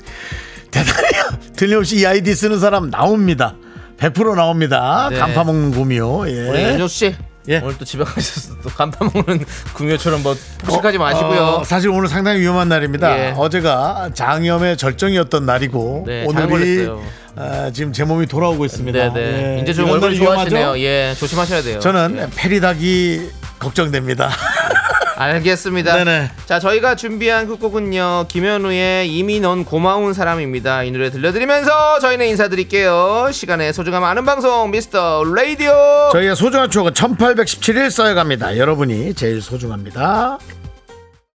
Speaker 1: 대단해요. [laughs] 틀림없이 이 아이디 쓰는 사람 나옵니다. 100% 나옵니다.
Speaker 2: 네.
Speaker 1: 간파먹는 구미호. 예.
Speaker 2: 우리 윤종수 씨.
Speaker 1: 예.
Speaker 2: 오늘 또 집에 가셔서 또 간판 먹는 [laughs] 구미호처럼 뭐 포식하지 마시고요.
Speaker 1: 어, 사실 오늘 상당히 위험한 날입니다.
Speaker 2: 예.
Speaker 1: 어제가 장염의 절정이었던 날이고
Speaker 2: 네, 잘
Speaker 1: 오늘이
Speaker 2: 걸렸어요.
Speaker 1: 아, 지금 제 몸이 돌아오고 있습니다.
Speaker 2: 네, 네.
Speaker 1: 예,
Speaker 2: 이제 좀
Speaker 1: 이런
Speaker 2: 얼굴
Speaker 1: 날 위험하죠?
Speaker 2: 좋아하시네요. 예, 조심하셔야 돼요.
Speaker 1: 저는 페리닥이 걱정됩니다.
Speaker 2: 알겠습니다.
Speaker 1: 네네.
Speaker 2: 자, 저희가 준비한 끝곡은요. 김현우의 이미 넌 고마운 사람입니다. 이 노래 들려드리면서 저희는 인사드릴게요. 시간의 소중함 아는 방송 미스터 라디오.
Speaker 1: 저희의 소중한 추억은 1817일 쌓여갑니다. 여러분이 제일 소중합니다.